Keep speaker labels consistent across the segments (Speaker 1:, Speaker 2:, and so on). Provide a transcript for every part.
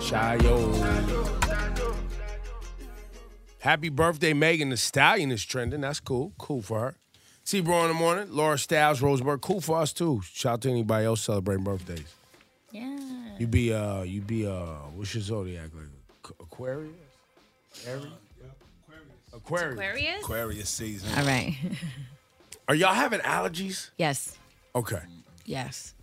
Speaker 1: Shayo. Happy birthday, Megan the Stallion is trending. That's cool. Cool for her. Sebro in the morning, Laura Styles, Roseburg. Cool for us too. Shout out to anybody else celebrating birthdays.
Speaker 2: Yeah.
Speaker 1: You be uh you be uh what's your zodiac like? Aqu- Aquarius? Aries? Aquarius.
Speaker 2: Aquarius?
Speaker 3: Aquarius season.
Speaker 2: All right.
Speaker 1: Are y'all having allergies?
Speaker 2: yes.
Speaker 1: Okay.
Speaker 2: Yes.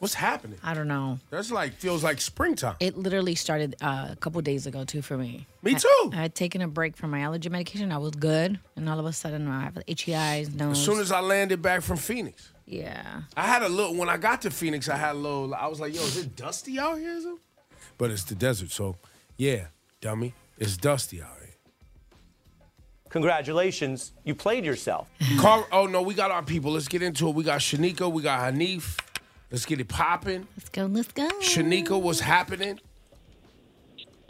Speaker 1: What's happening?
Speaker 2: I don't know.
Speaker 1: That's like feels like springtime.
Speaker 2: It literally started uh, a couple days ago too for me.
Speaker 1: Me
Speaker 2: I-
Speaker 1: too.
Speaker 2: I, had taken a break from my allergy medication. I was good, and all of a sudden I have HEIs, nose.
Speaker 1: As soon as I landed back from Phoenix,
Speaker 2: yeah,
Speaker 1: I had a little. When I got to Phoenix, I had a little. I was like, "Yo, is it dusty out here?" or something? But it's the desert, so yeah, dummy, it's dusty out here.
Speaker 4: Congratulations, you played yourself.
Speaker 1: Car- oh no, we got our people. Let's get into it. We got Shanika. We got Hanif. Let's get it popping.
Speaker 2: let's go, let's go.
Speaker 1: Shanika, what's happening?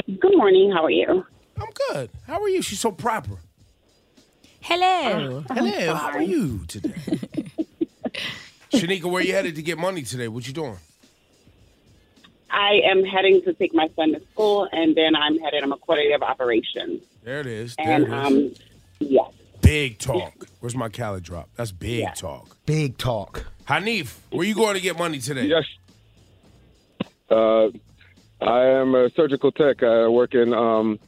Speaker 5: Good morning. How are you?
Speaker 1: I'm good. How are you? She's so proper. Oh,
Speaker 2: Hello.
Speaker 1: Hello. How are you today? Shanika, where you headed to get money today? What you doing?
Speaker 5: I am heading to take my son to school, and then I'm headed. I'm a coordinator of operations,
Speaker 1: There it is. There
Speaker 5: and
Speaker 1: it is.
Speaker 5: um, yes,
Speaker 1: Big talk. Where's my Cali drop? That's big
Speaker 5: Yeah.
Speaker 1: talk.
Speaker 6: Big talk.
Speaker 1: Hanif, where you going to get money today?
Speaker 7: Yes. Uh, I am a surgical tech. I work in um,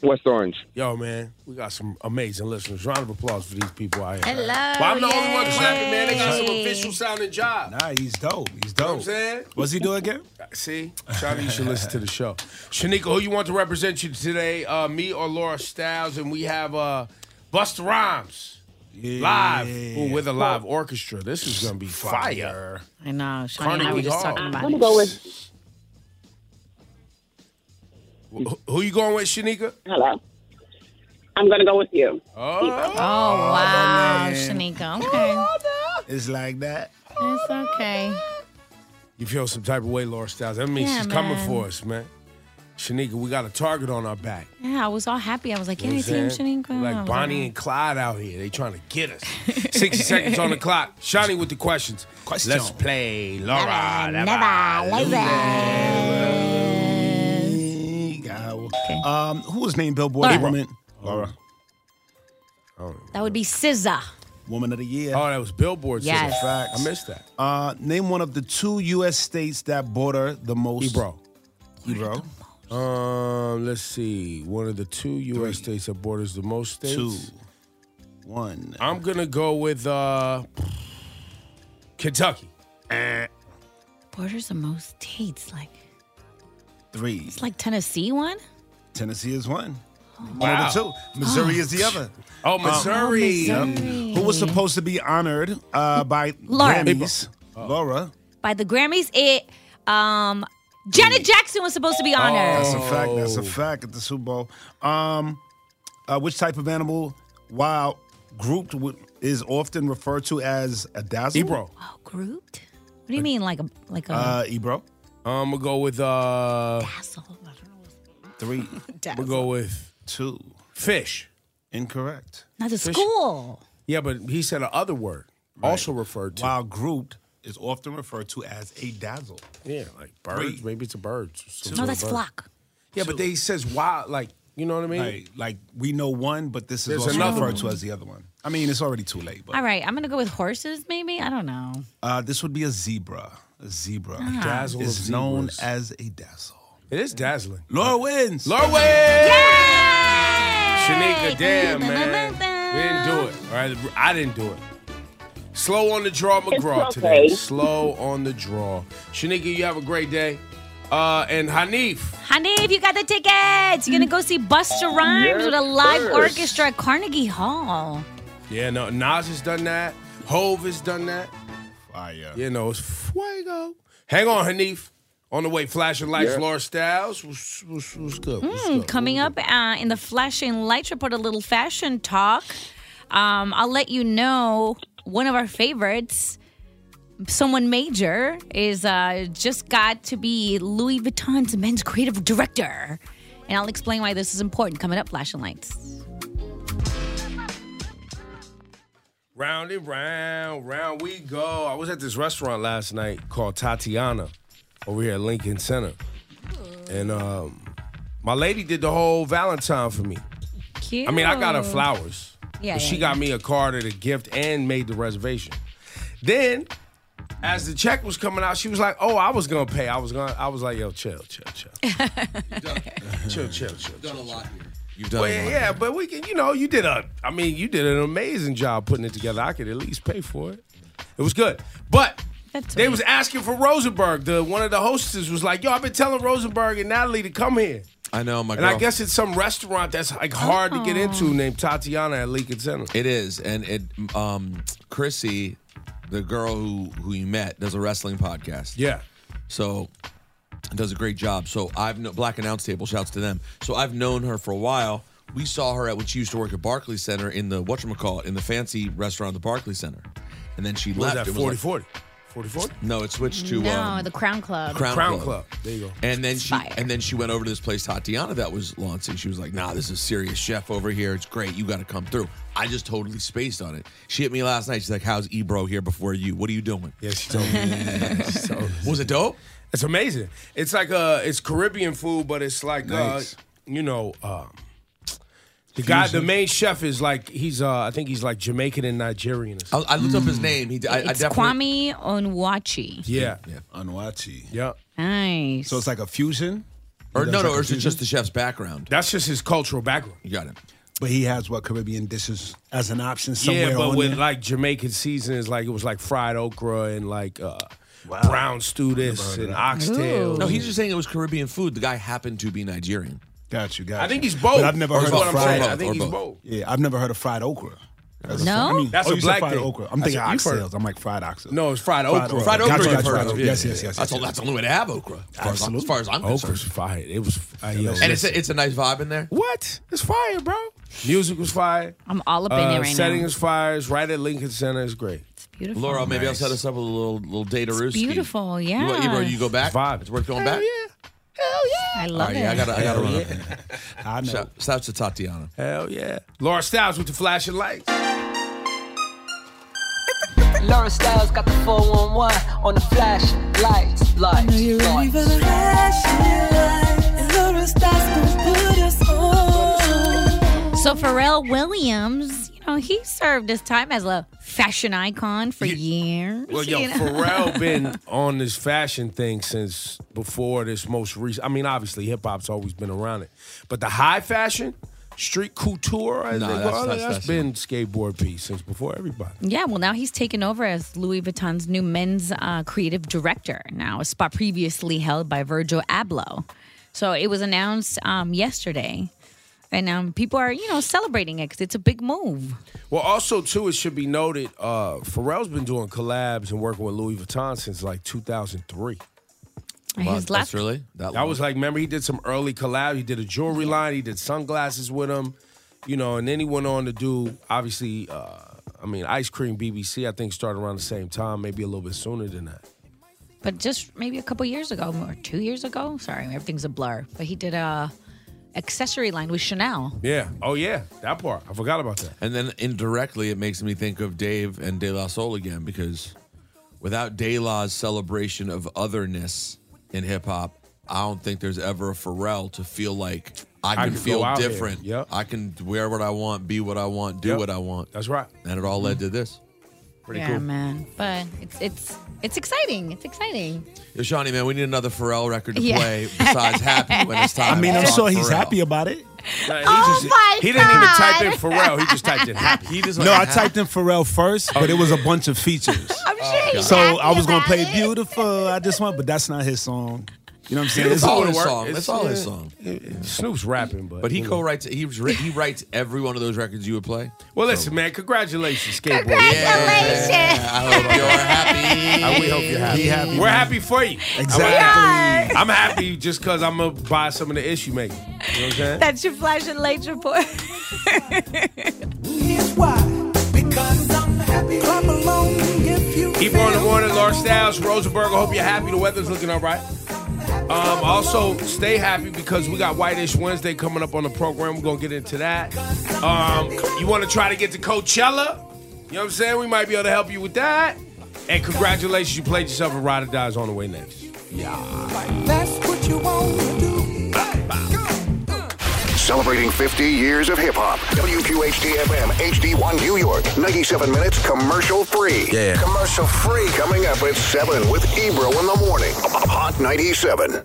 Speaker 7: West Orange.
Speaker 1: Yo, man, we got some amazing listeners. Round of applause for these people out here.
Speaker 2: Hello.
Speaker 1: Well, I'm the only one clapping, man. They got some
Speaker 2: Yay.
Speaker 1: official sounding job.
Speaker 3: Nah, he's dope. He's dope.
Speaker 1: what I'm saying? Uh,
Speaker 3: What's he doing again?
Speaker 1: See? Shout out you should listen to the show. Shanika, who you want to represent you today? Uh, me or Laura Styles? And we have uh, Buster Rhymes live Ooh, with a live orchestra. This is going to be fire.
Speaker 2: I know. Shawnee and I were
Speaker 1: Carnegie
Speaker 2: just
Speaker 1: Hall.
Speaker 2: talking
Speaker 5: I'm
Speaker 2: about
Speaker 5: gonna
Speaker 2: it.
Speaker 5: go with
Speaker 1: Who, who you going with, Shanika?
Speaker 5: hello. I'm gonna go with you.
Speaker 1: Oh.
Speaker 2: Oh wow,
Speaker 3: man.
Speaker 2: Shanika. Okay,
Speaker 3: It's like that.
Speaker 2: it's okay.
Speaker 1: You feel some type of way, Laura Styles. That means
Speaker 2: Yeah,
Speaker 1: she's coming
Speaker 2: man.
Speaker 1: for us, man. Shanika, we got a target on our back.
Speaker 2: Yeah, I was all happy. I was like,
Speaker 1: You know
Speaker 2: yeah,
Speaker 1: what
Speaker 2: team
Speaker 1: I'm saying?
Speaker 2: Shanika. I
Speaker 1: Like
Speaker 2: was
Speaker 1: Bonnie and Clyde out here. They trying to get us. 60 seconds on the clock. Shawnee with the questions.
Speaker 3: Question.
Speaker 1: Let's play Laura. Never,
Speaker 3: Um, who was named Billboard
Speaker 2: Laura.
Speaker 3: Woman? Laura.
Speaker 2: That would be SZA.
Speaker 3: Woman of the Year.
Speaker 1: Oh, that was Billboard. says
Speaker 2: Yes.
Speaker 1: it.
Speaker 3: Facts.
Speaker 1: I missed that.
Speaker 3: Uh, name one of the two U.S. states that border the most. Uh,
Speaker 1: Ebro.
Speaker 3: Ebro.
Speaker 1: Um, let's see. One of the two U.S. states that borders the most states.
Speaker 3: Two. One.
Speaker 1: I'm gonna go with uh, Kentucky.
Speaker 3: Eh,
Speaker 2: Borders of most states, like
Speaker 3: Three.
Speaker 2: it's like Tennessee one.
Speaker 3: Tennessee is one. One
Speaker 1: Wow.
Speaker 3: of the two. Missouri is the other. Um,
Speaker 1: Oh, Missouri.
Speaker 2: Oh,
Speaker 3: Who was supposed to be honored uh, by
Speaker 2: Laura.
Speaker 3: Grammys? Laura.
Speaker 2: By the Grammys, it um
Speaker 1: Mm.
Speaker 2: Janet Jackson was supposed to be
Speaker 1: Oh,
Speaker 2: honored.
Speaker 3: That's a fact. That's a fact at the Super Bowl. Um, uh, which type of animal, while grouped, with, is often referred to as a dazzle?
Speaker 1: Ebro.
Speaker 2: Oh, grouped? What do you mean, like a like a
Speaker 3: Uh, Ebro.
Speaker 1: I'm gonna Um, go with uh,
Speaker 2: castle?
Speaker 3: Three,
Speaker 1: I'm gonna go with
Speaker 3: two.
Speaker 1: fish.
Speaker 3: Incorrect.
Speaker 2: Not the school.
Speaker 1: Yeah, but he said a other word, also referred to.
Speaker 3: While grouped is often referred to as a dazzle.
Speaker 1: Yeah, like birds.
Speaker 3: Three.
Speaker 1: Maybe it's a bird. Some
Speaker 2: No,
Speaker 1: sort of
Speaker 2: that's
Speaker 1: bird.
Speaker 2: flock.
Speaker 1: Yeah, but they says wild. Like you know what I mean?
Speaker 3: Like, like we know one, but this is
Speaker 1: There's
Speaker 3: also
Speaker 1: another
Speaker 3: referred to as the other one. I mean, it's already too late. But
Speaker 2: All right, I'm gonna go with horses. Maybe I don't know.
Speaker 3: uh, this would be a zebra. A zebra
Speaker 1: Dazzle of
Speaker 3: is known
Speaker 1: zebras.
Speaker 3: as a dazzle.
Speaker 1: It is dazzling.
Speaker 3: Laura wins.
Speaker 1: Lorway.
Speaker 2: Yay!
Speaker 1: Shanika, damn man, we didn't do it. All right, I didn't do it. Slow on the draw, McGraw
Speaker 5: It's
Speaker 1: today.
Speaker 5: okay.
Speaker 1: Slow on the draw. Shanika, you have a great day. Uh, and Hanif,
Speaker 2: Honey, if you got the tickets, you're gonna go see Busta Rhymes with a live orchestra at Carnegie Hall.
Speaker 1: Yeah, no, Nas has done that. Hove has done that.
Speaker 3: Fire.
Speaker 1: You know, it's fuego. Hang on, Hanif. On the way, flashing lights,
Speaker 7: Yeah.
Speaker 1: Laura Styles. What's, what's, what's good? What's
Speaker 2: Hmm,
Speaker 1: good?
Speaker 2: Coming up uh, in the flashing lights report, a little fashion talk. Um, I'll let you know one of our favorites. Someone major is uh, just got to be Louis Vuitton's men's creative director, and I'll explain why this is important. Coming up, flashing lights.
Speaker 1: Round and round, round we go. I was at this restaurant last night called Tatiana over here at Lincoln Center. And um, my lady did the whole Valentine for me.
Speaker 2: Cute.
Speaker 1: I mean, I got her flowers.
Speaker 2: Yeah,
Speaker 1: but
Speaker 2: yeah,
Speaker 1: she got me a card and a gift and made the reservation. Then, as the check was coming out, she was like, "Oh, I was gonna pay. I was gonna." I was like, "Yo, chill, chill, chill, chill, chill, chill." chill.
Speaker 4: a lot here. You've done
Speaker 1: Well,
Speaker 4: a lot.
Speaker 1: yeah, but we can, you know, you did a, I mean, you did an amazing job putting it together. I could at least pay for it. It was good, but
Speaker 2: That's
Speaker 1: they
Speaker 2: sweet.
Speaker 1: was asking for Rosenberg. The one of the hostesses was like, "Yo, I've been telling Rosenberg and Natalie to come here."
Speaker 4: I know, my
Speaker 1: And
Speaker 4: girl.
Speaker 1: I guess it's some restaurant that's like hard to get
Speaker 2: Oh.
Speaker 1: into named Tatiana at Lincoln Center.
Speaker 4: It is, and it um Chrissy, the girl who who you met, does a wrestling podcast.
Speaker 1: Yeah.
Speaker 4: So does a great job. So I've kno- Black Announce Table. Shouts to them. So I've known her for a while. We saw her at when she used to work at Barclays Center in the whatchamacallit, in the fancy restaurant at the Barclays Center, and then she
Speaker 1: What was
Speaker 4: left.
Speaker 1: that?
Speaker 4: It was like-
Speaker 1: 40 40. 40 40?
Speaker 4: no, it switched to
Speaker 2: no,
Speaker 4: um,
Speaker 2: the Crown Club.
Speaker 4: Crown,
Speaker 1: Crown
Speaker 4: Club.
Speaker 1: Club. There you go.
Speaker 4: And then she
Speaker 2: Fire.
Speaker 4: and then she went over to this place Tatiana that was launching. She was like, "Nah, this is serious chef over here. It's great. You got to come through." I just totally spaced on it. She hit me last night. She's like, "How's Ebro here before you? What are you doing?"
Speaker 1: Yeah, she told me. so,
Speaker 4: Was it dope?
Speaker 1: it's amazing. It's like uh it's Caribbean food, but it's like
Speaker 4: Nice.
Speaker 1: uh you know, um the guy, the main chef is like he's uh I think he's like Jamaican and Nigerian. Or
Speaker 4: I,
Speaker 1: something.
Speaker 4: I looked up his name. He, I, I
Speaker 2: it's
Speaker 4: definitely.
Speaker 2: Kwame Onwachi.
Speaker 1: Yeah.
Speaker 4: Yeah.
Speaker 3: Unwachi.
Speaker 1: Yeah.
Speaker 2: Nice.
Speaker 3: So it's like a fusion,
Speaker 4: Or no,
Speaker 3: That's
Speaker 4: no,
Speaker 3: not
Speaker 4: or is it
Speaker 3: confusing.
Speaker 4: just the chef's background?
Speaker 1: That's just his cultural background.
Speaker 4: You got it.
Speaker 3: but he has what Caribbean dishes as an option somewhere.
Speaker 1: Yeah, but
Speaker 3: on
Speaker 1: with
Speaker 3: there.
Speaker 1: like Jamaican seasons, like it was like fried okra and like uh
Speaker 3: Wow.
Speaker 1: brown stew this and oxtail.
Speaker 4: No, he's just saying it was Caribbean food. The guy happened to be Nigerian.
Speaker 3: got you, got
Speaker 1: I
Speaker 3: you.
Speaker 1: think he's both.
Speaker 3: But I've never
Speaker 1: is
Speaker 3: heard
Speaker 1: what
Speaker 3: of
Speaker 1: I'm saying.
Speaker 3: fried.
Speaker 4: both,
Speaker 1: I think
Speaker 4: or
Speaker 1: he's
Speaker 4: both.
Speaker 1: both.
Speaker 3: Yeah, I've never heard of fried okra. That's
Speaker 2: No?
Speaker 3: I mean,
Speaker 1: That's
Speaker 3: oh,
Speaker 1: a
Speaker 3: you
Speaker 1: black
Speaker 3: said fried
Speaker 1: thing.
Speaker 3: okra.
Speaker 1: I
Speaker 3: I'm thinking
Speaker 1: said you've heard-
Speaker 3: oxtails. I'm like fried oxtail.
Speaker 1: No, it's fried okra.
Speaker 4: Fried
Speaker 3: Gotcha,
Speaker 4: okra
Speaker 3: gotcha,
Speaker 4: you've heard
Speaker 3: gotcha.
Speaker 4: of.
Speaker 3: Yes, yes, yes.
Speaker 4: That's,
Speaker 3: yes,
Speaker 4: all, that's only what I have okra. As far as, I'm- as far as I'm
Speaker 1: Okra's
Speaker 4: concerned.
Speaker 1: fire. It was fire.
Speaker 4: And it's a, it's a nice vibe in there.
Speaker 1: what? It's fire, bro. Music was fire.
Speaker 2: I'm all up in
Speaker 1: Uh,
Speaker 2: it right
Speaker 1: setting
Speaker 2: now.
Speaker 1: is fire. It's right at Lincoln Center. It's great.
Speaker 2: it's beautiful.
Speaker 4: Laura, maybe I'll set us up with a little little date or
Speaker 2: beautiful,
Speaker 4: You, want- you, bro,
Speaker 2: yeah.
Speaker 4: you go back.
Speaker 1: Vibe.
Speaker 4: It's worth going
Speaker 1: Hell
Speaker 4: back.
Speaker 1: yeah.
Speaker 2: I
Speaker 4: All
Speaker 2: love
Speaker 4: right,
Speaker 2: it.
Speaker 4: yeah, I gotta, I gotta run up.
Speaker 3: I know.
Speaker 4: Shout, shouts to Tatiana.
Speaker 1: Hell yeah. Laura Styles with the flashing lights.
Speaker 6: Lauren Styles got the 411 on the flash lights, lights, lights.
Speaker 2: So Pharrell Williams, you know, he served his time as a fashion icon for years.
Speaker 1: Well, yo,
Speaker 2: you know?
Speaker 1: Pharrell been on this fashion thing since before this most recent. I mean, obviously, hip hop's always been around it, but the high fashion, street couture, I
Speaker 4: Nah,
Speaker 1: think,
Speaker 4: that's-
Speaker 1: well,
Speaker 4: that's- that's-
Speaker 1: that's been skateboard piece since before everybody.
Speaker 2: yeah, well, now he's taken over as Louis Vuitton's new men's uh, creative director. Now, a spot previously held by Virgil Abloh. So it was announced um, yesterday, and um, people are, you know, celebrating it because it's a big move.
Speaker 1: Well, also too, it should be noted, uh, Pharrell's been doing collabs and working with Louis Vuitton since like 2003.
Speaker 4: Wow,
Speaker 2: his
Speaker 4: that's
Speaker 2: last
Speaker 4: really that.
Speaker 1: That
Speaker 4: long.
Speaker 1: was like, remember, he did some early collab. He did a jewelry line. He did sunglasses with him, you know, and then he went on to do, obviously, uh, I mean, Ice Cream BBC, I think, started around the same time, maybe a little bit sooner than that.
Speaker 2: but just maybe a couple years ago or two years ago. Sorry, everything's a blur. But he did a accessory line with Chanel.
Speaker 1: Yeah. Oh, yeah. That part. I forgot about that.
Speaker 4: And then indirectly, it makes me think of Dave and De La Soul again because without De La's celebration of otherness in hip hop, I don't think there's ever a Pharrell to feel like I can,
Speaker 1: can go
Speaker 4: feel
Speaker 1: out there.
Speaker 4: different.
Speaker 1: Yep.
Speaker 4: I can wear what I want, be what I want, do
Speaker 1: Yep.
Speaker 4: what I want.
Speaker 1: That's right. Mm-hmm.
Speaker 4: And it all led to this.
Speaker 1: Pretty
Speaker 2: yeah,
Speaker 1: cool.
Speaker 2: man. But it's it's it's exciting. It's exciting.
Speaker 4: Yo, Shawnee, man, we need another Pharrell record to
Speaker 2: Yeah.
Speaker 4: play besides Happy when it's time.
Speaker 3: I mean,
Speaker 4: to
Speaker 3: I'm
Speaker 4: talk
Speaker 3: sure he's
Speaker 4: Pharrell.
Speaker 3: happy about it.
Speaker 1: Nah, he
Speaker 2: Oh
Speaker 1: just-
Speaker 2: my
Speaker 1: He didn't even
Speaker 2: God.
Speaker 1: type in Pharrell. He just typed in happy.
Speaker 4: He just
Speaker 3: No, I typed in Pharrell first, but it was a bunch of features.
Speaker 2: I'm sure he's
Speaker 3: So
Speaker 2: happy
Speaker 3: I was gonna
Speaker 2: about
Speaker 3: play
Speaker 2: it.
Speaker 3: "Beautiful." I just want, but that's not his song. You know what I'm saying?
Speaker 4: It's all
Speaker 1: would've
Speaker 4: his
Speaker 1: worked.
Speaker 4: song. It's all his
Speaker 1: yeah.
Speaker 4: song.
Speaker 1: Snoop's rapping, but.
Speaker 4: But he
Speaker 1: you know.
Speaker 4: co-writes. He was writ- he writes every one of those records you would play.
Speaker 1: Well, listen, man, congratulations, skateboard.
Speaker 2: Congratulations.
Speaker 4: I hope you're happy.
Speaker 1: Yeah. We hope you're happy.
Speaker 3: He happy,
Speaker 1: We're
Speaker 3: man.
Speaker 1: happy for you.
Speaker 3: exactly.
Speaker 1: I'm happy just because I'm going to buy some of the issue making. You know what I'm saying?
Speaker 2: That's your flash and lights report.
Speaker 8: Here's why. Because I'm happy. Clap along if you
Speaker 1: Keep on the morning, Laura Styles, Rosenberg. I hope you're happy. The weather's looking all right. Um, also, stay happy because we got Whitish Wednesday coming up on the program. We're going to get into that. Um, you want to try to get to Coachella? You know what I'm saying? We might be able to help you with that. And congratulations, you played yourself in Ride or Die's on the way next.
Speaker 8: That's what you want to do.
Speaker 9: Celebrating 50 years of hip hop. WQHD FM HD1 New York. 97 minutes commercial free.
Speaker 10: Yeah.
Speaker 9: Commercial free coming up at 7 with Ebro in the morning. Hot 97.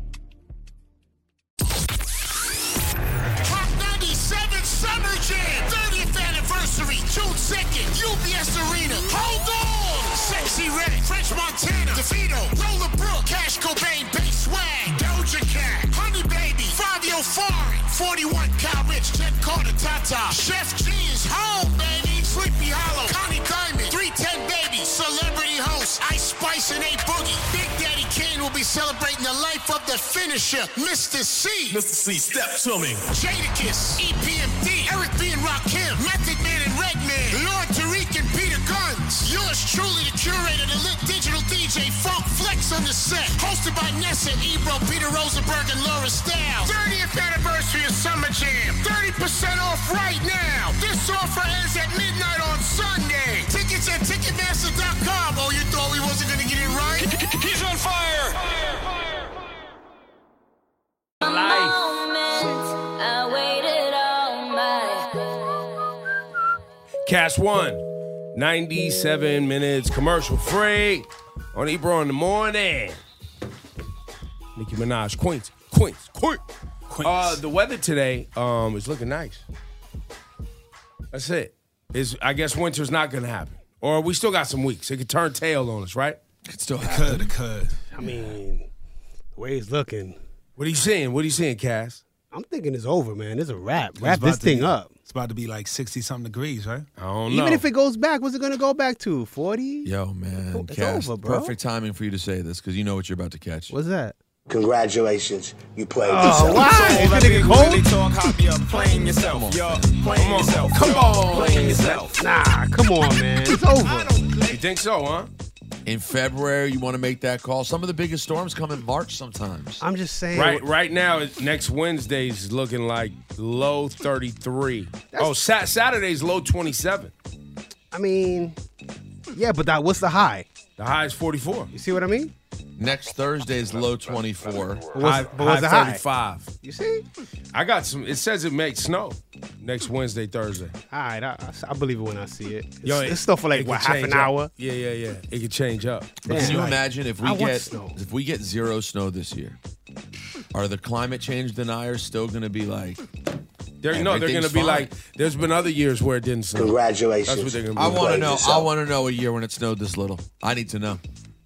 Speaker 11: Hot 97 Summer Jam 30th anniversary, June 2nd, UBS Arena. Hold on! Sexy Red, French Montana, DeVito, Lola Brooke, Cash Cobain, Bass Swag, Doja Cat, Honey Baby, Fabio Fari, 41 Cal Rich, Jet Carter, Tata, Chef G is home, baby. Sleepy Hollow, Connie Diamond, 310 Baby, Celebrity Host, Ice Spice and A Boogie. Big Daddy Kane will be celebrating the life of the finisher, Mr. C.
Speaker 10: Mr. C, step to me.
Speaker 11: Jadakiss, EPMD, Eric B. and Rakim, Method Man and Redman, Lord Tariq and Peter Guns. Yours truly, the curator, the lit digital DJ, Funk Flex on the set. Hosted by Nessa, Ebro, Peter Rosenberg, and Laura Stiles. 30th anniversary of Summer Jam. 30% off right now. This offer ends at midnight on Sunday. Tickets at Ticketmaster.com. Oh, you thought we wasn't going to get it right? He's on fire!
Speaker 1: Life. Cast one, 97 minutes commercial free on Ebro in the morning. Nicki Minaj, Queens, Queens, Queens. Uh, the weather today um, is looking nice. That's it. Is I guess winter's not gonna happen, or we still got some weeks. It could turn tail on us, right?
Speaker 4: It's still
Speaker 3: Could, could.
Speaker 12: I mean, the way it's looking,
Speaker 1: What are you seeing? What are you seeing, Cass?
Speaker 12: I'm thinking it's over, man. It's a wrap. Wrap this thing up.
Speaker 3: It's about to be like 60 something degrees, right?
Speaker 1: I don't know.
Speaker 12: Even if it goes back, what's it gonna go back to? 40?
Speaker 4: Yo, man,
Speaker 12: It's
Speaker 4: Cass,
Speaker 12: over, bro.
Speaker 4: perfect timing for you to say this because you know what you're about to catch.
Speaker 12: What's that?
Speaker 9: Congratulations, you played
Speaker 12: Oh, why? Is this nigga cold?
Speaker 10: talk, hop me up, playing yourself. Yo, playing yourself.
Speaker 1: Come
Speaker 10: Yo,
Speaker 1: on.
Speaker 10: Playing yourself.
Speaker 12: Nah, Ah, come on, man. It's over.
Speaker 1: you think so, huh?
Speaker 4: In February, you want to make that call. Some of the biggest storms come in March sometimes.
Speaker 12: I'm just saying.
Speaker 1: Right, right now, it's- next Wednesday's looking like low 33. oh, Sa- Saturday's low 27.
Speaker 12: I mean, yeah, but that what's the high?
Speaker 1: The high is 44.
Speaker 12: You see what I mean?
Speaker 4: Next Thursday is low 24.
Speaker 12: But what's,
Speaker 1: high,
Speaker 12: but what's the
Speaker 1: high
Speaker 12: high?
Speaker 1: 35.
Speaker 12: You see?
Speaker 1: I got some. It says it makes snow next Wednesday, Thursday.
Speaker 12: All right, I, I- I believe it when I see it. It's,
Speaker 1: Yo, it-
Speaker 12: it's stuff for like
Speaker 1: it
Speaker 12: what
Speaker 1: could
Speaker 12: half an
Speaker 1: change up.
Speaker 12: hour.
Speaker 1: Yeah, yeah, yeah. It could change up.
Speaker 12: Damn.
Speaker 4: Can you
Speaker 12: Like,
Speaker 4: imagine if
Speaker 12: I
Speaker 4: we
Speaker 12: want
Speaker 4: get
Speaker 12: snow.
Speaker 4: if we get zero snow this year? Are the climate change deniers still going to be like?
Speaker 1: They're, no, they're gonna
Speaker 4: Everything's
Speaker 1: be
Speaker 4: fine.
Speaker 1: like. There's been other years where it didn't snow. That's what
Speaker 9: Congratulations.
Speaker 1: they're gonna be.
Speaker 4: I
Speaker 1: like.
Speaker 4: want to know. I
Speaker 9: yourself.
Speaker 4: want to know a year when it snowed this little. I need to know.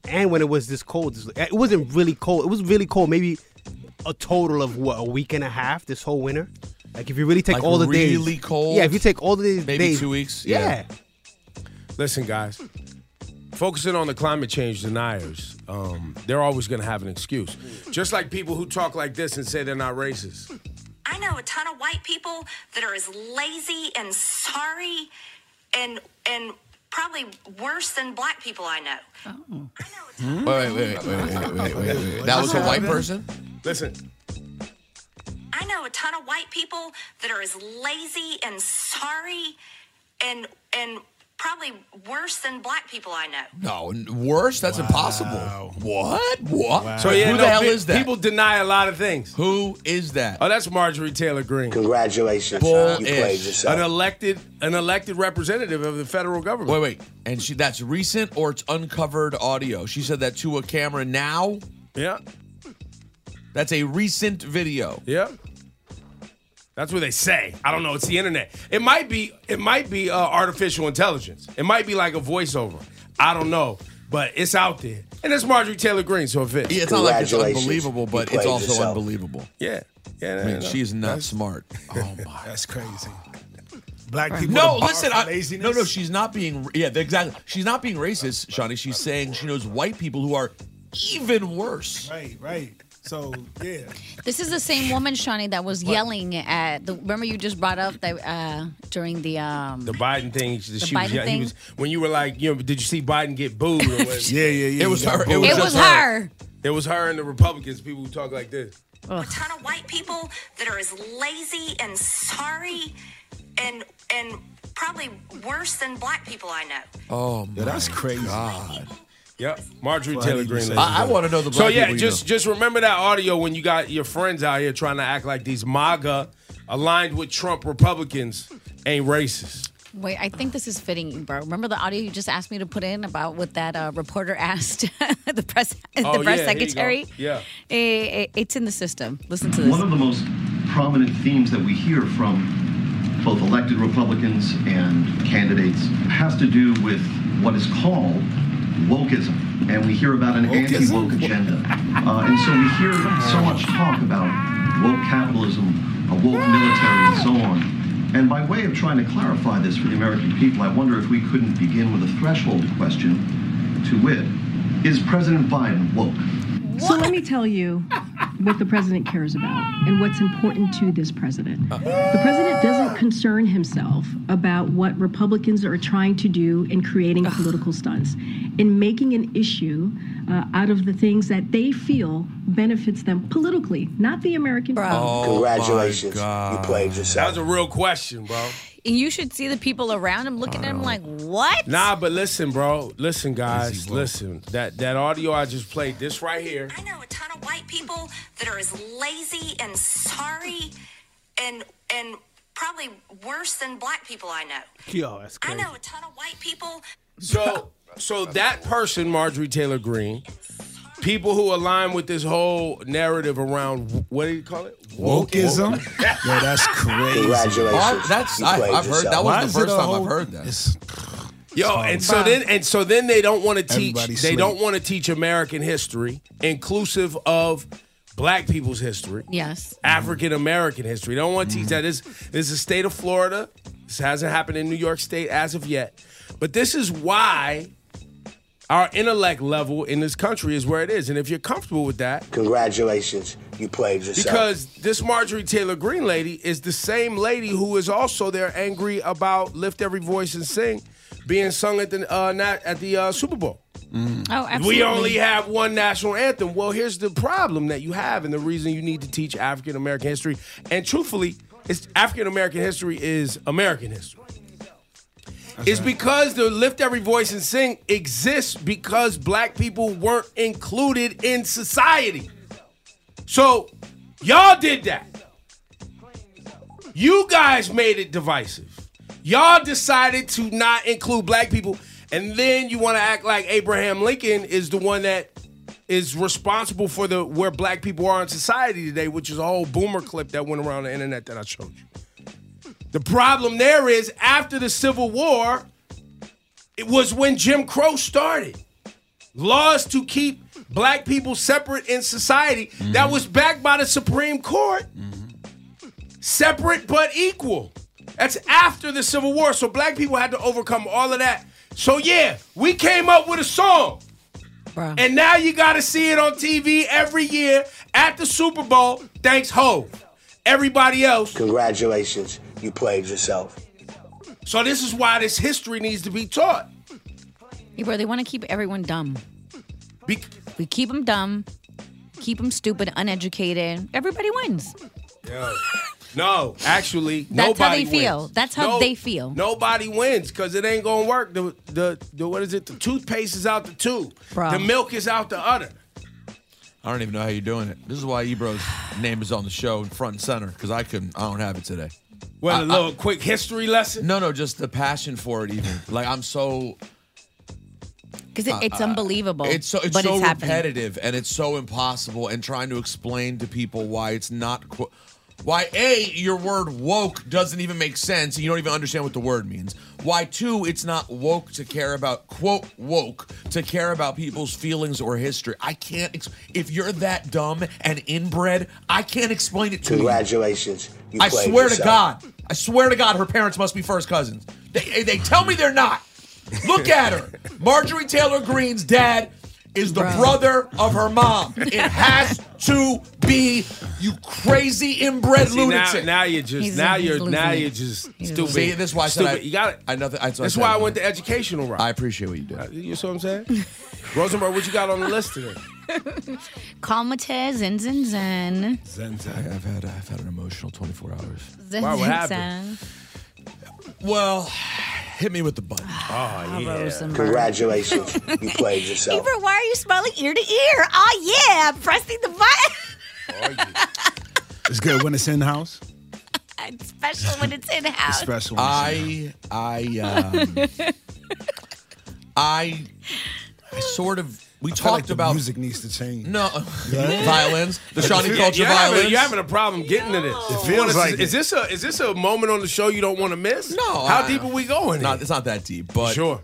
Speaker 12: And when it was this cold, this- it wasn't really cold. It was really cold. Maybe a total of what a week and a half this whole winter. Like if you really take
Speaker 4: Like
Speaker 12: all the days,
Speaker 4: really cold?
Speaker 12: Yeah, if you take all the days,
Speaker 4: Maybe
Speaker 12: days-
Speaker 4: two weeks?
Speaker 12: Yeah.
Speaker 1: Listen, guys, focusing on the climate change deniers, um, they're always going to have an excuse. Just like people who talk like this and say they're not racist.
Speaker 13: I know a ton of white people that are as lazy and sorry and and probably worse than black people I know.
Speaker 4: Hmm? Wait, wait, wait, wait, wait, wait, wait, wait, wait. That was a white person.
Speaker 1: Listen,
Speaker 13: I know a ton of white people that are as lazy and sorry and and probably worse than black people I
Speaker 4: No,
Speaker 13: know.
Speaker 4: n- worse. That's impossible. What? What?
Speaker 1: so yeah,
Speaker 4: who
Speaker 1: no,
Speaker 4: the hell
Speaker 1: pe-
Speaker 4: is that?
Speaker 1: People deny a lot of things.
Speaker 4: who is that?
Speaker 1: Oh, that's Marjorie Taylor Greene,
Speaker 9: Congratulations,
Speaker 4: Bull
Speaker 9: you
Speaker 4: is-
Speaker 9: played
Speaker 1: an
Speaker 9: yourself.
Speaker 1: elected, an elected representative of the federal government.
Speaker 4: Wait, wait. And she that's recent or it's uncovered audio. She said that to a camera now.
Speaker 1: Yeah,
Speaker 4: That's a recent video.
Speaker 1: yeah. That's what they say. I don't know. It's the internet. It might be. It might be uh, artificial intelligence. It might be like a voiceover. I don't know, but it's out there, and it's Marjorie Taylor Greene, so it fits.
Speaker 4: Yeah, it's not like it's unbelievable, but it's also unbelievable.
Speaker 1: Yeah, yeah.
Speaker 4: I mean, she's not smart. Oh
Speaker 3: my, that's crazy. Black people.
Speaker 4: No,
Speaker 3: the bar
Speaker 4: listen.
Speaker 3: for
Speaker 4: I,
Speaker 3: laziness.
Speaker 4: no, no, she's not being. Yeah, exactly. She's not being racist, Shawnee. She's saying she knows white people who are even worse.
Speaker 3: Right, right. So yeah.
Speaker 2: This is the same woman, Shawnee, that was yelling at the. Remember, you just brought up that uh, during the. Um,
Speaker 1: The Biden thing. She, she was,
Speaker 2: Biden
Speaker 1: yeah, He
Speaker 2: thing?
Speaker 1: was, when you were like, you know, did you see Biden get booed? Or whatever?
Speaker 3: yeah, yeah, yeah.
Speaker 1: It was
Speaker 3: He got
Speaker 1: her.
Speaker 3: booed.
Speaker 2: It
Speaker 1: just
Speaker 2: was her.
Speaker 1: It was her and the Republicans. People who talk like this.
Speaker 13: a ton of white people that are as lazy and sorry and and probably worse than black people I know.
Speaker 4: Oh, my
Speaker 3: that's crazy.
Speaker 1: Yep, Marjorie Taylor Greene. ladies
Speaker 4: I, I
Speaker 1: and
Speaker 4: want to know the.
Speaker 1: So
Speaker 4: black
Speaker 1: yeah,
Speaker 4: people you
Speaker 1: just just remember that audio when you got your friends out here trying to act like these MAGA aligned with Trump Republicans ain't racist.
Speaker 2: Wait, I think this is fitting, bro. Remember the audio you just asked me to put in about what that uh, reporter asked the press the press
Speaker 14: Oh, yeah, here you go.
Speaker 2: secretary?
Speaker 14: Yeah.
Speaker 2: Eh, eh, it's in the system. Listen to this.
Speaker 14: One of the most prominent themes that we hear from both elected Republicans and candidates has to do with what is called wokeism. And we hear about an anti woke agenda. Uh, and so we hear so much talk about woke capitalism, a woke military, and so on. And by way of trying to clarify this for the American people, I wonder if we couldn't begin with a threshold question to wit, is President Biden woke?
Speaker 15: So let me tell you what the president cares about and what's important to this president. The president doesn't concern himself about what Republicans are trying to do in creating political stunts, in making an issue uh, out of the things that they feel benefits them politically, not the American people.
Speaker 1: Oh,
Speaker 4: Oh,
Speaker 1: Congratulations, you played yourself. That was a real question, bro.
Speaker 2: And you should see the people around him looking at him like, what?
Speaker 1: Nah, but listen, bro. Listen, guys. Listen. That that audio I just played. This right here.
Speaker 13: I know a ton of white people that are as lazy and sorry and and probably worse than black people I know.
Speaker 12: Yo, that's
Speaker 13: I
Speaker 12: crazy.
Speaker 13: know a ton of white people
Speaker 1: So so that person, Marjorie Taylor Greene, people who align with this whole narrative around what do you call it?
Speaker 3: Wokeism? yeah, that's crazy.
Speaker 1: Congratulations.
Speaker 4: Are- that's- You I- played I've heard- that yourself. was
Speaker 3: Why
Speaker 4: the
Speaker 3: is
Speaker 4: first
Speaker 3: it a
Speaker 4: time I've
Speaker 3: whole-
Speaker 4: heard that.
Speaker 3: It's-
Speaker 1: Yo, and so
Speaker 3: Fine.
Speaker 1: then and so then they don't want to teach
Speaker 3: Everybody
Speaker 1: they
Speaker 3: sleep.
Speaker 1: don't want to teach American history inclusive of black people's history.
Speaker 2: Yes.
Speaker 1: African American history. They don't want to teach that. This this is the state of Florida. This hasn't happened in New York State as of yet. But this is why our intellect level in this country is where it is. And if you're comfortable with that,
Speaker 16: Congratulations, you played yourself.
Speaker 1: because this Marjorie Taylor Greene lady is the same lady who is also there angry about "Lift Every Voice and Sing" being sung at the uh, not at the uh, Super Bowl.
Speaker 2: Oh, absolutely.
Speaker 1: We only have one national anthem. Well, here's the problem that you have, and the reason you need to teach African American history. And truthfully, it's African American history is American history. it's because the lift every voice and sing exists because black people weren't included in society. So y'all did that. You guys made it divisive. Y'all decided to not include black people, and then you want to act like Abraham Lincoln is the one that is responsible for the where black people are in society today, which is a whole boomer clip that went around the internet that I showed you. The problem there is after the Civil War, it was when Jim Crow started. Laws to keep black people separate in society that was backed by the Supreme Court separate but equal. That's after the Civil War. So black people had to overcome all of that. So yeah, we came up with a song. And now you gotta see it on TV every year at the Super Bowl. Thanks, Ho. Everybody else.
Speaker 16: Congratulations, you played yourself.
Speaker 1: So this is why this history needs to be taught.
Speaker 2: Hey, bro, they want to keep everyone dumb.
Speaker 1: Be-
Speaker 2: we keep them dumb, keep them stupid, uneducated. Everybody wins.
Speaker 1: No, actually,
Speaker 2: That's how
Speaker 1: nobody
Speaker 2: they feel.
Speaker 1: wins.
Speaker 2: That's how
Speaker 1: No-
Speaker 2: they feel.
Speaker 1: Nobody wins because it ain't gonna work. The, the the what is it? The toothpaste is out the tube.
Speaker 4: Bruh.
Speaker 1: The milk is out the udder.
Speaker 4: I don't even know how you're doing it. This is why Ebro's name is on the show in front and center because I couldn't. I don't have it today.
Speaker 1: Well,
Speaker 4: a
Speaker 1: a little quick history lesson.
Speaker 4: No, no, just the passion for it. Even like I'm so
Speaker 2: Because it,
Speaker 4: Uh,
Speaker 2: it's
Speaker 4: uh,
Speaker 2: unbelievable.
Speaker 4: It's so it's
Speaker 2: but
Speaker 4: so
Speaker 2: it's happening.
Speaker 4: repetitive and it's so impossible and trying to explain to people why it's not. Qu- Why A, your word woke doesn't even make sense and you don't even understand what the word means. Why two, it's not woke to care about quote woke to care about people's feelings or history. I can't ex- if you're that dumb and inbred, I can't explain it to you.
Speaker 16: Congratulations. You
Speaker 4: I
Speaker 16: played
Speaker 4: swear to
Speaker 16: yourself.
Speaker 4: God. I swear to God, her parents must be first cousins. They, eh, they tell me they're not. Look at her. Marjorie Taylor Greene's dad is the brother of her mom. It has to be you crazy inbred
Speaker 1: See, now-
Speaker 4: lunatic.
Speaker 1: now you're just- He's- now you're- he's now losing it. you're just He's stupid. losing
Speaker 4: See,
Speaker 1: it.
Speaker 4: this is why I said I,
Speaker 1: Stupid. You got it.
Speaker 4: I nothing. I, so
Speaker 1: That's
Speaker 4: said
Speaker 1: why I
Speaker 4: nothing.
Speaker 1: went the educational route. Uh,
Speaker 4: I appreciate what you did.
Speaker 1: You see what I'm saying? Rosenberg, what you got on the list today?
Speaker 2: Calmate, zen, zen, zen.
Speaker 1: Zen,
Speaker 4: I've had I've had an emotional 24 hours.
Speaker 2: Zen,
Speaker 4: Wow, what
Speaker 2: zen,
Speaker 4: happened?
Speaker 2: zen.
Speaker 4: Well, hit me with the button. Oh,
Speaker 2: yeah. Rosenberg.
Speaker 16: Congratulations. you played yourself.
Speaker 2: Ebro, why are you smiling ear to ear? Oh, yeah, I'm pressing the button.
Speaker 3: It's good when it's in house.
Speaker 2: Especially when it's in house.
Speaker 3: Special.
Speaker 4: I I
Speaker 1: uh,
Speaker 4: um, I I sort of we
Speaker 3: I
Speaker 4: talked
Speaker 3: feel like the
Speaker 4: about
Speaker 3: music needs to change.
Speaker 4: no
Speaker 3: Yeah.
Speaker 4: violins the Shawnee culture
Speaker 1: you're Having,
Speaker 4: violins.
Speaker 1: you're having a problem getting to this.
Speaker 4: It feels
Speaker 1: You wanna-
Speaker 4: like
Speaker 1: is, this a is this a moment on the show you don't want to miss?
Speaker 3: Oh,
Speaker 4: No,
Speaker 1: How
Speaker 4: I-
Speaker 1: deep are we going?
Speaker 4: Not, it's not that deep, but
Speaker 1: sure.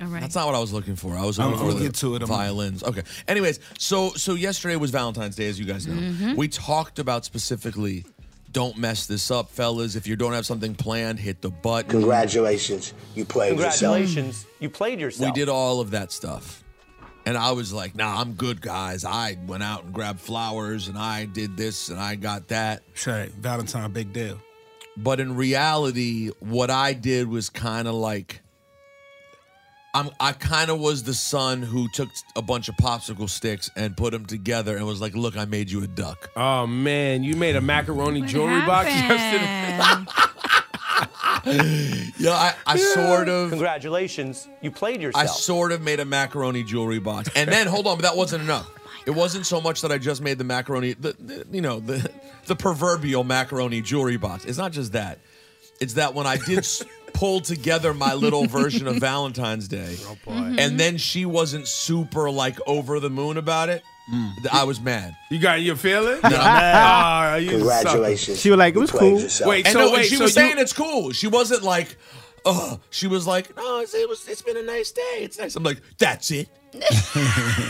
Speaker 2: All right.
Speaker 4: That's not what I was looking for. I was
Speaker 3: I'm-
Speaker 4: looking for
Speaker 3: we'll
Speaker 4: the
Speaker 3: get to it. I'm-
Speaker 4: violins. Okay. Anyways, so so yesterday was Valentine's Day, as you guys know.
Speaker 2: Mm-hmm.
Speaker 3: Mhm.
Speaker 4: We talked about specifically, don't mess this up, fellas. If you don't have something planned, hit the button.
Speaker 16: Congratulations. You played yourself.
Speaker 4: Congratulations.
Speaker 17: You played
Speaker 4: We did all of that stuff. And I was like, nah, I'm good, guys. I went out and grabbed flowers and I did this and I got that.
Speaker 3: Right. Valentine, big deal.
Speaker 4: But in reality, what I did was kind of like I'm I kind of was the son who took a bunch of popsicle sticks and put them together and was like, "Look, I made you a duck."
Speaker 1: Oh man, you made a macaroni jewelry box yesterday.
Speaker 4: yeah, I, I sort of
Speaker 17: Congratulations, you played
Speaker 4: I
Speaker 17: yourself.
Speaker 4: sort of made a macaroni jewelry box, and then hold on, but that wasn't enough.
Speaker 1: Oh
Speaker 4: It wasn't so much that I just made the macaroni, the, the- you know, the the proverbial macaroni jewelry box. It's not just that. It's that when I did s- pull together my little version of Valentine's Day,
Speaker 1: Oh, Mm-hmm.
Speaker 4: and then she wasn't super like over the moon about it. th- I was mad.
Speaker 1: Mm. You got your feeling?
Speaker 4: No, I'm mad.
Speaker 1: Ah, you suck.
Speaker 12: She was like, it was cool.
Speaker 4: Wait, and
Speaker 1: so
Speaker 4: no, and
Speaker 1: wait,
Speaker 4: she
Speaker 1: so
Speaker 4: was
Speaker 1: you-
Speaker 4: saying it's cool. She wasn't like, oh, she was like, oh, it's, it was, it's been a nice day. It's nice. I'm like, that's it.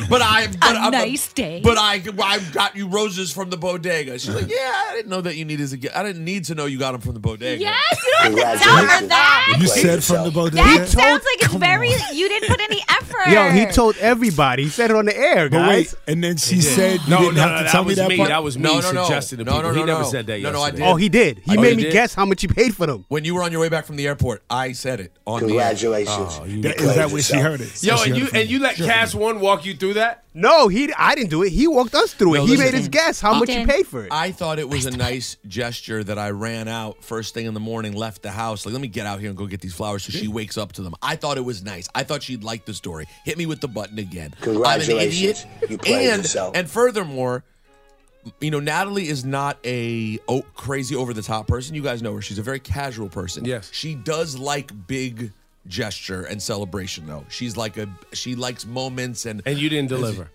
Speaker 4: but I, but
Speaker 2: A
Speaker 4: I'm-
Speaker 2: nice day.
Speaker 4: But I, I got you roses from the bodega. She's like, yeah, I didn't know that you needed to get. I didn't need to know you got them from the bodega.
Speaker 2: Yes, you don't have to tell her that.
Speaker 3: You said from the bodega.
Speaker 2: That sounds like it's very. You didn't put any effort.
Speaker 12: Yo, he told everybody. He said it on the air,
Speaker 3: But wait,
Speaker 12: guys.
Speaker 3: and then she said you
Speaker 12: No,
Speaker 3: didn't
Speaker 12: no,
Speaker 3: have
Speaker 12: no,
Speaker 3: to
Speaker 12: that
Speaker 3: tell me
Speaker 12: was
Speaker 3: that
Speaker 12: me.
Speaker 3: part.
Speaker 12: That was
Speaker 4: No, no, no. no, no, no, no. No, no, I did.
Speaker 12: Oh, he did. He
Speaker 4: Oh,
Speaker 12: made
Speaker 4: you
Speaker 12: me
Speaker 4: did?
Speaker 12: guess how much you paid for them.
Speaker 4: When you were on your way back from the airport, I said it on
Speaker 12: Congratulations.
Speaker 4: The air. Oh,
Speaker 12: You That- is that played where she yourself. heard it?
Speaker 1: Yo,
Speaker 12: So she
Speaker 1: and
Speaker 12: heard
Speaker 1: you
Speaker 12: it from
Speaker 1: and you let Cass One walk you through that?
Speaker 12: No, he. I didn't do it. He walked us through it.
Speaker 4: No,
Speaker 12: He
Speaker 4: listen.
Speaker 12: made his guess how
Speaker 4: I-
Speaker 12: much you paid for it.
Speaker 4: I thought it was a nice gesture that I ran out first thing in the morning, left the house. Like, let me get out here and go get these flowers. So she wakes up to them. I thought it was nice. I thought she'd like the story. Hit me with the button again. I'm an
Speaker 16: Congratulations.
Speaker 4: idiot.
Speaker 16: You played
Speaker 4: and,
Speaker 16: yourself.
Speaker 4: and furthermore, you know, Natalie is not a oh, crazy over the top person. You guys know her. She's a very casual person. Yes. She does like big gesture and celebration though. She's like a she likes moments and
Speaker 1: And you didn't deliver.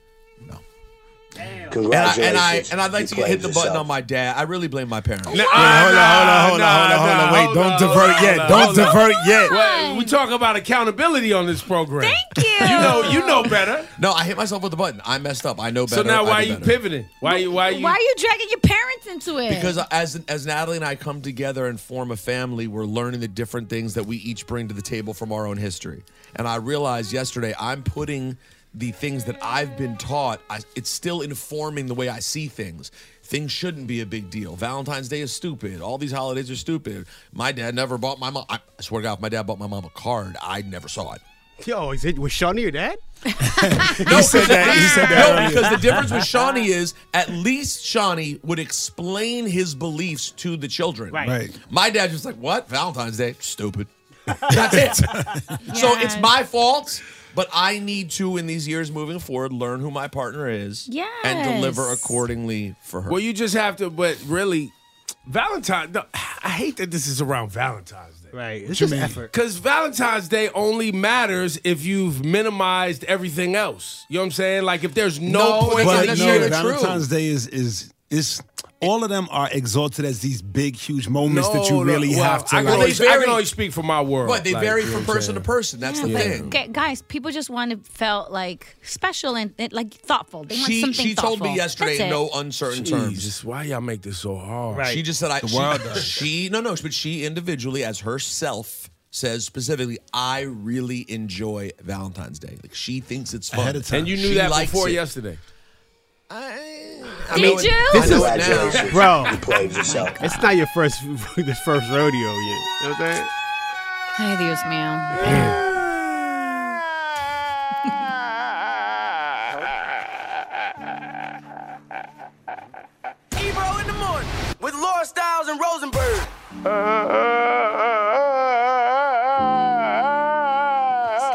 Speaker 4: And I, and I
Speaker 1: Congratulations.
Speaker 4: and I'd like
Speaker 1: You
Speaker 4: to get hit the
Speaker 1: played
Speaker 4: button
Speaker 1: yourself.
Speaker 4: on my dad. I really blame my parents.
Speaker 1: Nah, ah, nah, nah, nah,
Speaker 3: Wait,
Speaker 1: hold
Speaker 3: don't
Speaker 1: on,
Speaker 3: divert
Speaker 1: hold
Speaker 3: yet.
Speaker 1: on,
Speaker 3: Don't
Speaker 1: hold on.
Speaker 3: divert yet.
Speaker 1: Wait, we talk about accountability on this program. Thank
Speaker 2: you.
Speaker 1: You know, you know better.
Speaker 4: No, I hit myself with the button. I messed up. I know better.
Speaker 1: So now
Speaker 4: I
Speaker 1: why
Speaker 4: do
Speaker 1: you
Speaker 4: better.
Speaker 1: pivoting? Why you why you
Speaker 2: Why are you dragging your parents into it?
Speaker 4: Because as as Natalie and I come together and form a family, we're learning the different things that we each bring to the table from our own history. And I realized yesterday I'm putting the things that I've been taught. I, it's still informing the way I see things. Things shouldn't be a big deal. Valentine's Day is stupid. All these holidays are stupid. My dad never bought my mom. I swear to God, if my dad bought my mom a card, I never saw it.
Speaker 12: Yo, is it was Shawnee your dad?
Speaker 4: No,
Speaker 12: He said that- he said that
Speaker 4: no,
Speaker 12: earlier.
Speaker 4: because the difference with Shawnee is at least Shawnee would explain his beliefs to the children. Right. My dad was like, "What? Valentine's Day? Stupid." That's it. So it's my fault, but I need to, in these years moving forward, learn who my partner is and deliver
Speaker 1: Yes.
Speaker 4: accordingly for her.
Speaker 1: Well, you just have to, but really, Valentine. No, I hate that this is around Valentine's Day.
Speaker 12: Right.
Speaker 3: It's just effort.
Speaker 1: Because Valentine's Day only matters if you've minimized everything else. You know what I'm saying? Like if there's no, point
Speaker 3: but
Speaker 1: in the
Speaker 3: no,
Speaker 1: year.
Speaker 3: Valentine's Day is is it's all of them are exalted as these big, huge moments that you
Speaker 1: No, no,
Speaker 3: really
Speaker 1: well,
Speaker 3: have to.
Speaker 1: I can,
Speaker 3: like,
Speaker 1: only, I can only speak for my world.
Speaker 4: But they
Speaker 1: like,
Speaker 4: vary
Speaker 1: you know
Speaker 4: from
Speaker 1: what I'm
Speaker 4: person to
Speaker 1: saying?
Speaker 4: person. That's the thing.
Speaker 2: Gu- guys, people just want to felt like special and, and, like thoughtful. They want
Speaker 4: She,
Speaker 2: something
Speaker 4: she told me
Speaker 2: thoughtful.
Speaker 4: yesterday,
Speaker 2: That's
Speaker 4: in
Speaker 2: it.
Speaker 4: no uncertain terms.
Speaker 1: Jesus, why y'all make this so hard?
Speaker 4: She just said, "I."
Speaker 1: The
Speaker 4: she-
Speaker 1: world
Speaker 4: She,
Speaker 1: does.
Speaker 4: no no, but she individually, as herself, says specifically, "I really enjoy Valentine's Day." Like she thinks it's fun
Speaker 1: Ahead of time. And you knew
Speaker 4: She
Speaker 1: that
Speaker 4: likes
Speaker 1: before
Speaker 4: it.
Speaker 1: yesterday.
Speaker 4: I know it- I
Speaker 12: This
Speaker 4: know
Speaker 12: is
Speaker 4: it now.
Speaker 12: bro.
Speaker 16: played yourself.
Speaker 12: It's not your first, this first rodeo yet. You know what I'm saying?
Speaker 2: Ay, Dios mío.
Speaker 8: Ebro in the morning with Laura Styles and Rosenberg.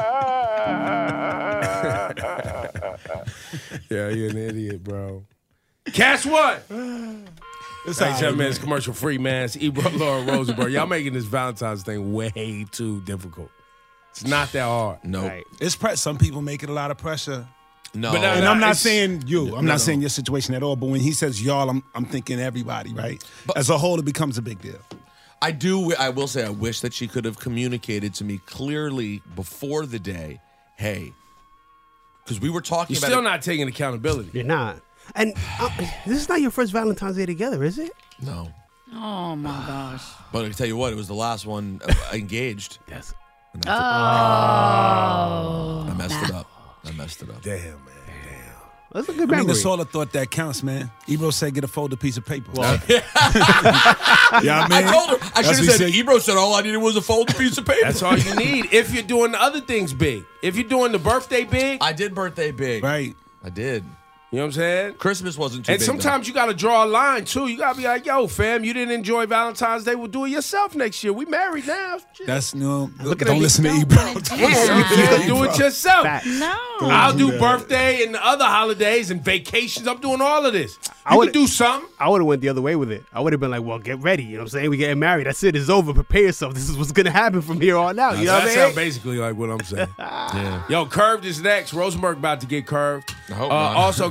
Speaker 1: yeah, you're an idiot, bro. Guess what? It's like
Speaker 11: all right,
Speaker 1: that man's commercial free man. It's Ebro Laura Rosenberg. Y'all making this Valentine's thing way too difficult. It's not that hard.
Speaker 4: No.
Speaker 3: It's pre- some people make it a lot of pressure.
Speaker 4: No,
Speaker 1: But no,
Speaker 3: and
Speaker 1: no,
Speaker 3: I'm not
Speaker 1: it's-
Speaker 3: saying you.
Speaker 1: No,
Speaker 3: I'm not
Speaker 1: no.
Speaker 3: saying your situation at all. But when he says y'all, I'm I'm thinking everybody, right? As a whole, it becomes a big deal.
Speaker 4: I do. I will say, I wish that she could have communicated to me clearly before the day. Hey, because we were talking
Speaker 1: You're
Speaker 4: about
Speaker 1: still
Speaker 4: it-
Speaker 1: not taking accountability.
Speaker 12: You're not. And uh, this is not your first Valentine's Day together, is it?
Speaker 4: No.
Speaker 2: Oh my gosh.
Speaker 4: But I can tell you what, it was the last one uh, engaged.
Speaker 12: Yes.
Speaker 2: Oh.
Speaker 4: I messed it up. I messed it up.
Speaker 1: Damn, man.
Speaker 12: That's a
Speaker 3: I
Speaker 12: good
Speaker 3: mean,
Speaker 12: memory.
Speaker 3: it's all a thought that counts, man. Ebro said, "Get a folded piece of paper." yeah, I mean,
Speaker 4: told her. I
Speaker 3: that's what
Speaker 4: should
Speaker 3: he
Speaker 4: have said.
Speaker 3: said.
Speaker 4: Ebro said all I needed was a folded piece of paper.
Speaker 1: That's all you need if you're doing the other things big. If you're doing the birthday big,
Speaker 4: I did birthday big.
Speaker 3: Right.
Speaker 4: I did.
Speaker 1: You know what I'm saying?
Speaker 4: Christmas wasn't too
Speaker 1: And
Speaker 4: big,
Speaker 1: sometimes you got to draw a line too. You got to be like, yo, fam, you didn't enjoy Valentine's Day. We'll do it yourself next year. We married now.
Speaker 3: That's no.
Speaker 1: Look at
Speaker 3: don't
Speaker 1: that.
Speaker 3: listen to
Speaker 1: Don't
Speaker 3: Ebro.
Speaker 1: wanna do that. You can do it yourself. Facts.
Speaker 2: No.
Speaker 1: I'll
Speaker 3: do
Speaker 1: do
Speaker 3: that.
Speaker 1: birthday and other holidays and vacations. I'm doing all of this.
Speaker 12: I
Speaker 1: You
Speaker 12: would
Speaker 1: can do something.
Speaker 12: I would have went the other way with it. I would have been like, "Well, get ready." You know what I'm saying? We getting married. That's it. It's over. Prepare yourself. This is what's gonna happen from here on out. You know
Speaker 1: That
Speaker 12: what I mean?
Speaker 1: sound basically like what I'm saying. Yo, Curved is next. Rosenberg about to get curved.
Speaker 4: hope
Speaker 1: Uh,
Speaker 4: not.
Speaker 1: also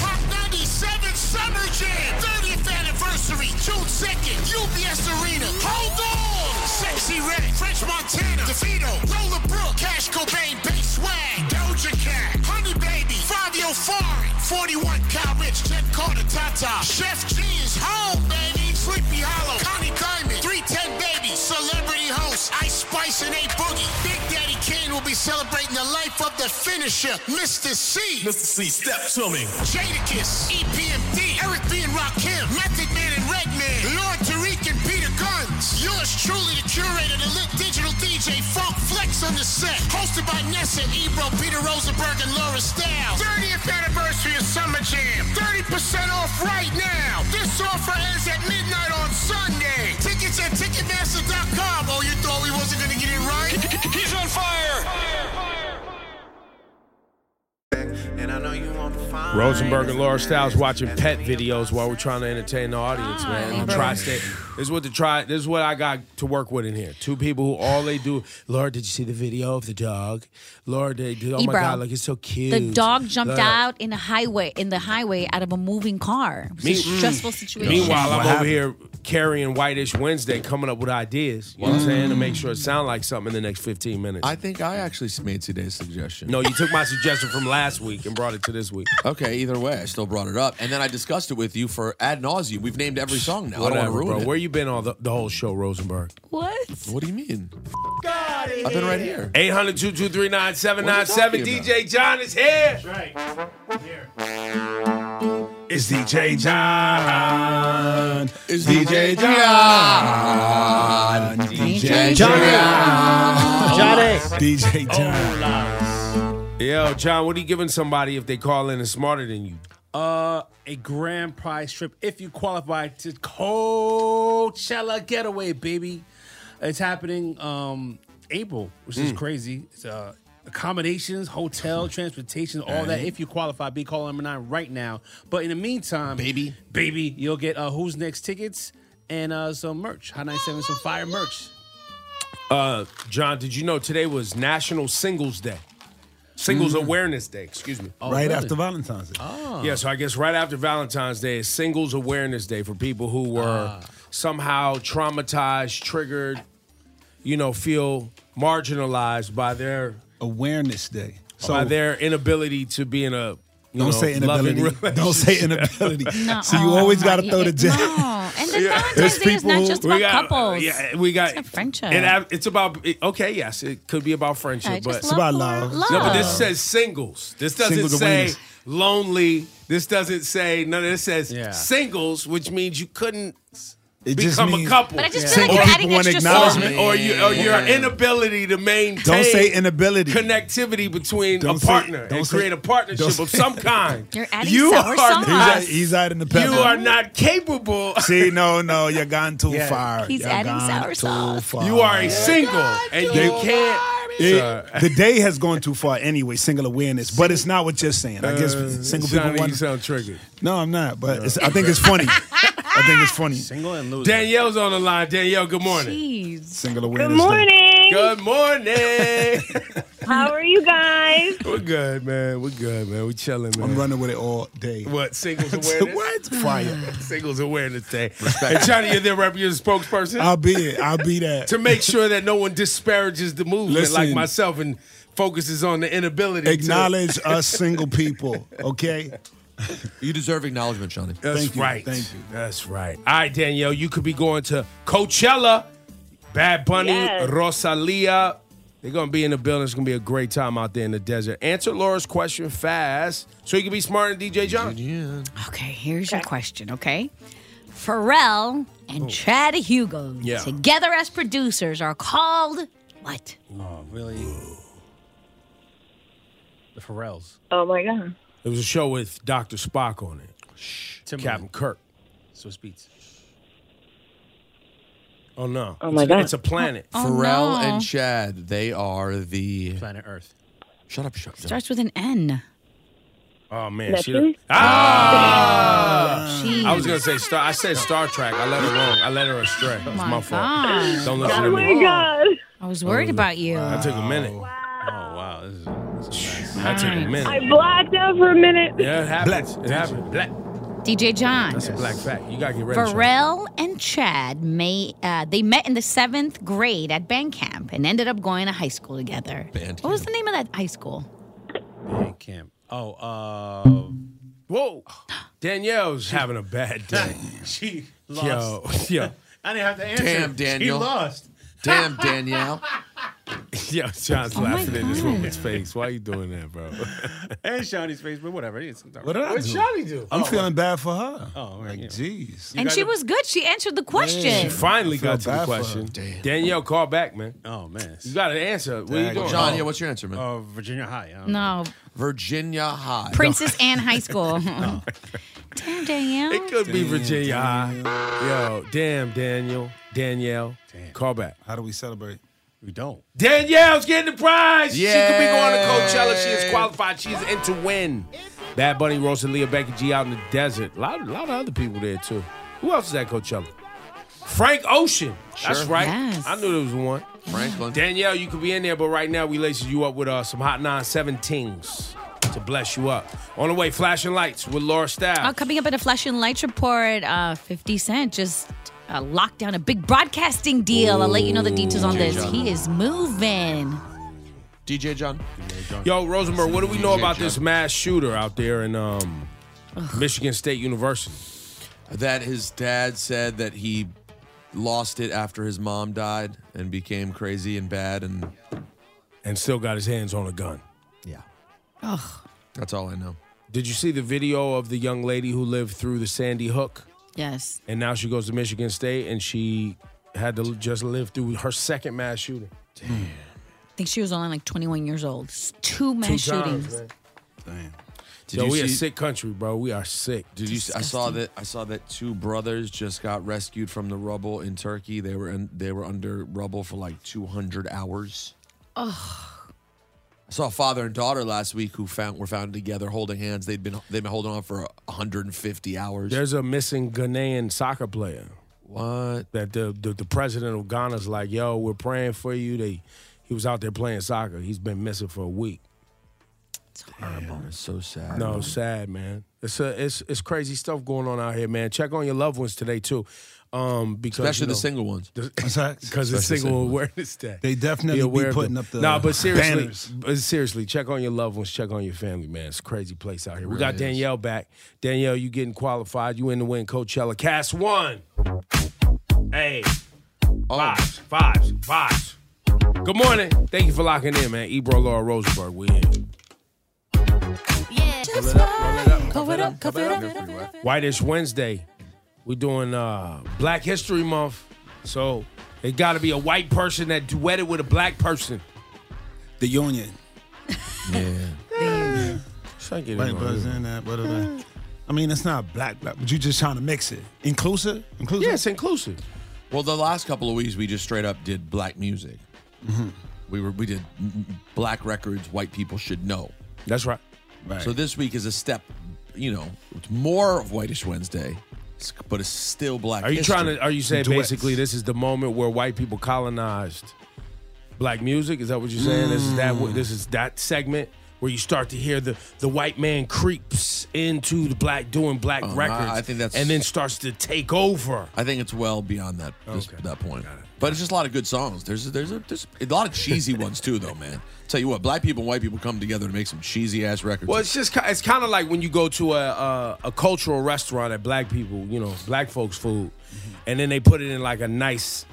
Speaker 11: Hot 97 Summer Jam 30th anniversary, June 2nd, UBS Arena. Hold on! Sexy Red, French Montana, DeVito, Roller Brook, Cash Cobain, Bass Swag, Doja Cat, Honey Baby, Fabio Foreign, 41 Cal Rich, Jen Carter, Tata, Chef G is home, baby. Sleepy Hollow, Connie Diamond, 310 Baby, Celebrity Host, Ice Spice and A Boogie. Big Daddy Kane will be celebrating the life of the finisher, Mr. C.
Speaker 10: Mr. C, step to me.
Speaker 11: Jadakiss, EPMD, Eric B. and Rakim, Method Man and Redman, Lord Tariq and Peter Guns. Yours truly, the curator, the lit digital DJ Funk Flex on the set. Hosted by Nessa, Ebro, Peter Rosenberg, and Laura Stiles. 30th anniversary of Summer Jam. 30% off right now. This offer ends at midnight on Sunday. Tickets at Ticketmaster.com. Oh, you thought we wasn't going to get it right? He's on fire!
Speaker 1: Rosenberg and Laura Styles watching pet videos while we're trying to entertain the audience, man.
Speaker 12: Ah,
Speaker 1: The tri-state. This is what the tri. This is what I got to work with in here. Two people who all they do. Laura, did you see the video of the dog? Laura, they did. Oh my
Speaker 2: Ebro.
Speaker 1: god, look, it's so cute.
Speaker 2: The dog jumped
Speaker 1: Laura.
Speaker 2: out in a highway in the highway out of a moving car. It was
Speaker 1: Me- Mm.
Speaker 2: a stressful situation.
Speaker 1: Meanwhile, I'm
Speaker 2: What
Speaker 1: over here carrying Whitish Wednesday, coming up with ideas. You know what I'm saying to make sure it sound like something in the next 15 minutes.
Speaker 4: I think I actually made today's suggestion.
Speaker 1: no, you took my suggestion from last week and brought it to this week.
Speaker 4: Okay, either way, I still brought it up, and then I discussed it with you for ad nauseum. We've named every song now. I don't
Speaker 1: Whatever,
Speaker 4: want to
Speaker 1: bro.
Speaker 4: ruin
Speaker 1: Where you been all the, the whole show, Rosenberg?
Speaker 2: What?
Speaker 4: it. What do you mean? I've been right here.
Speaker 1: 800 223 9797.
Speaker 4: What are you
Speaker 1: DJ John is here.
Speaker 3: It's DJ John.
Speaker 4: It's
Speaker 3: DJ John. Oh, DJ
Speaker 12: Johnny. Johnny.
Speaker 3: DJ John.
Speaker 1: Yo, John, what are you giving somebody if they call in and smarter than you?
Speaker 18: Uh, a grand prize trip if you qualify to Coachella Getaway, baby. It's happening um April, which is
Speaker 19: Mm.
Speaker 18: crazy. It's uh accommodations, hotel, transportation, all that.
Speaker 19: Right.
Speaker 18: If you qualify, be calling number nine right now. But in the meantime, baby, baby, you'll get uh who's next tickets and uh some merch. High 97 some fire merch.
Speaker 1: Uh, John, did you know today was National Singles Day? Singles
Speaker 3: Mm.
Speaker 1: Awareness Day, excuse me.
Speaker 3: right after Valentine's Day.
Speaker 18: Ah.
Speaker 1: Oh. Yeah, so I guess right after Valentine's Day is Singles Awareness Day for people who were somehow traumatized, triggered, you know, feel marginalized by their
Speaker 3: Awareness Day. So
Speaker 1: by their inability to be in a you
Speaker 3: don't
Speaker 1: know,
Speaker 3: say
Speaker 1: loving
Speaker 3: inability. Don't say inability.
Speaker 1: Uh-uh.
Speaker 2: No,
Speaker 3: so you always got to
Speaker 2: yeah,
Speaker 3: throw the jab.
Speaker 2: No, Oh, and then
Speaker 1: There's
Speaker 2: Valentine's Day is not
Speaker 1: people-
Speaker 2: just
Speaker 1: we
Speaker 2: about
Speaker 1: got-
Speaker 2: couples.
Speaker 1: Yeah, we got
Speaker 2: It's a friendship.
Speaker 1: It, ab- it's about it- okay, yes, it could be about friendship,
Speaker 2: Yeah, just
Speaker 1: but
Speaker 2: It's about love, love.
Speaker 1: No, but this
Speaker 2: love.
Speaker 1: says singles. This doesn't
Speaker 3: Singles
Speaker 1: say
Speaker 3: awareness.
Speaker 1: lonely. This doesn't say none of this says
Speaker 3: Yeah.
Speaker 1: singles, which means you couldn't
Speaker 3: It just
Speaker 1: become a
Speaker 3: means-
Speaker 1: couple.
Speaker 3: But I just feel like you're Single adding people want extra
Speaker 1: or,
Speaker 3: acknowledgement.
Speaker 1: or you, or your
Speaker 3: Yeah.
Speaker 1: inability to maintain
Speaker 3: Don't say inability.
Speaker 1: connectivity between
Speaker 3: Don't
Speaker 1: a
Speaker 3: say-
Speaker 1: partner
Speaker 3: don't
Speaker 1: and
Speaker 3: say-
Speaker 1: create a partnership
Speaker 3: don't
Speaker 1: of
Speaker 3: say-
Speaker 1: some kind.
Speaker 2: You're
Speaker 3: adding
Speaker 1: you
Speaker 3: sour
Speaker 1: are
Speaker 3: sauce.
Speaker 1: not-
Speaker 3: He's- he's adding the
Speaker 1: You
Speaker 3: pepper.
Speaker 1: are not capable.
Speaker 3: See, no, no, you're gone too
Speaker 1: Yeah.
Speaker 3: far.
Speaker 1: He's
Speaker 3: You're
Speaker 1: adding
Speaker 3: gone
Speaker 1: sour
Speaker 3: too
Speaker 1: sauce.
Speaker 3: far.
Speaker 1: You are a single, and you
Speaker 3: They-
Speaker 1: can't.
Speaker 3: It- the day has gone too far anyway, single awareness, but it's not what you're saying. I guess
Speaker 1: Uh,
Speaker 3: single
Speaker 1: Johnny,
Speaker 3: people want
Speaker 1: you sound triggered.
Speaker 3: No, I'm not, but it's, I think it's funny. I think it's funny.
Speaker 18: Single and loser.
Speaker 1: Danielle's on the line. Danielle, good morning.
Speaker 3: Single awareness.
Speaker 20: Good morning.
Speaker 1: Good morning.
Speaker 20: How are you guys?
Speaker 1: We're good, man. We're good, man. We're chilling, man.
Speaker 3: I'm running with it all day.
Speaker 1: What singles awareness? what
Speaker 3: Fire.
Speaker 1: singles awareness day? And Johnny, you're their rep, you're the spokesperson.
Speaker 3: I'll be it. I'll be that.
Speaker 1: to make sure that no one disparages the movement like
Speaker 3: Listen.
Speaker 1: myself and focuses on the inability. to-
Speaker 3: Acknowledge us single people, okay?
Speaker 4: You deserve acknowledgement, Johnny.
Speaker 1: That's
Speaker 3: Thank you.
Speaker 1: right.
Speaker 3: Thank you.
Speaker 1: That's right. All right, Danielle, you could be going to Coachella, Bad Bunny,
Speaker 20: Yes.
Speaker 1: Rosalia. They're gonna be in the building. It's gonna be a great time out there in the desert. Answer Laura's question fast, so you can be smarter than DJ John.
Speaker 2: Okay, here's your question, okay? Pharrell and Chad Hugo
Speaker 1: Yeah.
Speaker 2: together as producers are called what?
Speaker 18: Oh, really? The Pharrells.
Speaker 20: Oh my god.
Speaker 1: It was a show with Dr. Spock on it. Captain Kirk.
Speaker 18: Swiss Beats.
Speaker 1: Oh no.
Speaker 4: Oh,
Speaker 1: It's
Speaker 4: my
Speaker 1: a-
Speaker 4: God. Oh,
Speaker 1: It's a planet.
Speaker 4: Pharrell and Chad, they are the
Speaker 18: planet Earth.
Speaker 4: Shut up, shut up.
Speaker 2: Starts with an N.
Speaker 1: Oh man. she
Speaker 2: Neptune?
Speaker 1: done- ah!
Speaker 2: Jeez.
Speaker 1: I was gonna say Star I said Star Trek. I let her wrong. I let her astray. It's my,
Speaker 2: My Oh
Speaker 1: fault.
Speaker 2: God.
Speaker 1: Don't
Speaker 20: Oh
Speaker 1: listen to me.
Speaker 2: god. I was worried about you.
Speaker 1: That took a minute.
Speaker 18: Oh wow, this is,
Speaker 1: That took a minute.
Speaker 20: I blacked out for a minute.
Speaker 1: Yeah, it happens. It happened. Black.
Speaker 2: DJ John.
Speaker 1: That's a black fact. You gotta get ready.
Speaker 2: Pharrell and Chad may uh, they met in the seventh grade at band camp and ended up going to high school together.
Speaker 4: Band
Speaker 2: What was the name of that high school?
Speaker 18: Band camp. Oh, uh,
Speaker 1: whoa. Danielle's having a bad day.
Speaker 18: she
Speaker 1: Yo,
Speaker 18: lost.
Speaker 1: yo,
Speaker 18: I didn't have to answer.
Speaker 4: Damn,
Speaker 18: She
Speaker 4: Daniel.
Speaker 18: lost.
Speaker 4: Damn, Danielle.
Speaker 1: yo, John's
Speaker 18: Oh my
Speaker 1: laughing in this
Speaker 18: God.
Speaker 1: woman's face. Why are you doing that, bro?
Speaker 18: And Shawnee's face, but whatever. It's,
Speaker 3: What did I do? I'm feeling bad for her.
Speaker 18: Oh,
Speaker 3: like, jeez.
Speaker 2: and she was good. She answered the question.
Speaker 1: She finally
Speaker 3: I feel
Speaker 1: got to the
Speaker 3: bad for her.
Speaker 1: question. Danielle, call back, man.
Speaker 18: Oh man,
Speaker 1: you got to answer. What are you
Speaker 4: Dang.
Speaker 1: doing,
Speaker 4: John, yeah, what's your answer, man?
Speaker 18: Uh,
Speaker 3: Oh,
Speaker 18: Virginia High. I don't know.
Speaker 2: No,
Speaker 4: Virginia High.
Speaker 2: Princess Anne High School. Damn, Danielle.
Speaker 1: It could be Virginia High. Yo, damn, Daniel, Danielle, call back.
Speaker 3: How do we celebrate?
Speaker 18: We don't.
Speaker 1: Danielle's getting the prize. She could be going to
Speaker 18: Yay.
Speaker 1: Coachella. She is qualified. She's in to win. Bad Bunny, Rosalia, Becky G out in the desert. A lot, lot of other people there too. Who else is at Coachella? Frank Ocean. That's
Speaker 4: Sure.
Speaker 1: right.
Speaker 4: Yes.
Speaker 1: I knew there was one.
Speaker 4: Franklin.
Speaker 1: Danielle, you could be in there, but right now we lacing you up with uh, some Hot 917s to bless you up. On the way, flashing lights with Laura
Speaker 2: Oh,
Speaker 1: Stiles.
Speaker 2: coming up at a Flash and Lights report, uh, 50 Cent just uh, locked down a big broadcasting deal. I'll let you know the details on this. He is moving.
Speaker 4: DJ John.
Speaker 1: Yo, Rosenberg, what do we know about this mass shooter out there in um, Michigan State University?
Speaker 4: That his dad said that he lost it after his mom died and became crazy and bad and
Speaker 1: and still got his hands on a gun.
Speaker 4: Yeah.
Speaker 2: Ugh.
Speaker 4: That's all I know.
Speaker 1: Did you see the video of the young lady who lived through the Sandy Hook?
Speaker 2: Yes.
Speaker 1: And now she goes to Michigan State and she had to just live through her second mass shooting.
Speaker 2: think she was only like 21 years old. It's Two mass
Speaker 1: Two times,
Speaker 2: shootings.
Speaker 1: man.
Speaker 4: Did
Speaker 1: Yo,
Speaker 4: you
Speaker 1: we a
Speaker 4: see-
Speaker 1: sick country, bro. We are sick.
Speaker 4: Did you? I saw that. I saw that two brothers just got rescued from the rubble in Turkey. They were in, they were under rubble for like 200 hours.
Speaker 2: Oh,
Speaker 4: I saw a father and daughter last week who found were found together holding hands. They'd been they've been holding on for 150 hours.
Speaker 1: There's a missing Ghanaian soccer player.
Speaker 4: What?
Speaker 1: That the, the the president of Ghana's like, yo, we're praying for you. They he was out there playing soccer. He's been missing for a week.
Speaker 4: Horrible. It's so sad.
Speaker 1: No, it's sad, man. It's a, it's it's crazy stuff going on out here, man. Check on your loved ones today too, um, because
Speaker 4: Especially
Speaker 1: you know,
Speaker 4: the single ones.
Speaker 1: because it's
Speaker 4: Especially
Speaker 1: single
Speaker 4: single ones.
Speaker 1: awareness day.
Speaker 4: They definitely be
Speaker 1: aware of
Speaker 4: putting
Speaker 1: them.
Speaker 4: up the
Speaker 1: nah, but seriously,
Speaker 4: banners.
Speaker 1: but seriously, check on your loved ones, check on your family, man. It's a crazy place out here. we
Speaker 4: Really
Speaker 1: got
Speaker 4: is.
Speaker 1: Danielle back. Danielle, you getting qualified? You in the win, Coachella? Cast one. Hey, vibes,
Speaker 4: Oh.
Speaker 1: vibes, vibes. Good morning. Thank you for locking in, man. Ebro, Laura Rosenberg, we in.
Speaker 11: Yeah.
Speaker 1: Cover it up, roll it up, cover it up, cover it up. Whitish Wednesday. We're doing uh, Black History Month. So it got to be a white person that duetted with a black person.
Speaker 19: The union.
Speaker 4: Yeah.
Speaker 1: Trying to get
Speaker 19: White
Speaker 1: in on
Speaker 19: person
Speaker 1: it.
Speaker 19: and that, blah, blah, blah. I mean, it's not black, black, but you just trying to mix it. Inclusive? Inclusive? Yeah,
Speaker 1: it's inclusive.
Speaker 4: Well, the last couple of weeks we just straight up did black music.
Speaker 19: Mm-hmm.
Speaker 4: We were we did mm, mm, black records. White people should know.
Speaker 1: That's right.
Speaker 19: Right.
Speaker 4: So this week is a step. You know, it's more of Whitish Wednesday, s- but it's still black.
Speaker 1: Are you
Speaker 4: history.
Speaker 1: trying to? Are you saying
Speaker 4: Duets.
Speaker 1: basically this is the moment where white people colonized black music? Is that what you're saying? This is that.
Speaker 4: Mm.
Speaker 1: what- This is that segment where you start to hear the the white man creeps into the black doing black
Speaker 4: Uh-huh.
Speaker 1: records.
Speaker 4: I think that's-
Speaker 1: and then starts to take over.
Speaker 4: I think it's well beyond that this- that point. But it's just a lot of good songs. There's there's a, there's a lot of cheesy ones too, though, man. Tell you what, black people and white people come together to make some cheesy ass records.
Speaker 1: Well, it's just ki- it's kind of like when you go to a, a a cultural restaurant at black people, you know, black folks food,
Speaker 4: Mm-hmm.
Speaker 1: and then they put it in like a nice,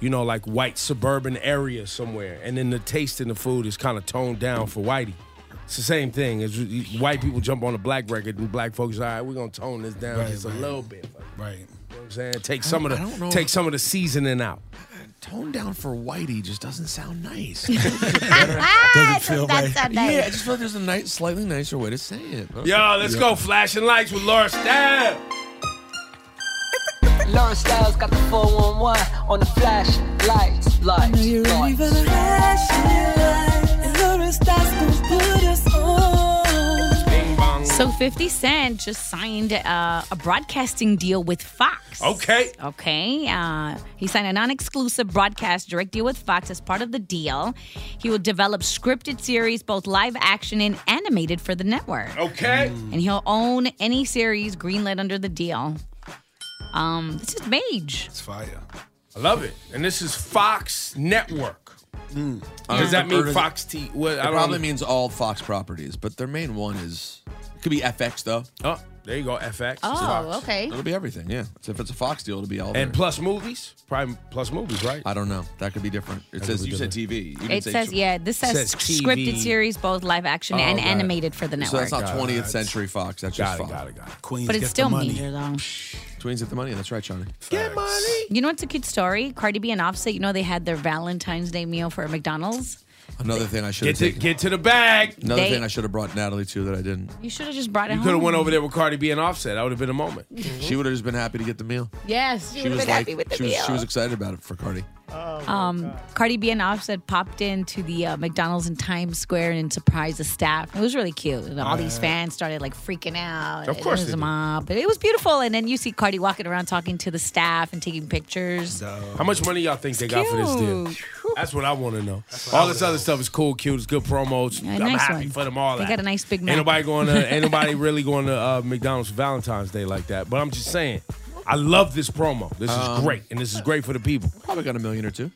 Speaker 1: you know, like white suburban area somewhere, and then the taste in the food is kind of toned down for whitey. It's the same thing as you- you- white people jump on a black record and black folks, all right, we're gonna tone this down
Speaker 19: Right,
Speaker 1: just
Speaker 19: right.
Speaker 1: a little bit. Like,
Speaker 19: Right.
Speaker 1: you know what I'm saying take
Speaker 4: I
Speaker 1: some of
Speaker 4: don't- I don't
Speaker 1: the
Speaker 4: know.
Speaker 1: take some of the seasoning out.
Speaker 4: Tone down for whitey just doesn't sound nice.
Speaker 1: Doesn't feel right.
Speaker 4: Yeah, I just feel like there's a nice, slightly nicer way to say it.
Speaker 1: Yo, let's go flashing lights with Laura Stab.
Speaker 6: Lauren Styles got the 411 on the flash lights, lights, lights.
Speaker 2: So 50 Cent just signed uh, a broadcasting deal with Fox.
Speaker 1: Okay.
Speaker 2: Okay. Uh, he signed a non exclusive broadcast direct deal with Fox as part of the deal. He will develop scripted series, both live action and animated, for the network.
Speaker 1: Okay.
Speaker 2: And he'll own any series greenlit under the deal. Um, this is Mage.
Speaker 19: It's fire.
Speaker 1: I love it. And this is Fox Network. Does that mean Fox T? Well,
Speaker 4: it
Speaker 1: I don't
Speaker 4: probably means all Fox properties, but their main one is it could be FX though.
Speaker 1: Oh, there you go, FX.
Speaker 2: Oh, okay.
Speaker 4: It'll be everything, yeah. So if it's a Fox deal, it'll be all.
Speaker 1: And
Speaker 4: there.
Speaker 1: plus movies, prime plus movies, right?
Speaker 4: I don't know. That could be different. It
Speaker 1: That
Speaker 4: says
Speaker 1: could be
Speaker 4: you said TV. You didn't
Speaker 2: It
Speaker 4: say
Speaker 2: says, yeah, this says,
Speaker 4: Says
Speaker 2: scripted
Speaker 4: TV.
Speaker 2: series, both live action
Speaker 4: Oh,
Speaker 2: and
Speaker 4: got it.
Speaker 2: animated for the
Speaker 4: So
Speaker 2: network.
Speaker 4: that's not 20th Century Fox. That's
Speaker 1: Got
Speaker 4: just
Speaker 1: it,
Speaker 4: Fox.
Speaker 1: got it, got it.
Speaker 19: Queens
Speaker 2: But it's still major, though.
Speaker 4: Twins get the money. That's right, Johnny.
Speaker 2: You know what's a cute story? Cardi B and Offset, you know they had their Valentine's Day meal for McDonald's.
Speaker 4: Another thing I should
Speaker 1: Get
Speaker 4: have
Speaker 1: to
Speaker 4: taken.
Speaker 1: get to the bag.
Speaker 4: Another
Speaker 2: They-
Speaker 4: thing I should have brought Natalie to that I didn't.
Speaker 2: You should have just brought it
Speaker 1: You
Speaker 2: home.
Speaker 1: could have went over there with Cardi B and Offset. That would have been a moment.
Speaker 4: Mm-hmm. She would have just been happy to get the meal.
Speaker 2: Yes,
Speaker 4: She was like, she was, she was excited about it for Cardi.
Speaker 2: um, Cardi B and Offset popped into the uh, McDonald's in Times Square and surprised the staff. It was really cute. And all these
Speaker 1: Uh,
Speaker 2: fans started like freaking out.
Speaker 1: Of course
Speaker 2: it was
Speaker 1: they
Speaker 2: a
Speaker 1: do.
Speaker 2: mob. But it was beautiful. And then you see Cardi walking around talking to the staff and taking pictures.
Speaker 1: How much money y'all think they got for this deal? That's what I want to know. All this other stuff is cool, cute. It's good promos. I'm
Speaker 2: nice
Speaker 1: happy
Speaker 2: one.
Speaker 1: for them all.
Speaker 2: They
Speaker 1: that.
Speaker 2: got a nice Big Mac.
Speaker 1: Ain't nobody going to. Ain't nobody really going to uh, McDonald's for Valentine's Day like that. But I'm just saying, I love this promo. This is
Speaker 4: Um,
Speaker 1: great, and this is great for the people.
Speaker 4: Probably got a million or two.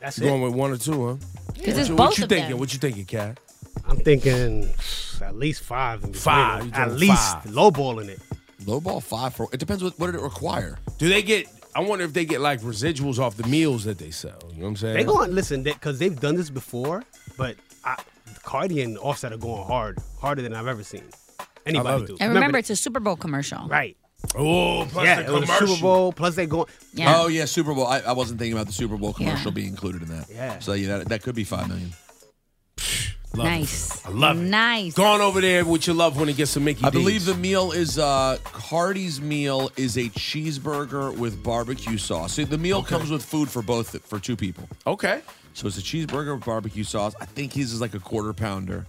Speaker 1: That's you going with one or two, huh?
Speaker 12: Because
Speaker 1: what
Speaker 12: it's
Speaker 1: you,
Speaker 12: both
Speaker 1: what you
Speaker 12: of
Speaker 1: thinking?
Speaker 12: them.
Speaker 1: What you thinking, Cat?
Speaker 12: I'm thinking at least five. in this
Speaker 1: Five.
Speaker 12: minute.
Speaker 1: You
Speaker 12: At
Speaker 1: doing
Speaker 12: least
Speaker 1: five.
Speaker 12: lowballing it.
Speaker 4: Lowball five for it depends what what did it require.
Speaker 1: Do they get? I wonder if they get like residuals off the meals that they sell. You know what I'm saying?
Speaker 12: They going listen because they've done this before, but I, Cardi and Offset are going hard, harder than I've ever seen anybody
Speaker 1: love it.
Speaker 12: do.
Speaker 2: And remember, it's a Super Bowl commercial.
Speaker 12: Right.
Speaker 1: Oh, plus
Speaker 12: yeah, it
Speaker 1: the
Speaker 12: was a Super
Speaker 1: commercial.
Speaker 12: Bowl. Plus they going.
Speaker 4: Oh yeah, Super Bowl. I, I wasn't thinking about the Super Bowl commercial
Speaker 12: Yeah.
Speaker 4: being included in that.
Speaker 12: Yeah.
Speaker 4: So yeah, that, that could be five million.
Speaker 2: nice.
Speaker 1: I love it.
Speaker 2: Nice.
Speaker 1: Gone over there with your loved one and get some Mickey
Speaker 4: I
Speaker 1: D's.
Speaker 4: believe the meal is uh Cardi's meal is a cheeseburger with barbecue sauce. So the meal comes with food for both for two people.
Speaker 1: Okay.
Speaker 4: So it's a cheeseburger with barbecue sauce. I think his is like a quarter pounder.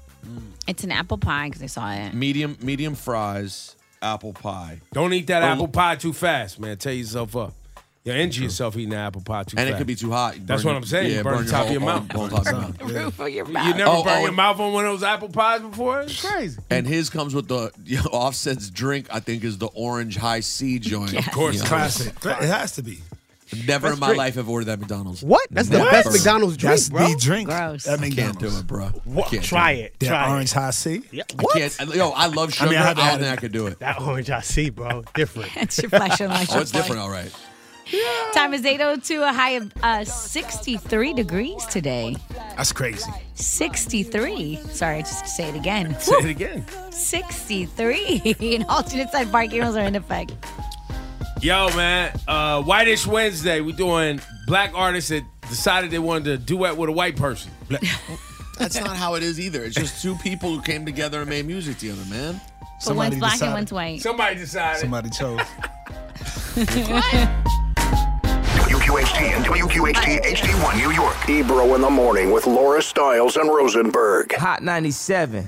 Speaker 2: It's an apple pie because I saw it.
Speaker 4: Medium medium fries, apple pie.
Speaker 1: Don't eat that
Speaker 4: Oh,
Speaker 1: apple pie too fast, man. Tear yourself up. You'll injure yourself eating that apple pie too
Speaker 4: And
Speaker 1: fast.
Speaker 4: it could be too hot. You
Speaker 1: That's
Speaker 4: burn
Speaker 1: what
Speaker 4: your-
Speaker 1: I'm saying.
Speaker 4: yeah,
Speaker 1: you burn,
Speaker 4: burn your
Speaker 1: the
Speaker 4: whole-
Speaker 1: top of your mouth.
Speaker 4: whole- whole top of your
Speaker 2: Roof of your
Speaker 1: You never
Speaker 4: Oh,
Speaker 1: burn
Speaker 4: oh,
Speaker 1: your
Speaker 4: and-
Speaker 1: mouth on one of those apple pies before? It's crazy.
Speaker 4: And his comes with the you know, offset's drink. I think is the orange high C joint.
Speaker 1: Of course,
Speaker 4: You know,
Speaker 19: classic. It has to be.
Speaker 4: Never
Speaker 19: That's
Speaker 4: in my
Speaker 19: great.
Speaker 4: life have ordered at McDonald's.
Speaker 19: What? That's the
Speaker 4: Never.
Speaker 19: best McDonald's drink,
Speaker 4: That's
Speaker 19: bro.
Speaker 4: the drink.
Speaker 19: Gross.
Speaker 4: At McDonald's. can't do it, bro. I can't
Speaker 12: Try
Speaker 4: do
Speaker 12: it.
Speaker 19: That
Speaker 12: Try
Speaker 19: orange
Speaker 12: it.
Speaker 19: high C.
Speaker 12: Yeah.
Speaker 4: I can't. Yo, I love
Speaker 12: I
Speaker 4: sugar.
Speaker 12: mean,
Speaker 4: I,
Speaker 12: I haven't
Speaker 4: don't
Speaker 12: had
Speaker 4: think
Speaker 12: it.
Speaker 4: I could do it.
Speaker 12: That orange I see, bro. Different.
Speaker 2: That's your flashing light.
Speaker 4: Oh, it's different, all right.
Speaker 2: Time is 802, a high of uh, 63 degrees today.
Speaker 19: That's crazy.
Speaker 2: 63. Sorry, I just say it again.
Speaker 1: Say
Speaker 2: Woo.
Speaker 1: it again.
Speaker 2: 63. and alternate side parking rules are in effect.
Speaker 1: Yo, man, uh, Whitish Wednesday. We doing black artists that decided they wanted to duet with a white person.
Speaker 4: That's not how it is either. It's just two people who came together and made music together, man.
Speaker 2: But one's black and one's white.
Speaker 1: Somebody decided.
Speaker 19: Somebody chose.
Speaker 9: WQHT and WQHT HD1 New York. Ebro in the morning with Laura Stiles and Rosenberg.
Speaker 6: Hot 97.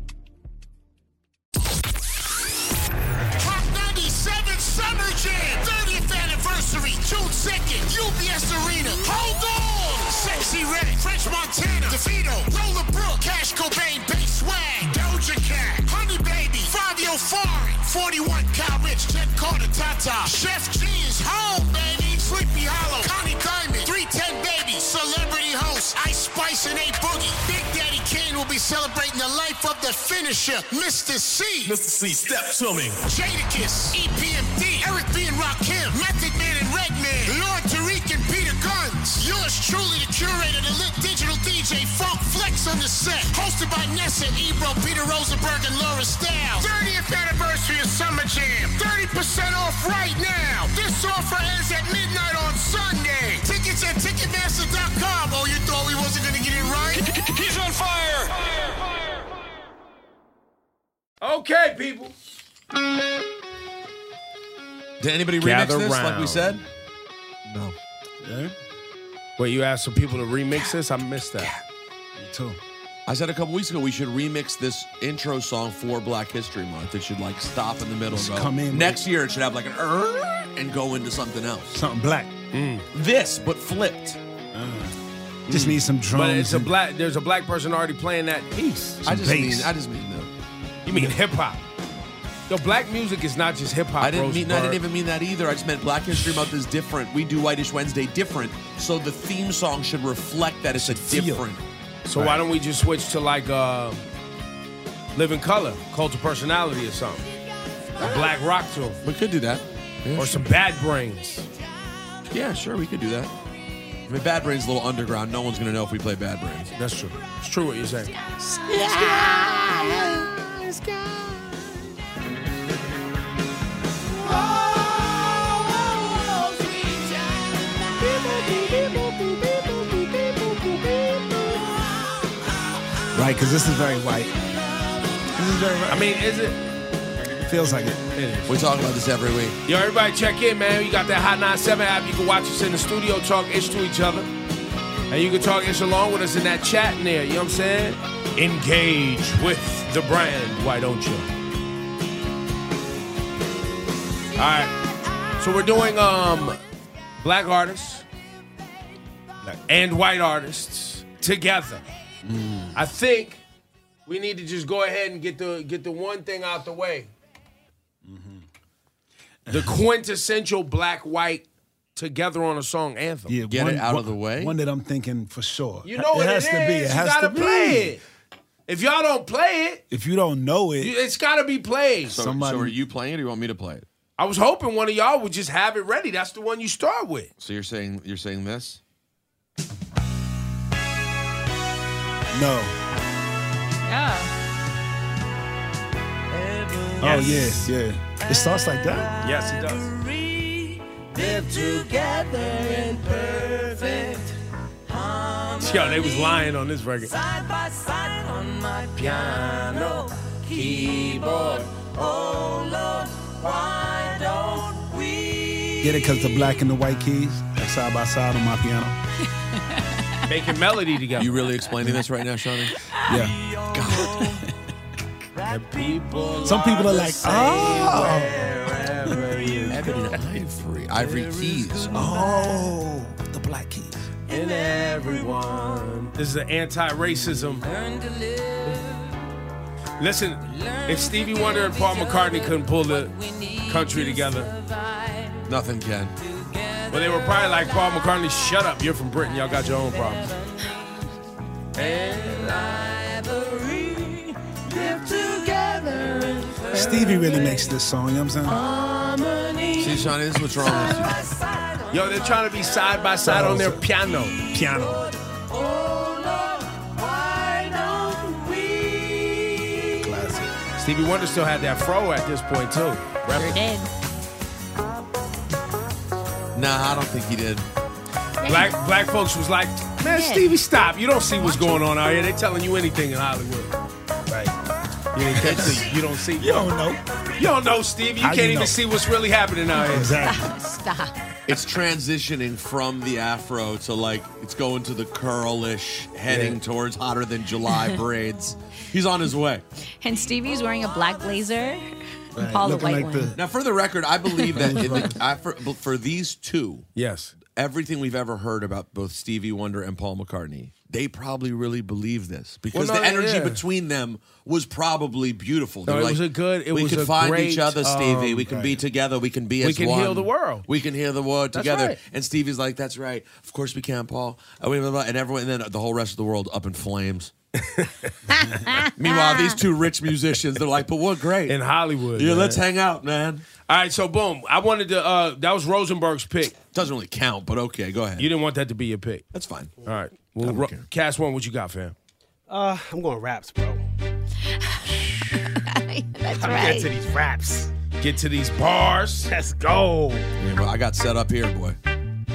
Speaker 11: Top 97 Summer Jam 30th anniversary, June 2nd, UBS Arena. Hold on! Sexy Red, French Montana, DeVito, Roller Brook, Cash Cobain, Bass Swag, Doja Cat, Honey Baby, Fabio Foreign, 41 Kyle Rich, Jet Carter, Tata, Chef G's, Home Baby, Sleepy Hollow, Connie Diamond, 310 Baby, Celebrity Host, Ice Spice and A Boogie. Big Daddy Kane will be celebrating the life of the finisher, Mr. C.
Speaker 10: Mr. C, step to me.
Speaker 11: Jadakiss, E EPMD, Eric B. and Rakim, Method Man and Redman, Lord Tariq and Peter Guns. Yours truly, the curator, the lit digital DJ, Funk Flex on the set. Hosted by Nessa, Ebro, Peter Rosenberg, and Laura Stiles. 30th anniversary of Summer Jam. 30% off right now. This offer ends at midnight on Sunday. Tickets at Ticketmaster.com. Oh, you thought we wasn't going to get it right? He's on fire!
Speaker 1: Okay, people.
Speaker 4: Did anybody
Speaker 1: Gather
Speaker 4: remix this like we
Speaker 1: round.
Speaker 4: said? No.
Speaker 1: Wait, you asked some people to remix this? I missed that.
Speaker 19: Me too.
Speaker 4: I said a couple weeks ago we should remix this intro song for Black History Month. It should like stop in the middle. And go,
Speaker 19: come in with-
Speaker 4: Next year it should have like an "Er," and go into something else.
Speaker 19: Something black. Uh,
Speaker 4: This, but flipped.
Speaker 19: Just need some drums.
Speaker 1: But it's a
Speaker 19: and-
Speaker 1: black. There's a black person already playing that piece.
Speaker 4: I just
Speaker 19: bass.
Speaker 4: mean I just mean no.
Speaker 1: You mean hip hop? Yo, black music is not just hip hop.
Speaker 4: I didn't mean I didn't even mean that either. I just meant Black History Month is different. We do Whitish Wednesday different. So the theme song should reflect that it's a different
Speaker 1: So why don't we just switch to like uh, "Living Color," "Cult of Personality" or something? A black rock tune.
Speaker 4: We could do that.
Speaker 1: or some Bad Brains.
Speaker 4: Yeah, sure, we could do that. I mean, Bad Brains is a little underground. No one's gonna know if we play Bad Brains.
Speaker 1: That's true. It's true what you're saying.
Speaker 19: Right, because this is very white. This is very white.
Speaker 1: I mean, is it?
Speaker 19: feels like it.
Speaker 4: We talk about this every week.
Speaker 1: Yo, everybody check in, man. You got that Hot 97 app. You can watch us in the studio talk ish to each other. And you can talk ish along with us in that chat in there. You know what I'm saying? Engage with the brand. Why don't you? All right. So we're doing um black artists and white artists together.
Speaker 4: Mm.
Speaker 1: I think we need to just go ahead and get the get the one thing out the way.
Speaker 19: Mm-hmm.
Speaker 1: The quintessential black white together on a song anthem.
Speaker 19: Yeah,
Speaker 4: Get it out of the way?
Speaker 19: One that I'm thinking for sure.
Speaker 1: You know what
Speaker 19: it has
Speaker 1: it
Speaker 19: to be.
Speaker 1: is.
Speaker 19: It
Speaker 1: You
Speaker 19: has
Speaker 1: gotta
Speaker 19: to be.
Speaker 1: play it. If y'all don't play it,
Speaker 3: If you don't know it,
Speaker 1: you- it's got to be played.
Speaker 21: So, so are you playing it or you want me to play it?
Speaker 1: I was hoping one of y'all would just have it ready. That's the one you start with.
Speaker 21: So you're saying you're saying this?
Speaker 3: No.
Speaker 2: Yeah.
Speaker 3: Oh yeah, yeah. It starts like that.
Speaker 22: Yes, it does.
Speaker 23: Live together in perfect harmony.
Speaker 1: Yo, they was lying on this record.
Speaker 23: Side by side on my piano keyboard. Oh Lord, why don't we?
Speaker 3: Get it? Cause the black and the white keys are side by side on my piano.
Speaker 1: Making melody together.
Speaker 4: You really explaining this right now, Shawnee?
Speaker 3: Yeah.
Speaker 23: That people
Speaker 3: Some people are like, oh,
Speaker 4: Ebony and Ivory. Ivory Keys.
Speaker 3: Oh, the black keys.
Speaker 1: In everyone. This is the anti-racism. Listen, if Stevie Wonder and Paul McCartney couldn't pull the country together,
Speaker 4: nothing can.
Speaker 1: Well, they were probably like Paul McCartney, "Shut up, you're from Britain. Y'all got your own problems."
Speaker 23: live together in
Speaker 3: Stevie really makes this song. You know what I'm
Speaker 23: harmony.
Speaker 4: See, Shawnee, this is what's wrong with you.
Speaker 1: Yo, they're trying to be side by side on their piano.
Speaker 3: saying? Piano.
Speaker 23: oh,
Speaker 1: Classic. Stevie Wonder still had that fro at this point too.
Speaker 2: Sure did.
Speaker 4: Nah, I don't think he did.
Speaker 1: Black black folks was like, man, Stevie, stop. You don't see what's going on out here. They telling you anything in Hollywood. Right. You didn't catch it. You don't see. You
Speaker 3: don't know.
Speaker 1: You don't know, Steve. You
Speaker 4: How you
Speaker 1: can't even
Speaker 4: know?
Speaker 1: see what's really happening out here.
Speaker 2: Stop.
Speaker 4: It's transitioning from the afro to like it's going to the curlish, heading towards hotter than July braids. He's on his way.
Speaker 2: And Stevie's wearing a black blazer. and Paul the white one.
Speaker 4: Now, for the record, I believe that in the, I, for, but for these two,
Speaker 1: yes,
Speaker 4: everything we've ever heard about both Stevie Wonder and Paul McCartney, they probably really believe this because
Speaker 1: Well, no,
Speaker 4: the energy
Speaker 1: yeah.
Speaker 4: between them was probably beautiful. They
Speaker 1: No,
Speaker 4: were
Speaker 1: it
Speaker 4: like,
Speaker 1: was a good- it
Speaker 4: we
Speaker 1: was
Speaker 4: can
Speaker 1: a
Speaker 4: find
Speaker 1: great,
Speaker 4: each other, Stevie.
Speaker 1: um,
Speaker 4: we can
Speaker 1: right.
Speaker 4: be together. We can be
Speaker 1: We
Speaker 4: as
Speaker 1: can
Speaker 4: one.
Speaker 1: heal the world."
Speaker 4: We can heal the world
Speaker 1: That's
Speaker 4: together.
Speaker 1: right.
Speaker 4: And Stevie's like, "That's right. Of course we can, Paul." Uh, blah, blah, blah. And everyone, and then the whole rest of the world up in flames. Meanwhile, these two rich musicians, they're like, "But what great
Speaker 1: in Hollywood?
Speaker 4: Yeah,
Speaker 1: man.
Speaker 4: let's hang out, man."
Speaker 1: All right, so boom. I wanted to. Uh, that was Rosenberg's pick.
Speaker 4: Doesn't really count, but okay, go ahead.
Speaker 1: You didn't want that to be your pick.
Speaker 4: That's fine.
Speaker 1: All right. Well, Ro- Cass one, what you got, fam?
Speaker 12: Uh, I'm going raps, bro.
Speaker 2: That's
Speaker 12: I'm
Speaker 2: right.
Speaker 12: getting to these raps.
Speaker 1: Get to these bars.
Speaker 12: Let's go.
Speaker 4: Yeah, well, I got set up here, boy.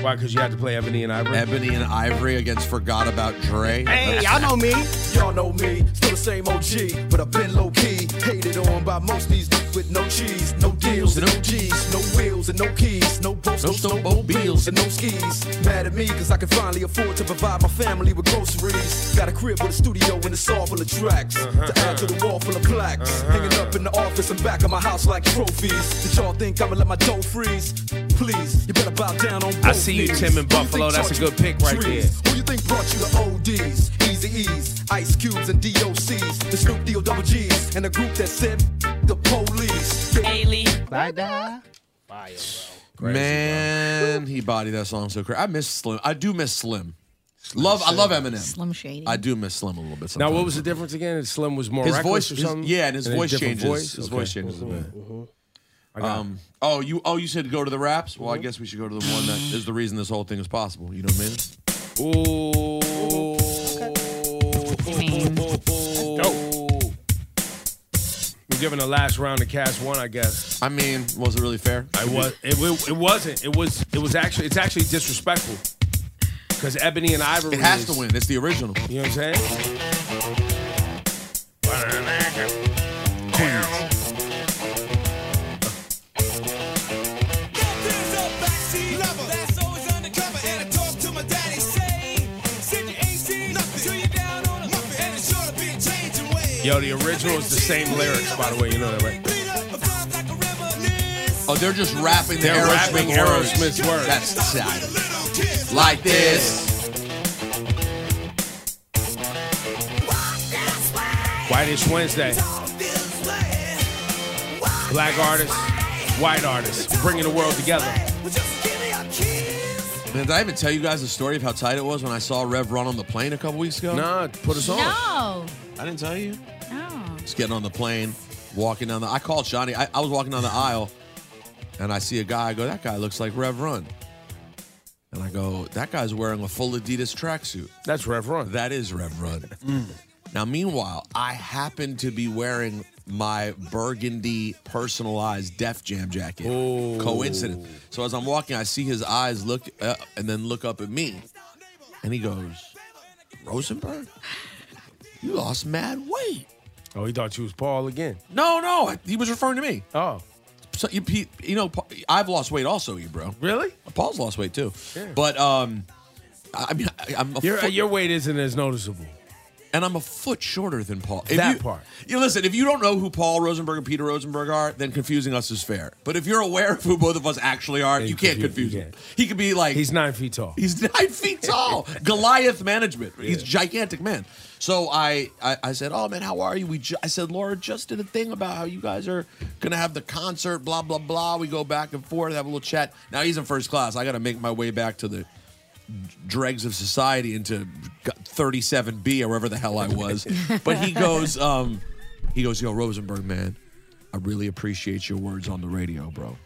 Speaker 1: Why? Because you had to play Ebony and Ivory.
Speaker 4: Ebony and Ivory against Forgot About Dre.
Speaker 12: Hey, y'all know me.
Speaker 9: Y'all know me, still the same OG, but I've been low key. Hated on by most these dudes with no cheese, no deals, and no G's, no wheels, and no keys, no boats, no snowmobiles, and no skis. Mad at me, cause I can finally afford to provide my family with groceries. Got a crib with a studio and a saw full of tracks. To add to the wall full of plaques. Hanging up in the office and back of my house like trophies. Did y'all think I'ma let my dough freeze? Please, you better bow down on
Speaker 1: I
Speaker 9: both
Speaker 1: see you,
Speaker 9: knees.
Speaker 1: Tim in
Speaker 9: Who you
Speaker 1: Buffalo.
Speaker 9: think
Speaker 1: That's a
Speaker 9: taught
Speaker 1: good
Speaker 9: you
Speaker 1: pick right
Speaker 9: trees?
Speaker 1: there.
Speaker 9: Who you think brought you the ODs, Easy E's, Ice Cubes, and DOCs, the Snoop D O double G's, and the group that said the police? Daily.
Speaker 4: Man, he bodied that song so crazy. I miss Slim. I do miss Slim. love, I love Eminem.
Speaker 2: Slim Shady.
Speaker 4: I do miss Slim a little bit.
Speaker 1: Now,
Speaker 4: Sometimes.
Speaker 1: what was the difference again? Slim was more
Speaker 4: His
Speaker 1: reckless
Speaker 4: voice,
Speaker 1: or
Speaker 4: his-
Speaker 1: something.
Speaker 4: yeah, and his
Speaker 1: a
Speaker 4: voice
Speaker 1: different
Speaker 4: changes. His
Speaker 1: Okay. Mm-hmm.
Speaker 4: voice changes a bit.
Speaker 1: got Mm-hmm.
Speaker 4: Um, oh, you, oh, you said go to the raps. Well, I guess we should go to the one that is the reason this whole thing is possible. You know what I mean?
Speaker 1: We're giving the last round to Cass one, I guess.
Speaker 4: I mean, was it really fair?
Speaker 1: I was. It, it, it wasn't. It was. It was actually. It's actually disrespectful. Because Ebony and Ivory.
Speaker 4: It has
Speaker 1: is-
Speaker 4: to win. It's the original.
Speaker 1: You know what I'm saying? Yo, the original is the same lyrics, by the way. You know that, right?
Speaker 4: Oh, they're just rapping the
Speaker 1: They're rapping
Speaker 4: Aerosmith,
Speaker 1: Aerosmith's words.
Speaker 4: That's sad. Like this.
Speaker 1: Whitish Wednesday. Black artists, white artists, bringing the world together.
Speaker 4: Man, did I even tell you guys the story of how tight it was when I saw Rev Run on the plane a couple weeks ago?
Speaker 1: Nah, put us on.
Speaker 2: No.
Speaker 4: I didn't tell you.
Speaker 2: Oh.
Speaker 4: Just getting on the plane, walking down the. I called Johnny. I, I was walking down the aisle, and I see a guy. I go, that guy looks like Rev Run. And I go, that guy's wearing a full Adidas tracksuit. That's Rev Run. That is Rev Run. Now, meanwhile, I happen to be wearing my burgundy personalized Def Jam jacket. Coincidence. So as I'm walking, I see his eyes look uh, and then look up at me, and he goes, "Rosenberg, you lost mad weight."
Speaker 1: Oh, he thought you was Paul again.
Speaker 4: No, no, I- he was referring to me. Oh. So you, he- you know, Pa- I've lost weight also, you bro. Really? Paul's lost weight too.
Speaker 1: Yeah.
Speaker 4: But um, I I mean, I, I'm a
Speaker 1: Your,
Speaker 4: foot-
Speaker 1: your weight isn't as noticeable.
Speaker 4: and I'm a foot shorter than Paul.
Speaker 1: That
Speaker 4: you,
Speaker 1: part.
Speaker 4: You listen. If you don't know who Paul Rosenberg and Peter Rosenberg are, then confusing us is fair. But if you're aware of who both of us actually are, you can't confuse him. He could be like
Speaker 1: he's nine feet tall.
Speaker 4: He's nine feet tall. Goliath management. He's a gigantic man. So I, I, I said, oh man, how are you? We, ju-" I said, Laura just did a thing about how you guys are gonna have the concert, blah blah blah. We go back and forth, have a little chat. Now he's in first class. I got to make my way back to the dregs of society into 37B or wherever the hell I was. but he goes, um, he goes, yo, Rosenberg, man, I really appreciate your words on the radio, bro.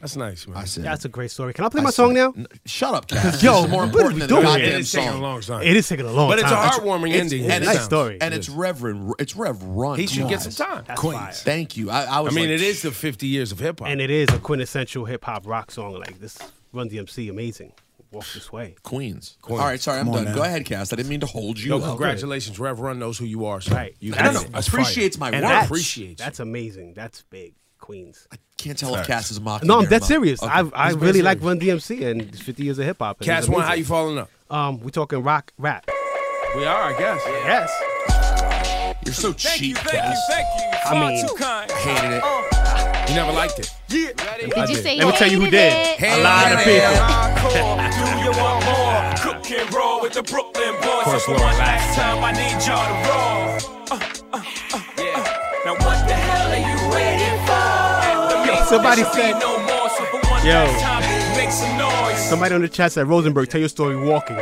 Speaker 1: That's nice, man.
Speaker 4: I said,
Speaker 12: That's a great story. Can I play
Speaker 4: I
Speaker 12: my song now?
Speaker 4: shut up, Cass.
Speaker 12: Because
Speaker 4: This
Speaker 12: yo,
Speaker 4: is more
Speaker 12: what
Speaker 4: important
Speaker 12: are we
Speaker 4: than the
Speaker 12: doing?
Speaker 4: goddamn It is taking a song. long time.
Speaker 12: It is taking a long
Speaker 1: But
Speaker 12: time.
Speaker 1: it's a heartwarming ending.
Speaker 4: and
Speaker 1: Nice
Speaker 4: it's-
Speaker 1: story.
Speaker 4: and it's Reverend. It's Rev Run.
Speaker 1: He should
Speaker 4: Come
Speaker 1: get
Speaker 4: on.
Speaker 1: some time. That's
Speaker 4: Queens.
Speaker 1: fire.
Speaker 4: Thank you. I, I was.
Speaker 1: I mean,
Speaker 4: like,
Speaker 1: it is the 50 years of hip hop.
Speaker 12: and it is a quintessential hip hop rock song. Like this, Run DMC, amazing. Walk this way.
Speaker 4: Queens.
Speaker 1: Queens.
Speaker 4: All right, sorry,
Speaker 1: Come
Speaker 4: I'm
Speaker 1: on
Speaker 4: done.
Speaker 1: now.
Speaker 4: Go ahead, Cass. I didn't mean to hold you.
Speaker 1: Yo,
Speaker 4: up.
Speaker 1: congratulations, Rev Run knows who you are. So
Speaker 12: Right.
Speaker 1: You
Speaker 4: I
Speaker 1: got
Speaker 4: don't
Speaker 1: it.
Speaker 4: know. Appreciates my
Speaker 12: And
Speaker 4: work.
Speaker 12: that's-
Speaker 4: Appreciates
Speaker 12: That's amazing. That's big. Queens. I
Speaker 4: can't tell if Cass is mocking
Speaker 12: No,
Speaker 4: me
Speaker 12: I'm
Speaker 4: or
Speaker 12: dead
Speaker 4: not.
Speaker 12: serious.
Speaker 4: Okay.
Speaker 12: I I
Speaker 4: He's very
Speaker 12: really like
Speaker 4: serious.
Speaker 12: Run DMC and it's 50 years of hip hop. and it's
Speaker 1: Cass one,
Speaker 12: amazing.
Speaker 1: how you following up?
Speaker 12: Um, we talking rock, rap.
Speaker 1: We are, I guess.
Speaker 12: Yes.
Speaker 4: You're so cheap,
Speaker 1: thank you,
Speaker 4: Cass.
Speaker 1: thank you.
Speaker 4: I
Speaker 1: Far
Speaker 4: mean,
Speaker 1: too kind.
Speaker 4: hated it.
Speaker 1: You never liked it.
Speaker 4: Yeah.
Speaker 1: Did you say
Speaker 12: Let me tell you who did.
Speaker 1: Hated
Speaker 12: A lot of
Speaker 1: it.
Speaker 12: people.
Speaker 10: Do you want more? Cook and roll with the Brooklyn boys.
Speaker 1: course,
Speaker 10: So for
Speaker 1: Laura
Speaker 10: one
Speaker 1: Lass.
Speaker 10: last time, I need y'all to roll. Uh, uh, uh, uh. Now what the hell are you waiting for? After me,
Speaker 12: somebody
Speaker 10: there should be
Speaker 12: said-
Speaker 10: no more. So for one
Speaker 12: Yo.
Speaker 10: last time, make some noise.
Speaker 12: Somebody on the chat said Rosenberg, tell your story walking.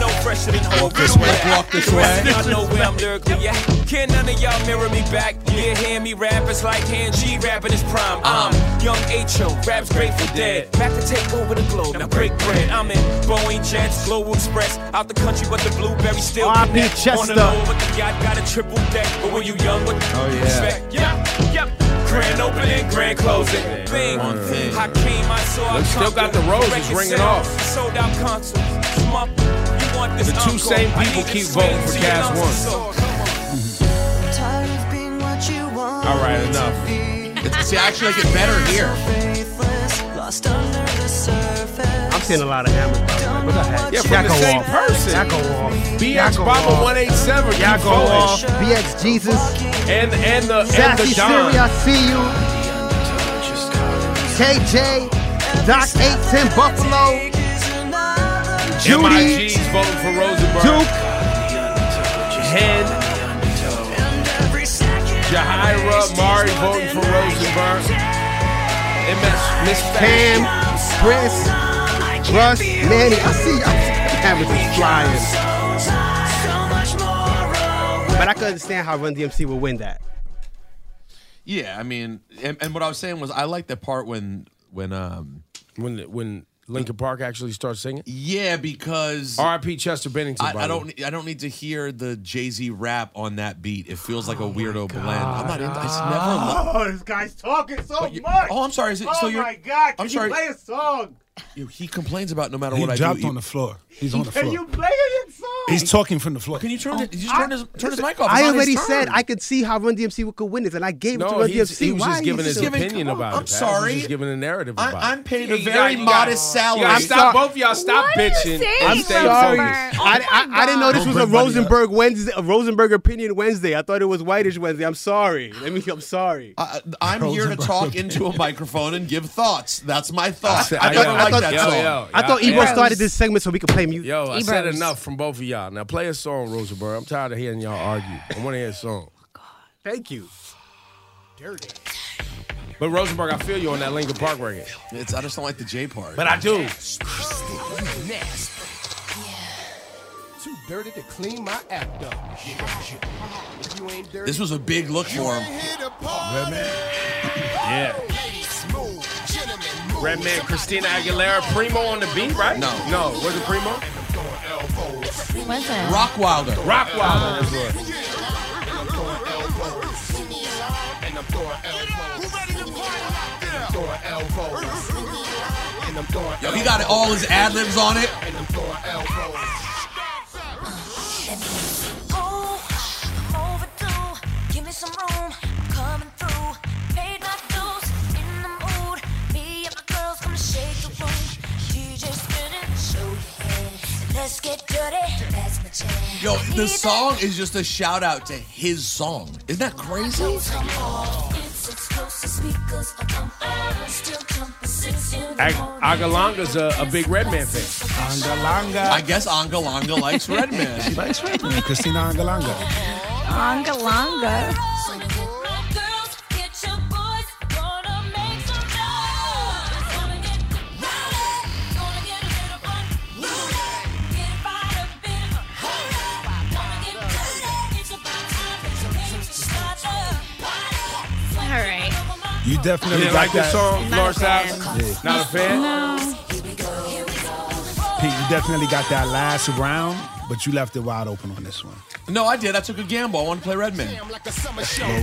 Speaker 10: No pressure than all
Speaker 12: this way, walk this way.
Speaker 10: Y'all know where I'm lyrically at. Can none of y'all mirror me back? Yeah, hear me rap. It's like hand G rapping his prime. I'm young H.O. Raps Grateful Dead. Back to take over the globe. Now break bread. I'm in Boeing Jets, Global Express. Out the country, but the blueberry still
Speaker 12: R.I.P.
Speaker 10: connect. On
Speaker 12: Chester.
Speaker 10: the low, but the yacht got a triple deck. But when you young, what the
Speaker 4: Oh, yeah.
Speaker 10: respect? Yep, yep. Grand opening, grand closing. Bing.
Speaker 1: One thing.
Speaker 10: I came, I saw, I
Speaker 1: Look, still got the
Speaker 10: conquered.
Speaker 1: roses
Speaker 10: Record
Speaker 1: ringing
Speaker 10: sales,
Speaker 1: off.
Speaker 10: Sold out consoles. Smunk. You want this
Speaker 1: The two
Speaker 10: encore.
Speaker 1: same
Speaker 10: I
Speaker 1: people
Speaker 10: need
Speaker 1: keep
Speaker 10: to scream
Speaker 1: voting for
Speaker 10: to
Speaker 1: Cass
Speaker 10: your lungs to
Speaker 1: one.
Speaker 10: soar.
Speaker 1: All right, enough.
Speaker 4: It's, see, I actually like it better here.
Speaker 12: I'm seeing a lot of hammers. by the way. What the heck?
Speaker 1: Yeah, from
Speaker 12: Yakko
Speaker 1: the same
Speaker 12: off.
Speaker 1: person.
Speaker 12: Yakko off.
Speaker 1: BX
Speaker 12: Yakko
Speaker 1: Baba
Speaker 12: off.
Speaker 1: 187. keep
Speaker 12: Yakko
Speaker 1: voting.
Speaker 12: off. BX Jesus.
Speaker 1: And and the and
Speaker 7: Sassy
Speaker 1: the
Speaker 7: Siri, I
Speaker 1: Don.
Speaker 7: see you. KJ, Doc 810 Buffalo, Judy,
Speaker 1: MIG's voting for Rosenberg.
Speaker 7: Duke.
Speaker 1: Head. Jahira Mari voting for Rosenberg. MS Miss
Speaker 7: Cam, Chris, Russ, Manny. I see y'all. Cameras is flying.
Speaker 12: But I could understand how Run DMC would win that.
Speaker 4: Yeah, I mean, and, and what I was saying was, I like that part when when um
Speaker 1: when when Lincoln Park actually starts singing.
Speaker 4: Yeah, because
Speaker 1: R.I.P. Chester Bennington. by
Speaker 4: I, I
Speaker 1: the way.
Speaker 4: don't I don't need to hear the Jay Z rap on that beat. It feels
Speaker 19: Oh
Speaker 4: like a weirdo blend. I'm not. Into, it's never.
Speaker 12: Oh, this guy's talking so
Speaker 4: you-
Speaker 12: much.
Speaker 4: oh, I'm sorry, is it-
Speaker 12: oh
Speaker 4: so you're-
Speaker 12: my God! Can
Speaker 4: I'm
Speaker 12: you
Speaker 4: sorry.
Speaker 12: play a song?
Speaker 4: Yo, He complains about no matter
Speaker 19: He
Speaker 4: what I
Speaker 19: dropped
Speaker 4: do.
Speaker 19: on the floor. He's on the
Speaker 12: Can
Speaker 19: floor.
Speaker 12: you play a song?
Speaker 19: He's talking from the floor.
Speaker 4: Can you turn? it- you
Speaker 12: I-
Speaker 4: turn his turn his mic off.
Speaker 12: I
Speaker 4: It's on his
Speaker 12: already
Speaker 4: turn.
Speaker 12: said I could see how Run DMC would- could win this, and I gave it to
Speaker 1: No,
Speaker 12: Run
Speaker 1: he's-
Speaker 12: DMC.
Speaker 1: he was
Speaker 12: Why
Speaker 1: just
Speaker 12: are
Speaker 1: giving
Speaker 12: you
Speaker 1: his
Speaker 12: giving-
Speaker 1: opinion
Speaker 12: Come on,
Speaker 1: about it.
Speaker 12: I'm
Speaker 1: Pat.
Speaker 12: sorry.
Speaker 1: He's just giving a narrative
Speaker 4: I-
Speaker 1: about
Speaker 4: I'm
Speaker 1: it.
Speaker 4: paid a
Speaker 1: You
Speaker 4: very
Speaker 1: you
Speaker 4: modest salary.
Speaker 1: You gotta
Speaker 4: I'm
Speaker 1: stop
Speaker 4: sorry.
Speaker 1: both of y'all. Stop
Speaker 4: What are you
Speaker 1: bitching.
Speaker 12: I'm
Speaker 1: and stay
Speaker 12: sorry. I,
Speaker 18: Oh,
Speaker 1: focused.
Speaker 12: I, I didn't know this
Speaker 1: Don't
Speaker 12: was a
Speaker 1: bring money up.
Speaker 12: Rosenberg Wednesday, a Rosenberg opinion Wednesday. I thought it was Whitish Wednesday. I'm sorry. Let me. I'm sorry.
Speaker 4: I, I'm here to talk into a microphone and give thoughts. That's my thoughts. I,
Speaker 1: I-
Speaker 4: don't
Speaker 1: yo,
Speaker 4: like
Speaker 1: yo,
Speaker 4: that
Speaker 1: yo,
Speaker 4: song.
Speaker 1: yo.
Speaker 12: I thought
Speaker 1: Yeah,
Speaker 12: Ebro
Speaker 1: yeah.
Speaker 12: started this segment so we could play music.
Speaker 1: Yo, I said enough from both of y'all. Now play a song, Rosenberg. I'm tired of hearing y'all argue. I want to hear a song.
Speaker 4: Oh,
Speaker 12: Thank you.
Speaker 1: But Rosenberg, I feel you on that Lincoln Park record.
Speaker 4: It's, I just don't like the J part.
Speaker 1: But I do.
Speaker 11: Nasty.
Speaker 18: dirty to clean my act up. If you ain't dirty,
Speaker 4: This was a big look for him.
Speaker 24: Yeah. Red Man, Christina Aguilera, Primo on the beat, right? No. No, was it Primo?
Speaker 2: Was it?
Speaker 4: Rockwilder.
Speaker 24: Rockwilder. that's what.
Speaker 18: and I'm throwing elbows. And I'm throwing elbows. And I'm throwing
Speaker 4: Yo, he got all his ad libs on it.
Speaker 18: And I'm throwing elbows.
Speaker 9: Let's get dirty. That's my jam.
Speaker 4: Yo, the song is just a shout out to his song. Isn't that crazy?
Speaker 24: Ag- Agalanga's a, a big Red Man fan.
Speaker 4: Angalanga. I guess Angalanga likes Red Man.
Speaker 3: She likes Red Man. Christina Angalanga.
Speaker 2: Angalanga. All right.
Speaker 3: You definitely
Speaker 1: You didn't
Speaker 3: got
Speaker 1: like this
Speaker 3: that
Speaker 1: song,
Speaker 2: Not a
Speaker 1: Lawrence
Speaker 2: fan.
Speaker 1: House? Not a fan?
Speaker 3: Pete, you definitely got that last round, but you left it wide open on this one.
Speaker 4: No, I did. I took a gamble. I want to play Redman.
Speaker 3: Go Redman.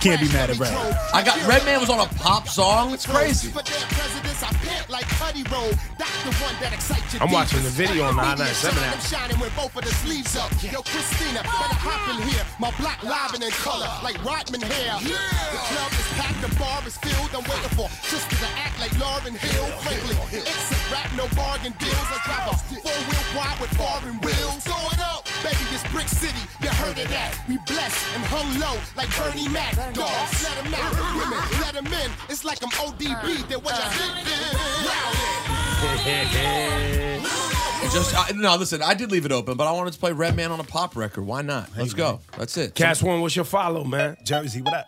Speaker 3: Can't be mad at Red.
Speaker 4: I got Redman was on a pop song. It's crazy.
Speaker 1: I'm watching the video on the I-97
Speaker 18: I'm
Speaker 1: app.
Speaker 18: shining with both of the sleeves up. Yo, Christina, better hop in here. My block livin' in color, like Rodman hair. The club is packed, the bar is filled. I'm waiting for just to act like Lauren Hill. Frankly, it's a rap, no bargain deals. I drive a four-wheel wide with foreign wheels. Throw it up, baby, it's Brick City. You heard of that? We blessed and hung low like Bernie Mac. Dogs, let 'em out. Women, let 'em in. It's like I'm ODB. They're what I think is. Wow,
Speaker 4: It just I, no. Listen, I did leave it open, but I wanted to play Redman on a pop record. Why not? Let's go. That's it.
Speaker 1: Cast one, what's your follow, man?
Speaker 3: Jersey, what up?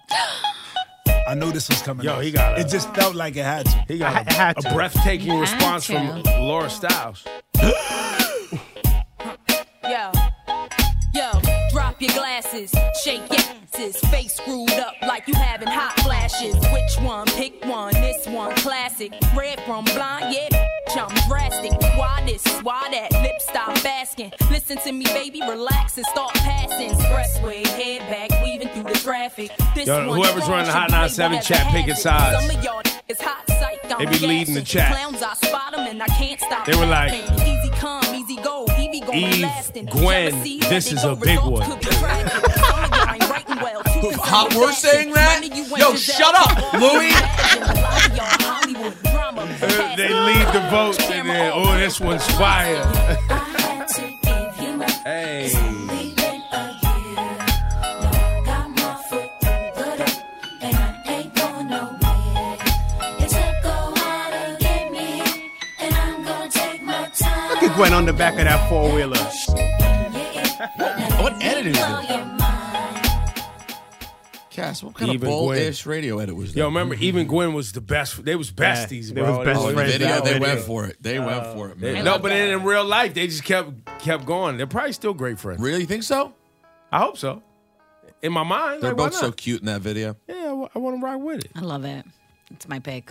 Speaker 3: I knew this was coming.
Speaker 1: Yo,
Speaker 3: up.
Speaker 1: he got
Speaker 3: It
Speaker 1: a-
Speaker 3: just felt like it had to.
Speaker 1: He got a, a breathtaking response from Laura Styles.
Speaker 25: Yo, yo, drop your glasses, shake your asses, face screwed up like you having hot flashes. Which one? Pick one. This one, classic. Red from blind, yeah. bitch, I'm drastic. Why this? Why that? Lip stop asking. Listen to me, baby. Relax and start passing. Expressway, head back, weaving through the traffic. This
Speaker 1: Yo,
Speaker 25: one
Speaker 1: whoever's running the Hot 97 chat, pick a side.
Speaker 25: Some of y'all is hot psych.
Speaker 1: They
Speaker 25: I'm
Speaker 1: be leading the
Speaker 25: gassing.
Speaker 1: chat.
Speaker 25: Clowns, I spot 'em and I can't stop.
Speaker 1: They were like,
Speaker 25: laughing. easy come, easy go. Evie go
Speaker 1: Eve,
Speaker 25: lasting.
Speaker 1: Gwen,
Speaker 25: Jealousy, let
Speaker 1: this
Speaker 25: it
Speaker 1: is
Speaker 25: go.
Speaker 1: a big one.
Speaker 4: Hot we're saying that? Yo, shut up, Louis.
Speaker 1: Uh, they lead the vote and then, oh, this one's fire. hey.
Speaker 12: Look at Gwen on the back of that four wheeler.
Speaker 4: What edit is this? Cass, what kind
Speaker 1: Even
Speaker 4: of bold
Speaker 1: Gwen.
Speaker 4: ish radio Mm-hmm. edit was that?
Speaker 1: Yo, remember, even Gwen was the best. They was besties,
Speaker 4: Yeah, they
Speaker 1: bro.
Speaker 4: was best
Speaker 1: Oh, in the
Speaker 4: friends.
Speaker 1: video,
Speaker 4: They went for it. They went for it, man.
Speaker 1: they-
Speaker 4: I
Speaker 1: no,
Speaker 4: love
Speaker 1: but then in real life, they just kept kept going. They're probably still great friends.
Speaker 4: Really, you think so?
Speaker 1: I hope so. In my mind,
Speaker 4: They're
Speaker 1: like, why
Speaker 4: both so
Speaker 1: not?
Speaker 4: cute in that video.
Speaker 1: Yeah, I want to ride with it.
Speaker 2: I love it. It's my pick.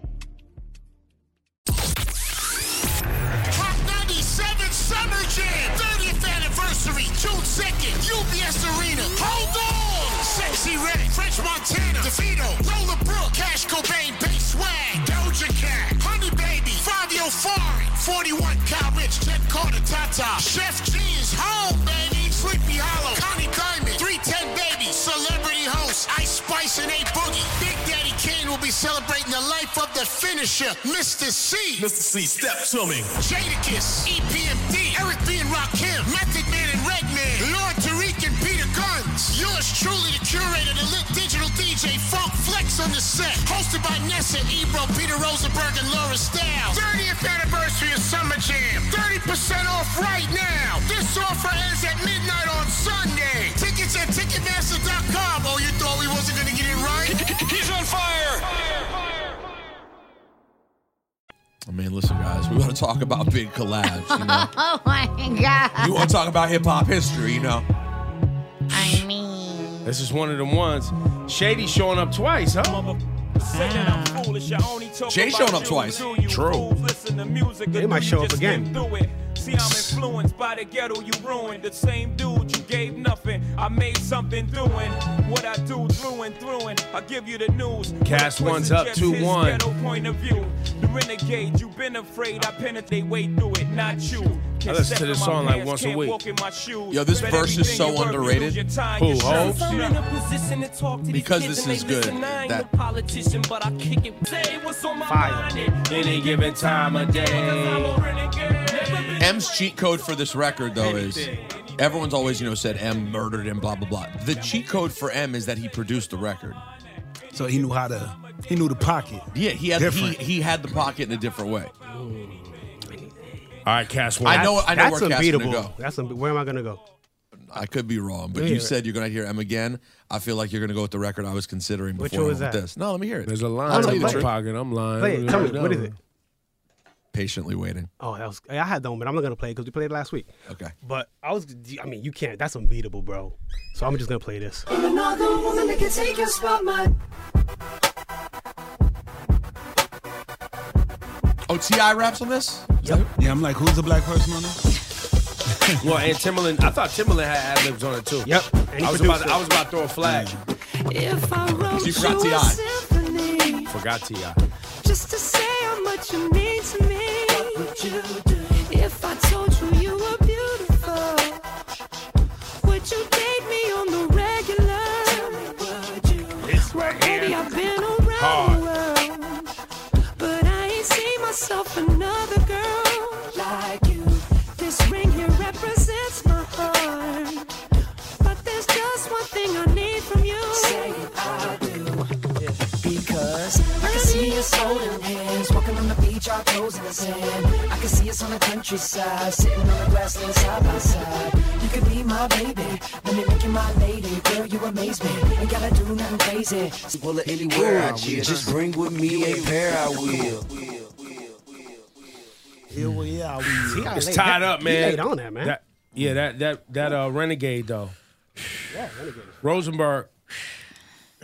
Speaker 11: Top 97 Summer Jam 30th anniversary, June 2nd, UBS Arena. Hold on! Sexy Red, French Montana, DeVito, Lola Brooke, Cash Cobain, Bass Swag, Doja Cat, Honey Baby, Fabio Fari, 41 Cal Rich, Jet Carter, Tata, Chef G is home, baby. Sleepy Hollow, Connie Diamond, 310 Baby, Celebrity Host, Ice Spice and A Boogie. Big Daddy Kane will be celebrating the life of E the finisher, Mr. C. Mr. C, step to me. Jadakiss, EPMD, Eric B and Rakim, Method Man and Redman, Lord Tariq and Peter Guns. Yours truly, the curator, the lit digital DJ, Funk Flex on the set. Hosted by Nessa, Ebro, Peter Rosenberg, and Laura Stiles. 30th anniversary of Summer Jam. 30% off right now. This offer ends at midnight on Sunday. Tickets at Ticketmaster.com. Oh, you thought we wasn't going to get it right? He's on fire.
Speaker 4: I mean, listen, guys, we want to talk about big collabs. You, know?
Speaker 2: oh my god.
Speaker 4: you want to talk about hip hop history, you know?
Speaker 2: I mean,
Speaker 1: This is one of them ones. Shady showing up twice, huh?
Speaker 10: Jay showing up twice.
Speaker 1: True.
Speaker 10: They might show up again. See, I'm influenced by the ghetto you ruined. The same dude you gave nothing. I made something doing what I do through and through. And I give you the news.
Speaker 1: Cast
Speaker 10: When a
Speaker 1: one's
Speaker 10: person
Speaker 1: up,
Speaker 10: gets
Speaker 1: two,
Speaker 10: his
Speaker 1: one.
Speaker 10: ghetto point of view. The renegade, you've been afraid. I penetrate way through it, not you.
Speaker 1: I
Speaker 10: Can't
Speaker 1: listen
Speaker 10: step
Speaker 1: to
Speaker 10: in
Speaker 1: this
Speaker 10: my
Speaker 1: song like
Speaker 10: pants,
Speaker 1: once a
Speaker 10: can't
Speaker 1: week.
Speaker 10: walk in my shoes.
Speaker 4: Yo, this
Speaker 10: But
Speaker 4: verse is
Speaker 10: everything
Speaker 4: so
Speaker 10: you work, you lose
Speaker 4: underrated.
Speaker 10: your time,
Speaker 4: Who,
Speaker 10: your
Speaker 4: Hov?
Speaker 10: shirts, your
Speaker 4: Because this is good. That
Speaker 10: politician, but I kick it. Say what's on my
Speaker 1: Any given time of day.
Speaker 4: M's cheat code for this record, though, is everyone's always, you know, said M murdered him, blah, blah, blah. The cheat code for M is that he produced the record.
Speaker 3: So he knew how to. He knew the pocket.
Speaker 4: Yeah, he had he,
Speaker 3: Different.
Speaker 4: he had the pocket in a different way.
Speaker 1: All right, Cass.
Speaker 4: I know- I know
Speaker 12: that's
Speaker 4: where Cat's gonna
Speaker 12: unbeatable.
Speaker 4: go.
Speaker 12: That's unbe- where am I gonna go?
Speaker 4: I could be wrong,
Speaker 12: Let
Speaker 4: but
Speaker 12: me
Speaker 4: you
Speaker 12: hear it.
Speaker 4: said you're going to hear M again. I feel like you're going to go with the record I was considering before.
Speaker 12: Which
Speaker 4: I
Speaker 12: one was
Speaker 4: went with
Speaker 12: that?
Speaker 4: This. No, let me hear it.
Speaker 1: There's a line
Speaker 4: I'll tell
Speaker 1: in
Speaker 4: you the
Speaker 1: my
Speaker 4: truth.
Speaker 1: pocket. I'm lying.
Speaker 12: Play it. Tell me what is it?
Speaker 4: Patiently waiting.
Speaker 12: Oh, that was I had that one, but I'm not gonna play it because we played it last week.
Speaker 4: Okay.
Speaker 12: But I was, I mean, you can't. That's unbeatable, bro. So I'm just gonna play this.
Speaker 11: Another woman that can take your spot, man.
Speaker 4: Oh, Ti raps on this.
Speaker 3: Yep. Yeah, I'm like, who's the black person on this?
Speaker 1: Well, and Timberland, I thought Timberland had ad libs on it too. Yep.
Speaker 3: he
Speaker 1: I was about,
Speaker 3: produced it.
Speaker 1: I was about to throw a flag.
Speaker 11: If I wrote
Speaker 1: You
Speaker 11: you,
Speaker 1: forgot
Speaker 11: a
Speaker 1: T.I..
Speaker 11: symphony,
Speaker 1: Forgot Ti.
Speaker 11: just to say how much you mean to me. If I told you you were beautiful, would you date me on the regular? Baby, I've been around the world, but I ain't seen myself another girl like you. This ring here represents my heart. But there's just one thing I need from you. Say I do. Because
Speaker 13: I can see us holding hands, walking on the beach, our toes in the sand. I can see us on the countryside, sitting on the grassland side by side. You could be my baby, let me make you my lady. Girl, you amaze me, ain't gotta do nothing crazy.
Speaker 16: Well, anywhere I cheer, just bring with me a pair I will.
Speaker 3: Yeah, we.
Speaker 1: It's tied up, man.
Speaker 12: laid on that, man.
Speaker 1: That- yeah, that that that uh, renegade though.
Speaker 12: Yeah, renegade.
Speaker 1: Rosenberg.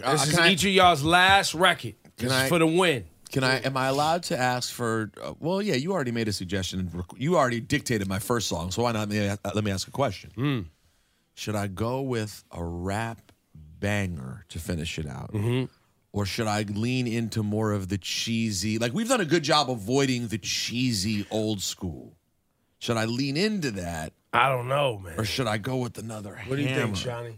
Speaker 4: Uh,
Speaker 1: This is
Speaker 4: can I-
Speaker 1: each of y'all's last record. This is for the win.
Speaker 4: Can I? Am I allowed to ask for? Uh, well, yeah. You already made a suggestion. You already dictated my first song, so why not? Let me, uh, let me ask a question.
Speaker 1: Hmm.
Speaker 4: Should I go with a rap banger to finish it out,
Speaker 1: Mm-hmm.
Speaker 4: or should I lean into more of the cheesy? Like we've done a good job avoiding the cheesy old school. Should I lean into that?
Speaker 1: I don't know, man.
Speaker 4: Or should I go with another?
Speaker 1: What do you
Speaker 4: hammer?
Speaker 1: think, Johnny?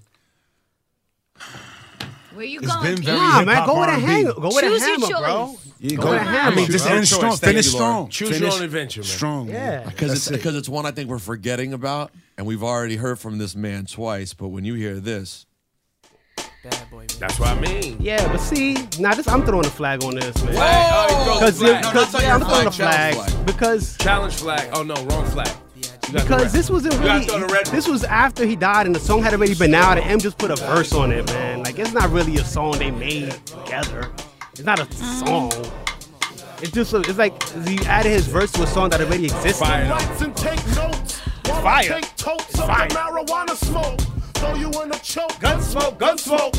Speaker 2: where you
Speaker 4: It's
Speaker 2: going?
Speaker 4: been very
Speaker 12: Nah, man,
Speaker 4: hip-hop
Speaker 12: go with a
Speaker 4: R&B.
Speaker 12: hanger. Go with
Speaker 2: Choose
Speaker 12: a
Speaker 2: your
Speaker 12: hammer, bro.
Speaker 2: choice.
Speaker 4: Yeah,
Speaker 12: go
Speaker 4: go-
Speaker 12: with a
Speaker 4: I
Speaker 12: hammer.
Speaker 4: mean, just
Speaker 12: bro.
Speaker 4: end strong.
Speaker 12: Thank
Speaker 4: Finish
Speaker 12: you, Laura.
Speaker 4: strong.
Speaker 1: Choose your
Speaker 4: Finish
Speaker 1: own adventure, man.
Speaker 4: strong.
Speaker 12: Yeah.
Speaker 4: Because it's because it's one I think we're forgetting about, and we've already heard from this man twice. But when you hear this,
Speaker 1: that's what I mean.
Speaker 12: Yeah, but see, now this I'm throwing a flag on this, man.
Speaker 1: Flag. Oh, he throws a
Speaker 12: Because
Speaker 1: flag. No,
Speaker 12: because-
Speaker 1: not
Speaker 12: yeah, I'm
Speaker 1: throwing
Speaker 12: throwing
Speaker 1: a
Speaker 12: a flag
Speaker 1: flag, challenge flag.
Speaker 12: because
Speaker 1: Challenge flag. Oh no, wrong flag. You got the
Speaker 12: because
Speaker 1: red.
Speaker 12: this wasn't
Speaker 1: You gotta
Speaker 12: really
Speaker 1: throw the red.
Speaker 12: this was after he died and the song had already been out and M just put a verse on it, man. Like it's not really a song they made together. It's not a song. It's just a, it's like you added his verse to a song that already existed.
Speaker 14: Lights and take notes. Wanna
Speaker 12: Fire.
Speaker 14: Take totes
Speaker 12: It's
Speaker 14: of
Speaker 12: fire.
Speaker 14: the marijuana smoke. Throw you in a choke. Gun smoke, gun smoke.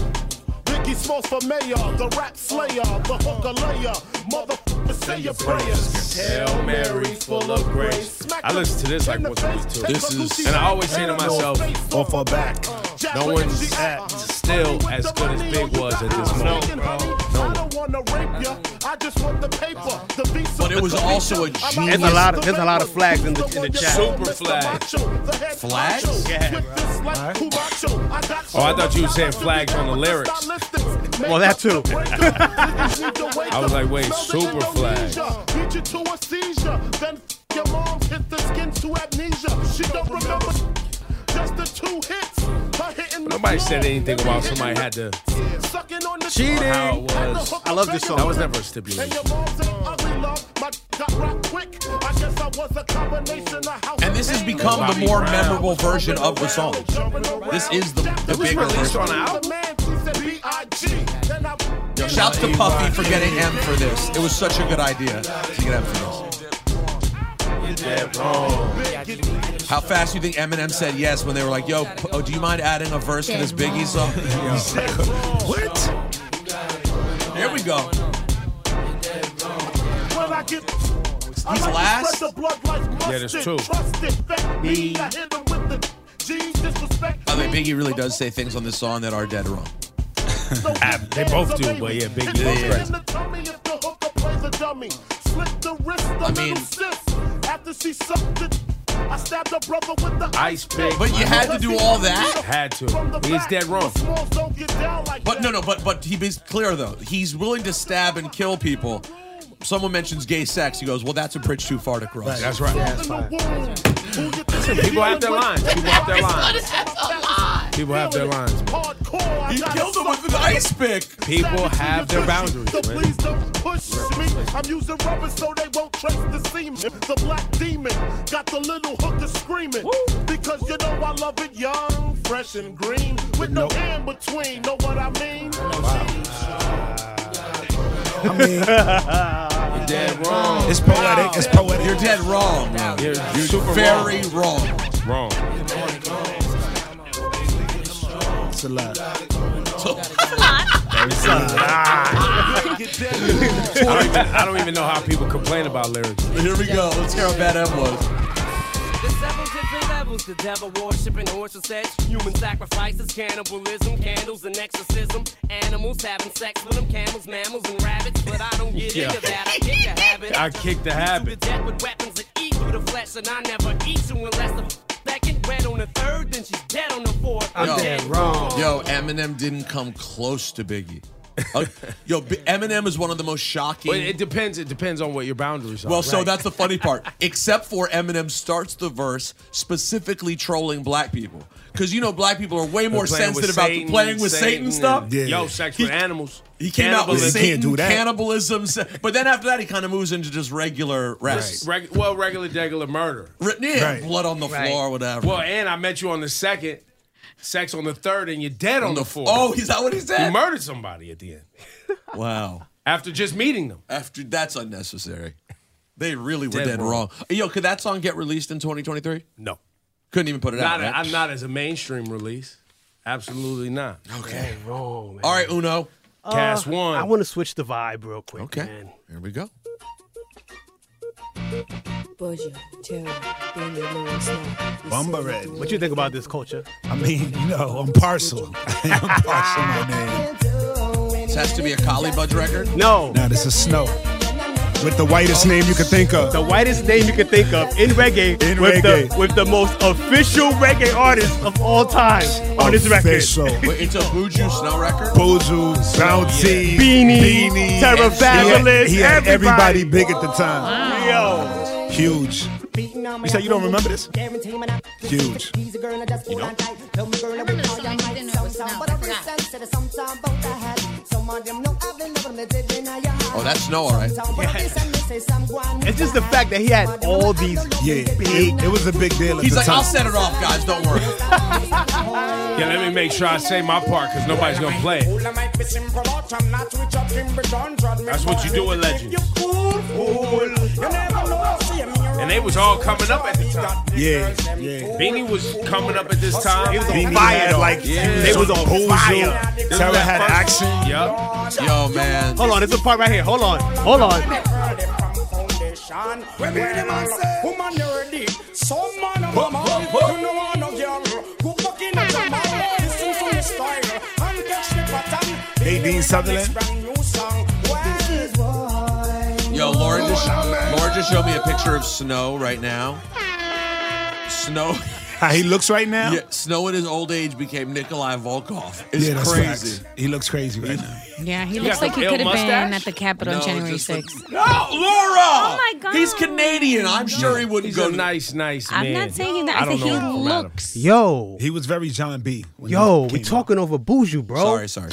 Speaker 14: Biggie smokes for mayor, the rap slayer, the hooker layer. Motherfucker, say your prayers.
Speaker 1: Hail Mary, full of grace. I listen to this like once a week too.
Speaker 14: This is-
Speaker 1: and I always say to myself,
Speaker 3: off her back.
Speaker 1: No one's at still as good as Big was at this moment.
Speaker 14: I don't wanna rape ya. I just want the paper, the beats
Speaker 4: But it was also a genius.
Speaker 12: There's a lot of there's a lot of flags in the in the chat.
Speaker 1: Super flag.
Speaker 4: Flags?
Speaker 12: Yeah.
Speaker 1: Oh, I thought you were saying flags on the lyrics.
Speaker 12: Well, that too.
Speaker 1: I was like, wait, super flag.
Speaker 14: Beat you to a seizure, then f- your mom hit the skin to amnesia. She don't remember just the two hits. Her hitting the
Speaker 1: Nobody said
Speaker 14: floor.
Speaker 1: anything about somebody had to.
Speaker 14: Sucking on the
Speaker 1: Cheating. How it
Speaker 14: Had the
Speaker 1: was.
Speaker 14: hook
Speaker 1: I love this
Speaker 14: up
Speaker 1: song.
Speaker 14: in
Speaker 1: That was
Speaker 14: your-
Speaker 1: never a stipulation.
Speaker 14: And your mom's an ugly love. My got rock quick. I guess I was a combination of house
Speaker 4: And this has become the more memorable version of the song. This is the, the bigger version. Yo, Shouts to Puffy for getting M for this. It was such a good idea to get M for this. How fast you think Eminem said yes when they were like, "Yo, P- oh, do you mind adding a verse to this Biggie song?" what? Here we go.
Speaker 14: When I get He's
Speaker 4: last?
Speaker 1: Yeah, that's true.
Speaker 14: Me. I hit him with the G's disrespect.
Speaker 4: I mean, Biggie really does say things on this song that are dead wrong.
Speaker 1: they both do, but yeah, Biggie
Speaker 14: Hit
Speaker 1: was
Speaker 14: him
Speaker 1: crazy.
Speaker 14: in the tummy if the hooker plays a dummy. Slick the wrist, the
Speaker 4: I
Speaker 14: little
Speaker 4: mean-
Speaker 14: sis. After she sucked it, I stabbed her brother with the
Speaker 1: Ice pick.
Speaker 4: But you had to do all that?
Speaker 1: Had to. He's dead wrong.
Speaker 4: But no, no, but but he is clear though. He's willing to stab and kill people. Someone mentions gay sex. He goes, "Well, that's a bridge too far to cross."
Speaker 1: Right, that's right. Yeah, that's People have their lines. People have their
Speaker 13: Oh,
Speaker 1: lines. People have their lines.
Speaker 14: Hardcore.
Speaker 4: He killed him with an ice pick.
Speaker 1: People have their boundaries,
Speaker 14: So
Speaker 1: man.
Speaker 14: please don't push me. I'm using rubber so they won't trace the semen. The black demon got the little hooker screaming. Because you know I love it young, fresh and green. With no in between, know what I mean?
Speaker 3: I mean,
Speaker 1: You're dead wrong.
Speaker 3: It's poetic. It's poetic.
Speaker 4: You're dead wrong.
Speaker 1: You're, super
Speaker 4: very wrong.
Speaker 1: Wrong.
Speaker 3: It's a lot.
Speaker 1: It's a lot. I, don't even, I don't even know how people complain about lyrics.
Speaker 4: Here we go. Let's hear how bad M was.
Speaker 9: There's several different levels to devil worship and horses sex. Human sacrifices, cannibalism, candles and exorcism. Animals having sex with them, camels, mammals, and rabbits. But I don't get
Speaker 1: Yeah.
Speaker 9: into that. I kick the habit.
Speaker 1: I kicked the
Speaker 9: To
Speaker 1: habit.
Speaker 9: death with weapons that eat through the flesh, and I never eat you unless the second wet on the third, then she's dead on the fourth.
Speaker 4: Yo, Yo, Eminem didn't come close to Biggie. Uh, yo, B- Eminem is one of the most shocking.
Speaker 1: But it depends. It depends on what your boundaries are.
Speaker 4: Well, so that's the funny part. Except for Eminem starts the verse specifically trolling black people. Because you know black people are way more
Speaker 1: playing with
Speaker 4: sensitive about
Speaker 1: Satan,
Speaker 4: playing with
Speaker 1: Satan
Speaker 4: Satan,
Speaker 1: and-
Speaker 4: stuff.
Speaker 1: Yeah. Yo, sex with animals.
Speaker 4: He came out with
Speaker 1: Cannibalism.
Speaker 4: Satan,
Speaker 1: You can't do that.
Speaker 4: cannibalism. se- But then after that, he kind of moves into just regular
Speaker 1: Just
Speaker 4: rest.
Speaker 1: reg- well, regular, regular murder.
Speaker 4: Re- yeah, blood on the floor, whatever.
Speaker 1: Well, and I met you on the second, sex on the third, and you're dead on, the fourth.
Speaker 4: Oh, is that what he said?
Speaker 1: He murdered somebody at the end
Speaker 4: wow.
Speaker 1: after just meeting them.
Speaker 4: After that's unnecessary. They really were
Speaker 1: Dead
Speaker 4: dead,
Speaker 1: wrong.
Speaker 4: wrong. Yo, could that song get released in 2023?
Speaker 1: No.
Speaker 4: Couldn't even put it out.
Speaker 1: Not,
Speaker 4: right?
Speaker 1: I'm not as a mainstream release. Absolutely not.
Speaker 4: Okay.
Speaker 1: Wrong, man.
Speaker 4: All right, Uno.
Speaker 1: Cast
Speaker 12: Uh,
Speaker 1: one.
Speaker 12: I want to switch the vibe real quick.
Speaker 4: Okay.
Speaker 12: man.
Speaker 4: Here we go.
Speaker 3: Bumba Red.
Speaker 12: What you think about this culture?
Speaker 3: I mean, you know, I'm parcel. I'm parcel, my man.
Speaker 4: This has to be a Collie Budge record.
Speaker 12: No.
Speaker 3: Now this is Snow. With the whitest name you could think of.
Speaker 12: The whitest name you could think of in reggae,
Speaker 3: In
Speaker 12: with, The,
Speaker 3: reggae.
Speaker 12: with the most official reggae artist of all time on Oh, this record.
Speaker 3: Official.
Speaker 4: Wait, it's a Buju Snow record?
Speaker 3: Bozu, Bouncy,
Speaker 12: Beanie, Terra
Speaker 3: He had-
Speaker 12: Fabulous,
Speaker 3: He had everybody
Speaker 12: everybody.
Speaker 3: big at the time.
Speaker 12: Yo.
Speaker 3: Huge. You say you don't remember this? Huge.
Speaker 25: You know?
Speaker 4: Oh, that's snow, all right.
Speaker 12: It's just the fact that he had all these.
Speaker 3: Yeah, it, it was a big deal. At
Speaker 4: He's
Speaker 3: the
Speaker 4: like,
Speaker 3: time.
Speaker 4: I'll set it off, guys. Don't worry.
Speaker 1: Yeah, let me make sure I say my part because nobody's going to play it. That's what you do with legends. And they was all coming up at the time.
Speaker 3: Yeah,
Speaker 1: Beanie was coming up at this time. He was
Speaker 3: Beanie had, like,
Speaker 1: they was on
Speaker 3: Bozo.
Speaker 1: fire.
Speaker 3: Terra had action.
Speaker 1: Yep.
Speaker 4: Yo, man.
Speaker 12: Hold on, there's a part right here. Hold on. Hold on.
Speaker 3: Nadine Sutherland.
Speaker 4: Yo, Lauren just, Lauren just showed me a picture of Snow right now. Snow.
Speaker 3: How he looks right now?
Speaker 4: Yeah, Snow in his old age became Nikolai Volkov. It's
Speaker 3: Yeah, that's
Speaker 4: crazy.
Speaker 3: facts. He looks crazy right now.
Speaker 2: Yeah, he
Speaker 4: You
Speaker 2: looks
Speaker 4: got
Speaker 2: like
Speaker 4: the
Speaker 2: he could have
Speaker 4: pale
Speaker 2: been
Speaker 4: mustache?
Speaker 2: at the Capitol
Speaker 4: No,
Speaker 2: January
Speaker 4: just
Speaker 2: 6th.
Speaker 4: No, Laura!
Speaker 2: Oh my God.
Speaker 4: He's Canadian. Canadian. I'm sure he wouldn't
Speaker 1: He's
Speaker 4: go
Speaker 1: a nice, nice
Speaker 26: I'm
Speaker 1: man.
Speaker 26: not saying that. I, said he looked.
Speaker 12: Yo.
Speaker 3: He was very John B.
Speaker 12: Yo, we talking over Buju, bro. Sorry,
Speaker 4: sorry.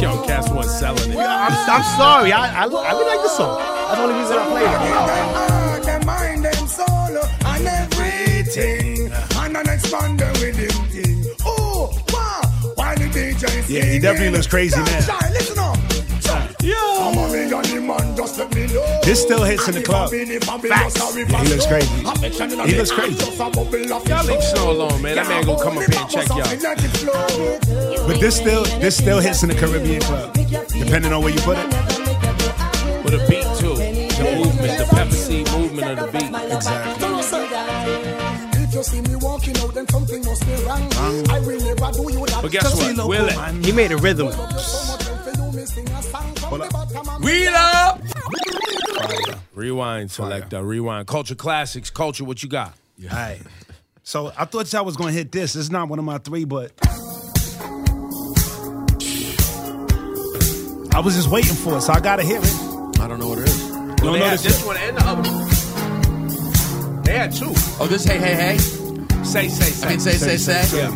Speaker 27: Yo, Cass was selling it.
Speaker 12: I'm, I'm sorry. I, I, I really like this song. That's the only reason I played it.
Speaker 9: Heart and mind and soul and everything. And an expander with him thing. Oh, wow. Why the DJ is
Speaker 3: Yeah, he definitely looks crazy now.
Speaker 9: Child, listen up. Yo. I'm a million man, just let me know.
Speaker 3: This still hits in the club.
Speaker 9: Facts.
Speaker 3: Yeah, he looks crazy. He looks crazy.
Speaker 1: Y'all leave Snow alone, man. That man gonna come up here and check y'all.
Speaker 3: But this still this still hits in the Caribbean club, depending on where you put it.
Speaker 1: With a beat too. The movement, the pepper seed movement of the beat.
Speaker 9: Exactly. If you see me walking out, then something must be wrong. I will never do you that.
Speaker 1: But guess what? Will it?
Speaker 12: He made a rhythm.
Speaker 4: Wheel up!
Speaker 1: Rewind, selector. Rewind. Culture classics. Culture, what you got? Yeah.
Speaker 3: All right. So I thought y'all was gonna hit this. It's not one of my three, but I was just waiting for it, so I gotta hear it.
Speaker 4: I don't know what it is.
Speaker 1: Well,
Speaker 3: don't
Speaker 1: they
Speaker 3: know
Speaker 1: had
Speaker 3: this
Speaker 1: this one and the other. one. They had two.
Speaker 4: Oh, this hey hey hey.
Speaker 1: Say say say.
Speaker 4: I mean, say, say, say.
Speaker 1: Yeah.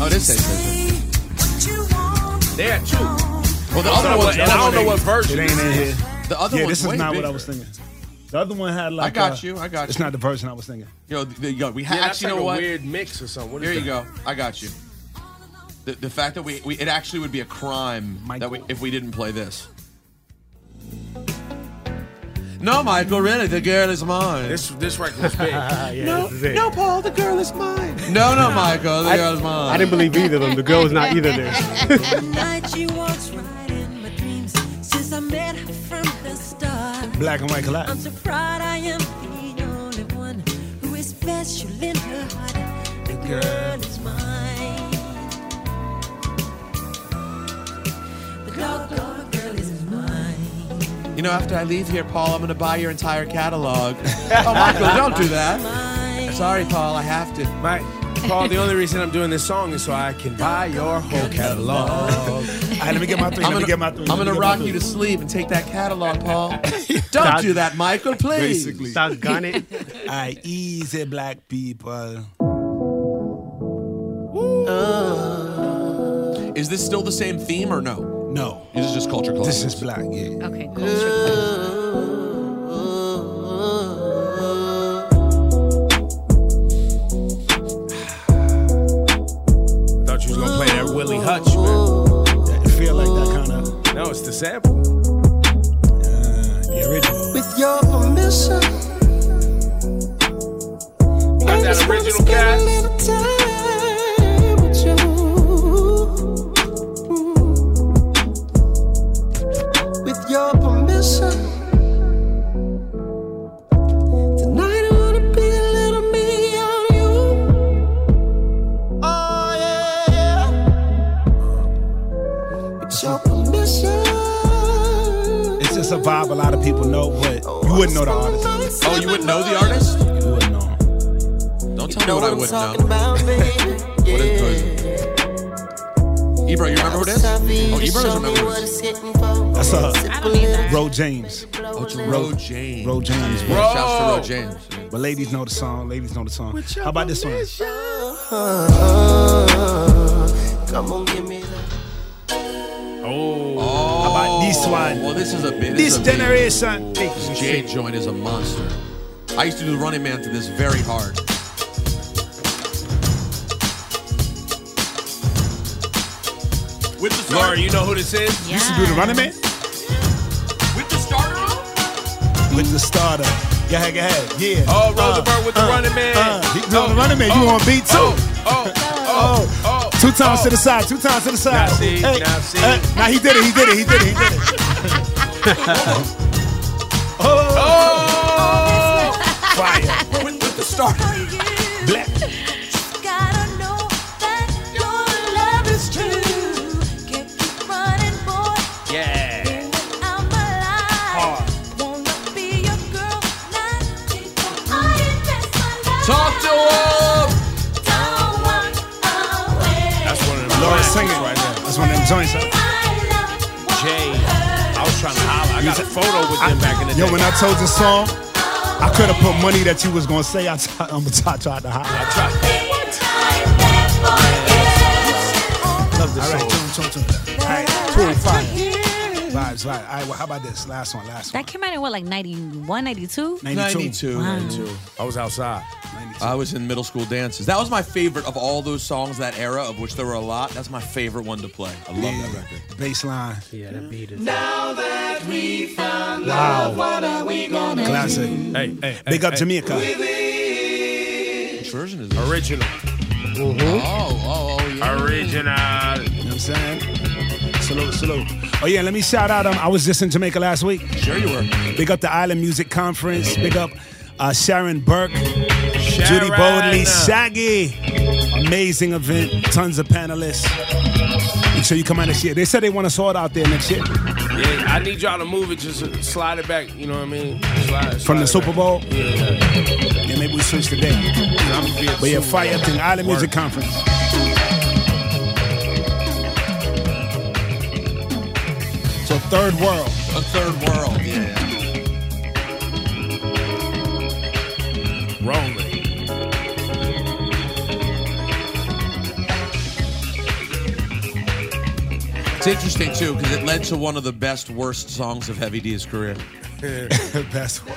Speaker 4: Oh, this is it.
Speaker 1: They had two.
Speaker 4: Well, the other one.
Speaker 1: And I don't know what version.
Speaker 3: It ain't in here.
Speaker 4: The other
Speaker 3: yeah,
Speaker 4: one's
Speaker 3: this is
Speaker 4: way
Speaker 3: not what
Speaker 4: bigger.
Speaker 3: I was thinking. The other one had like.
Speaker 4: I got
Speaker 3: uh,
Speaker 4: you. I got
Speaker 3: It's
Speaker 4: you.
Speaker 3: not the version I was thinking.
Speaker 4: Yo, th- th- yo, we
Speaker 3: Yeah,
Speaker 4: had
Speaker 3: that's
Speaker 4: actually
Speaker 3: like
Speaker 4: you know
Speaker 3: a
Speaker 4: what?
Speaker 1: Weird mix or something. What is
Speaker 4: Here you
Speaker 1: that?
Speaker 4: go. I got you. The, the fact that we, we it actually would be a crime that we if we didn't play this. No, Michael, really, the girl is mine.
Speaker 1: This this record was big.
Speaker 4: no,
Speaker 12: Ah, this is it.
Speaker 4: no, Paul, the girl is mine. No, no, Michael, the
Speaker 12: I,
Speaker 4: girl is mine.
Speaker 12: I didn't believe either of them. The girl was not either there.
Speaker 5: Night she walks right in my dreams since I met her from the start.
Speaker 3: Black and white collab.
Speaker 5: I'm so proud I am the only one who is special in her heart. The girl is mine. The doggone girl is mine.
Speaker 4: You know, after I leave here, Paul, I'm going to buy your entire catalog. oh, Michael, don't do that. Sorry, Paul, I have to.
Speaker 1: My, Paul, the only reason I'm doing this song is so I can buy your whole catalog. All
Speaker 3: right, let me get my three.
Speaker 4: I'm
Speaker 3: let
Speaker 4: gonna,
Speaker 3: me get my three.
Speaker 4: I'm
Speaker 3: let me
Speaker 4: gonna
Speaker 3: get my
Speaker 4: rock
Speaker 3: three.
Speaker 4: you to sleep and take that catalog, Paul. Don't
Speaker 3: Stop-
Speaker 4: do that, Michael, please.
Speaker 3: Basically.
Speaker 12: Stop gunning.
Speaker 3: I easy black people.
Speaker 4: Uh. Is this still the same theme or no?
Speaker 3: No,
Speaker 4: This is just culture club.
Speaker 3: this is black. Yeah.
Speaker 26: Okay.
Speaker 1: I thought you was gonna play that Willie Hutch, man.
Speaker 3: It feel like that kind of
Speaker 1: No, it's the sample.
Speaker 3: the original.
Speaker 9: With your permission,
Speaker 1: Got that original cast.
Speaker 9: with your permission. Tonight I wanna be a little me on you. Oh yeah. With your permission.
Speaker 3: It's just a vibe a lot of people know, but you wouldn't know the artist.
Speaker 4: Oh, you wouldn't know the artist?
Speaker 3: You wouldn't know. him.
Speaker 4: Don't tell me what I wouldn't know. What is good? Ebro, you remember who it is? Oh, Ebro doesn't remember who it is.
Speaker 3: That's
Speaker 5: I don't need
Speaker 3: uh,
Speaker 5: that.
Speaker 3: Ro James.
Speaker 4: Oh, it's Ro James.
Speaker 3: Ro James.
Speaker 4: Yeah, Shouts to Ro James.
Speaker 3: But ladies know the song. Ladies know the song. How about this one?
Speaker 9: Uh-huh. Come on, give me that.
Speaker 1: Oh.
Speaker 4: How
Speaker 3: about this one?
Speaker 4: Well, this is a bit.
Speaker 3: This
Speaker 4: is a big-
Speaker 3: generation.
Speaker 4: This Jade joint is a monster. I used to do the running man to this very hard. With the
Speaker 1: Laura, you know who this is?
Speaker 3: You used to do the running man
Speaker 4: With the starter on?
Speaker 3: with the starter. Go ahead, go ahead. Yeah.
Speaker 1: Oh, Rosenberg with the running man.
Speaker 3: Uh, he doing the running man. you on beat too.
Speaker 1: Oh,
Speaker 3: oh,
Speaker 1: oh,
Speaker 3: Two times to the side. Two times to the side.
Speaker 1: Now see,
Speaker 3: Hey,
Speaker 1: now see.
Speaker 3: uh, now he did it. He did it. He did it. He did it.
Speaker 1: oh.
Speaker 3: Fire.
Speaker 4: With, with the starter.
Speaker 3: Black.
Speaker 5: Gotta know that your love is true. Can't keep running, boy.
Speaker 1: Yeah.
Speaker 5: I'm alive. Wanna be your girl, not take no I invest my life.
Speaker 4: Talk to him!
Speaker 5: Don't walk away.
Speaker 1: That's one of them.
Speaker 3: Laura singing right now. That's one of them joints.
Speaker 5: I love
Speaker 1: Jade. I just trying to holler. I got a photo with them back in the day.
Speaker 28: Yo, when I told the song, I could have put money that you was gonna say. I t- I'm gonna try, try to hide.
Speaker 3: Love this song. All right, tune, tune, tune. All right, tune, fire. Vibes, vibe. All right, well, how about this? Last one, last one.
Speaker 2: That came out in what, like 91, 92?
Speaker 4: 92.
Speaker 2: Wow.
Speaker 4: I was outside. I was in middle school dances. That was my favorite of all those songs that era, of which there were a lot. That's my favorite one to play. I love that record.
Speaker 3: Baseline. Yeah, that beat is.
Speaker 9: Now that we found
Speaker 3: Wow.
Speaker 9: love, what are we gonna
Speaker 3: Classic.
Speaker 9: do?
Speaker 3: Hey, hey. Big up Jamaica.
Speaker 9: with it?
Speaker 4: Which version is Mm-hmm.
Speaker 1: Original.
Speaker 3: Oh,
Speaker 4: oh, oh,
Speaker 3: yeah.
Speaker 1: Original. You
Speaker 3: know what I'm saying? Salute, salute. Oh, yeah, let me shout out. Um, I was just in Jamaica last week.
Speaker 4: Sure, you were.
Speaker 3: Big up the Island Music Conference. Big up uh, Sharon Burke, Judy
Speaker 9: Sharon.
Speaker 3: Boldly, Shaggy. Amazing event. Tons of panelists. Make sure you come out next year. They said they want us all out there next year
Speaker 1: Yeah, I need y'all to move it. Just slide it back. You know what I mean? Slide,
Speaker 3: from the
Speaker 1: slide
Speaker 3: Super Bowl.
Speaker 1: it back.
Speaker 3: Yeah, maybe we switch the day.
Speaker 1: Yeah. I'm gonna be at
Speaker 3: But yeah,
Speaker 1: Super
Speaker 3: fire
Speaker 1: Bowl.
Speaker 3: thing. Island Music
Speaker 1: Word.
Speaker 3: Conference. So third world.
Speaker 4: A third world, yeah.
Speaker 1: Rolling.
Speaker 4: It's interesting, too, because it led to one of the best, worst songs of Heavy D's career.
Speaker 3: Best one.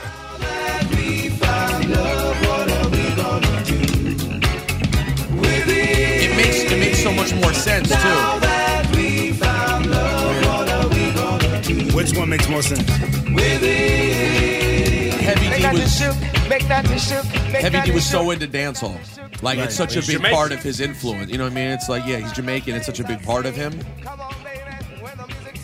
Speaker 4: It makes, it makes so much more sense, too.
Speaker 3: Which one makes more sense?
Speaker 4: Heavy D was,
Speaker 9: Make that the shook. Make
Speaker 4: Heavy
Speaker 9: that
Speaker 4: D
Speaker 9: the
Speaker 4: was
Speaker 9: shook.
Speaker 4: so into dancehall. Like,
Speaker 9: Right.
Speaker 4: it's such a
Speaker 9: He's
Speaker 4: big
Speaker 9: Jamaican.
Speaker 4: part of his influence. You know what I mean? It's like, yeah, he's Jamaican. It's such a big part of him.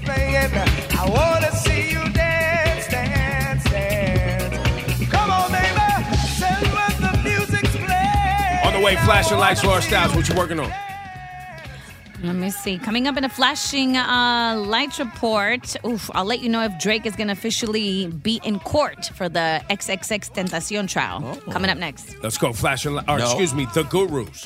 Speaker 9: playing. I wanna see you dance, dance, dance. Come on, baby, tell me when the music's playing.
Speaker 1: On the way, flashing lights, Laura Styles. What you working on?
Speaker 2: Let me see. Coming up in a flashing uh, light report, oof, I'll let you know if Drake is going to officially be in court for the XXX Tentacion trial. Coming up next.
Speaker 1: Let's go. Flashing lights. Or
Speaker 29: No.
Speaker 1: excuse me, the Gurus.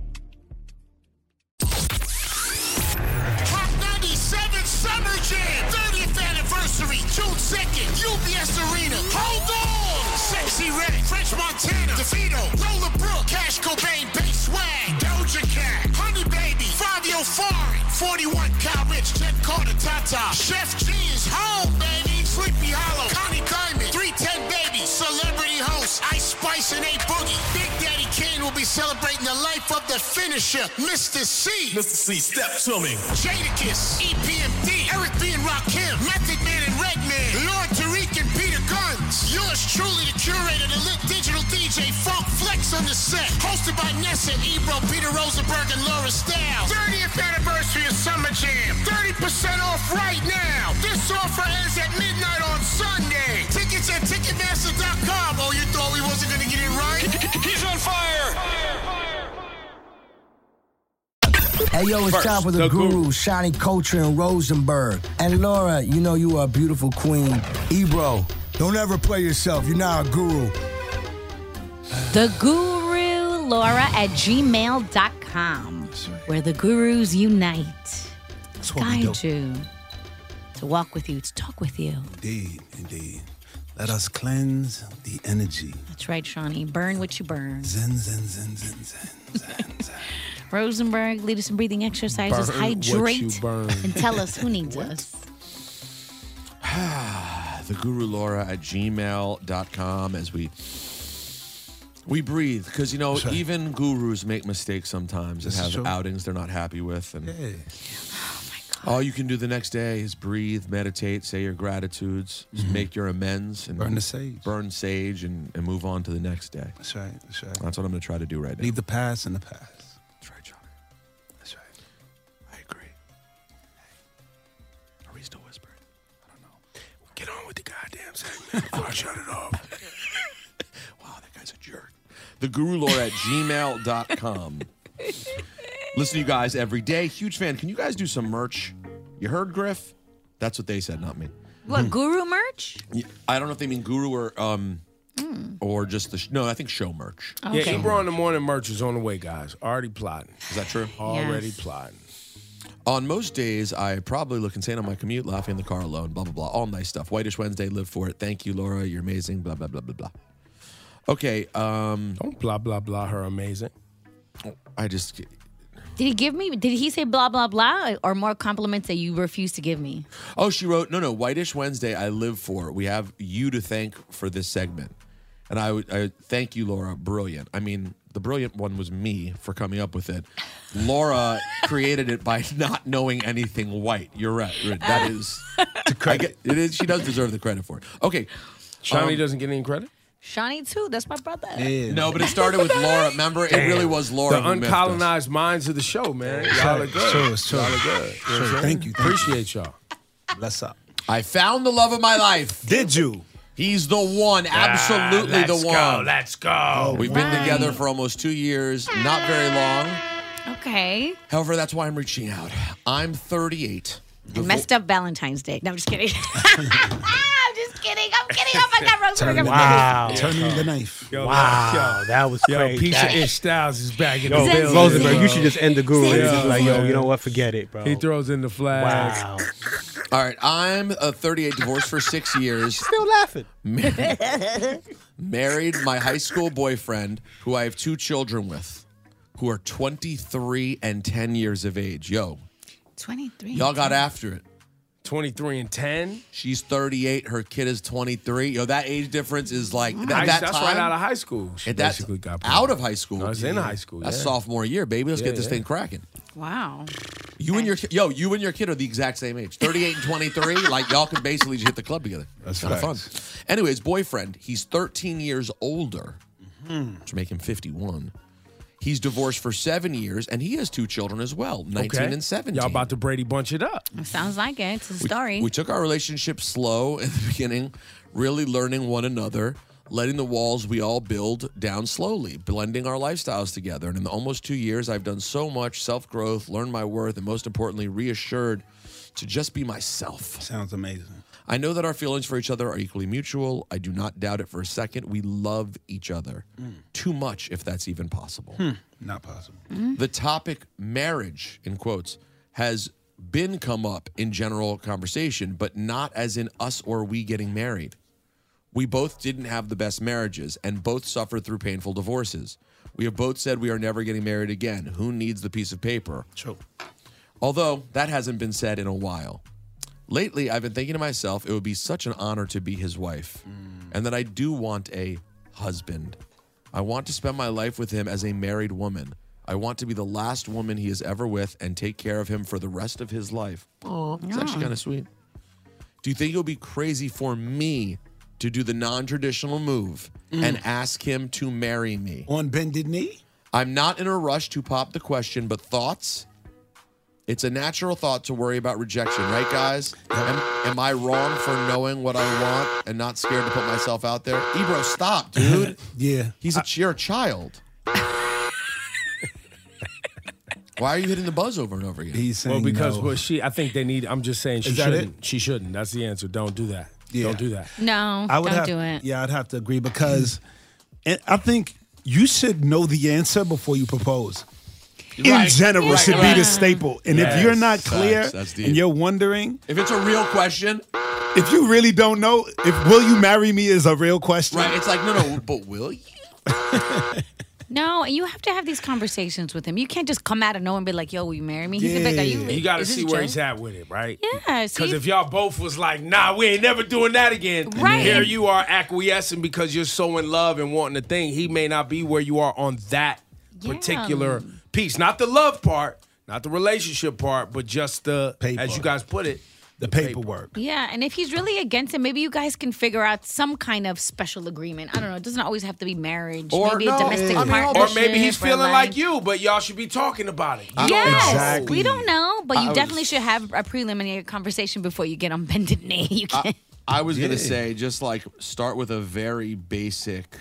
Speaker 11: Top 97 Summer Jam 30th anniversary, June 2nd, UBS Arena. Hold on! Sexy Red, French Montana, DeVito, Roller Brook, Cash Cobain, Bass Swag, Doja Cat, Honey Baby, Fabio Foreign, 41 Kyle Rich, Jet Carter, Tata, Chef G is home, baby. Sleepy Hollow, Connie Diamond, 310 Baby, Celebrity Host, Ice Spice and A Boogie. Big Daddy Kane will be celebrating the life of the finisher, Mr. C. Mr. C, step to me. Jadakiss, E EPMD, Eric B. and Rakim, Method Man and Redman, Lord Tariq and Peter Guns. Yours truly, the curator, the lit digital DJ, Funk Flex on the set. Hosted by Nessa, Ebro, Peter Rosenberg, and Laura Stiles. 30th anniversary of Summer Jam. 30% off right now. This offer ends at midnight on Sunday. Tickets at Ticketmaster.com. Oh, you thought we wasn't going to get it right? He's on fire.
Speaker 30: Hey yo, it's
Speaker 11: First,
Speaker 30: time for the,
Speaker 11: the
Speaker 30: guru, Shiny Culture and Rosenberg. And Laura, you know you are a beautiful queen. Ebro, don't ever play yourself. You're not a guru.
Speaker 2: The Guru Laura at gmail.com, where the gurus unite. That's
Speaker 3: what we
Speaker 2: guide you to walk with you, to talk with you.
Speaker 3: Indeed, indeed. Let us cleanse the energy.
Speaker 2: That's right, Shawnee. Burn what you burn.
Speaker 3: Zen, zen, zen, zen, zen.
Speaker 2: Rosenberg, lead us in breathing exercises.
Speaker 3: Burn what
Speaker 2: Hydrate
Speaker 4: you burn.
Speaker 2: and tell us who needs us.
Speaker 4: Ah, the guru laura at gmail.com as we we breathe because you know
Speaker 3: That's right.
Speaker 4: even gurus make mistakes sometimes and
Speaker 3: This is
Speaker 4: have
Speaker 3: true.
Speaker 4: outings they're not happy with and all you can do the next day is breathe meditate say your gratitudes just
Speaker 3: Mhm.
Speaker 4: make your amends and
Speaker 3: Burn the sage.
Speaker 4: burn sage and, and move on to the next day
Speaker 3: That's right. That's right.
Speaker 4: that's what i'm going to try to do right now
Speaker 3: Leave the past in the past.
Speaker 4: Are we still whispering?
Speaker 1: Get on with the goddamn segment. before I shut it off.
Speaker 4: wow, that guy's a jerk. thegurulore at gmail.com. Listen to you guys every day. Huge fan. Can you guys do some merch? You heard Griff? That's what they said, not me.
Speaker 2: What, guru merch?
Speaker 4: Y- I don't know if they mean guru or um or just the sh- no. I think show merch.
Speaker 1: Yeah, Ebro in the morning merch is on the way, guys. Already plotting.
Speaker 4: Is that true?
Speaker 1: Already plotting.
Speaker 4: On most days, I probably look insane on my commute, laughing in the car alone. Blah blah blah. All nice stuff. Whitish Wednesday. Live for it. Thank you, Laura. You're amazing. Blah blah blah blah blah. Okay. Um,
Speaker 1: don't blah blah blah. Her amazing.
Speaker 4: I just
Speaker 2: Did he give me? Did he say blah blah blah, or more compliments that you refuse to give me?
Speaker 4: Oh, she wrote, no, no, Whitish Wednesday, I live for. We have you to thank for this segment. And I, would- I thank you, Laura. Brilliant. I mean, the brilliant one was me for coming up with it. Laura created it by not knowing anything white. You're right. You're right. That is to credit. it is, she does deserve the credit for it. Okay. Um,
Speaker 1: Shawnee doesn't get any credit?
Speaker 2: Shawnee too. That's my brother.
Speaker 4: No, but it started with Laura. Remember, it
Speaker 1: Damn.
Speaker 4: really was Laura.
Speaker 1: The
Speaker 4: who miffed us.
Speaker 1: uncolonized minds of the show, man.
Speaker 4: It's
Speaker 1: Y'all
Speaker 4: true.
Speaker 1: are good.
Speaker 4: True, it's true.
Speaker 1: Y'all are good.
Speaker 4: True.
Speaker 1: know what I'm
Speaker 4: Thank you,
Speaker 1: saying?
Speaker 4: thank you.
Speaker 1: Appreciate y'all.
Speaker 4: Bless up. I found the love of my life. Did you? He's the one, absolutely
Speaker 1: Ah,
Speaker 4: the
Speaker 1: let's
Speaker 4: one.
Speaker 1: go, let's go.
Speaker 4: Oh, We've been together for almost two years, not very long.
Speaker 2: Okay.
Speaker 4: However, that's why I'm reaching out. I'm 38.
Speaker 2: I messed up Valentine's Day. No, I'm just kidding. I'm just kidding. I'm kidding. Oh my God, Rosenberg. I'm
Speaker 3: Wow.
Speaker 2: kidding.
Speaker 3: Turn me the knife.
Speaker 1: Yo,
Speaker 12: Wow, that was
Speaker 1: Yo,
Speaker 12: crazy.
Speaker 1: piece of
Speaker 12: That-
Speaker 1: Ish Styles is back in
Speaker 12: Yo,
Speaker 1: the building.
Speaker 12: Rosenberg,
Speaker 1: bro.
Speaker 12: you should just end the guru. and
Speaker 1: Yeah,
Speaker 12: just like, yo,
Speaker 1: man.
Speaker 12: you know what? Forget it, bro.
Speaker 1: He throws in the flags.
Speaker 12: Wow.
Speaker 4: All right, I'm a 38, divorced for six years,
Speaker 12: Still laughing.
Speaker 4: married my high school boyfriend, who I have two children with, who are 23 and 10 years of age. Yo,
Speaker 2: 23.
Speaker 4: y'all got after it.
Speaker 1: 23 and 10.
Speaker 4: She's 38. Her kid is 23. Yo, that age difference is like that,
Speaker 1: Nice,
Speaker 4: that
Speaker 1: Mm. that's
Speaker 4: time-
Speaker 1: right out of high school. She
Speaker 4: And that's
Speaker 1: basically got
Speaker 4: out of high school.
Speaker 1: it's in high school,
Speaker 4: That's
Speaker 1: yeah.
Speaker 4: sophomore year, baby. Let's
Speaker 1: Yeah,
Speaker 4: get this
Speaker 1: yeah.
Speaker 4: thing cracking.
Speaker 2: Wow.
Speaker 4: You and your ki- yo, you and your kid are the exact same age, thirty-eight and twenty-three. like y'all could basically just hit the club together. That's kind of fun. Anyways, boyfriend, he's thirteen years older,
Speaker 12: Hmm.
Speaker 4: which make him fifty-one. He's divorced for seven years, and he has two children as well, nineteen
Speaker 1: Okay.
Speaker 4: and seventeen.
Speaker 1: Y'all about to Brady bunch it up.
Speaker 2: Sounds like it. It's a story.
Speaker 4: We took our relationship slow in the beginning, really learning one another, letting the walls we all build down slowly, blending our lifestyles together. And in the almost two years, I've done so much self growth, learned my worth, and most importantly, reassured to just be myself.
Speaker 3: Sounds amazing.
Speaker 4: I know that our feelings for each other are equally mutual. I do not doubt it for a second. We love each other too much, if that's even possible.
Speaker 3: Hmm. Not possible.
Speaker 4: The topic marriage, in quotes, has been come up in general conversation, but not as in us or we getting married. We both didn't have the best marriages and both suffered through painful divorces. We have both said we are never getting married again. Who needs the piece of paper? True. Although that hasn't been said in a while. Lately, I've been thinking to myself, it would be such an honor to be his wife,
Speaker 3: Mm.
Speaker 4: and that I do want a husband. I want to spend my life with him as a married woman. I want to be the last woman he is ever with and take care of him for the rest of his life. Oh, it's actually kind of sweet. Do you think it would be crazy for me to do the non traditional move and ask him to marry me?
Speaker 3: Mm. On bended knee?
Speaker 4: I'm not in a rush to pop the question, but thoughts? It's a natural thought to worry about rejection, right, guys? Am, am I wrong for knowing what I want and not scared to put myself out there? Ebro, stop, dude.
Speaker 3: Yeah.
Speaker 4: He's a, you're a child. Why are you hitting the buzz over and over again?
Speaker 1: well, because well, she, I think they need. I'm just saying she
Speaker 3: Is that
Speaker 1: shouldn't. She shouldn't. That's the answer. Don't do that. Don't do that.
Speaker 2: no,
Speaker 3: I would
Speaker 2: don't
Speaker 3: have,
Speaker 2: do it.
Speaker 3: Yeah, I'd have to agree because and I think you should know the answer before you propose. In
Speaker 4: Right,
Speaker 3: general,
Speaker 4: right,
Speaker 3: should
Speaker 4: right.
Speaker 3: be the staple. And if you're
Speaker 4: Yes,
Speaker 3: not
Speaker 4: facts,
Speaker 3: clear
Speaker 4: that's deep.
Speaker 3: and you're wondering,
Speaker 4: If it's a real question,
Speaker 3: if you really don't know, if will you marry me is a real question.
Speaker 4: right? It's like, no, no, but will you?
Speaker 2: No, you have to have these conversations with him. You can't just come out of nowhere and be like, "Yo, will you marry me?" He's gonna be like, "Are you?"
Speaker 1: You got to
Speaker 2: is this
Speaker 1: see
Speaker 2: a
Speaker 1: where
Speaker 2: joke?"
Speaker 1: he's at with it, right?
Speaker 2: Yeah, see,
Speaker 1: Because if y'all both was like, nah, we ain't never doing that again.
Speaker 2: Right.
Speaker 1: Here you are acquiescing because you're so in love and wanting a thing. He may not be where you are on that particular piece. Not the love part, not the relationship part, but just the, as you guys put it, the,
Speaker 3: paperwork.
Speaker 2: Yeah, and if he's really against it, maybe you guys can figure out some kind of special agreement. I don't know. It doesn't always have to be marriage. maybe a domestic partnership.
Speaker 1: or maybe he's
Speaker 2: or
Speaker 1: feeling like you, but y'all should be talking about it. You don't
Speaker 2: Yes,
Speaker 1: know.
Speaker 2: we don't know, but you
Speaker 4: I was-
Speaker 2: definitely should have a preliminary conversation before you get on bended knee. You can't.
Speaker 4: I was gonna
Speaker 2: Yeah.
Speaker 4: say just like start with a very basic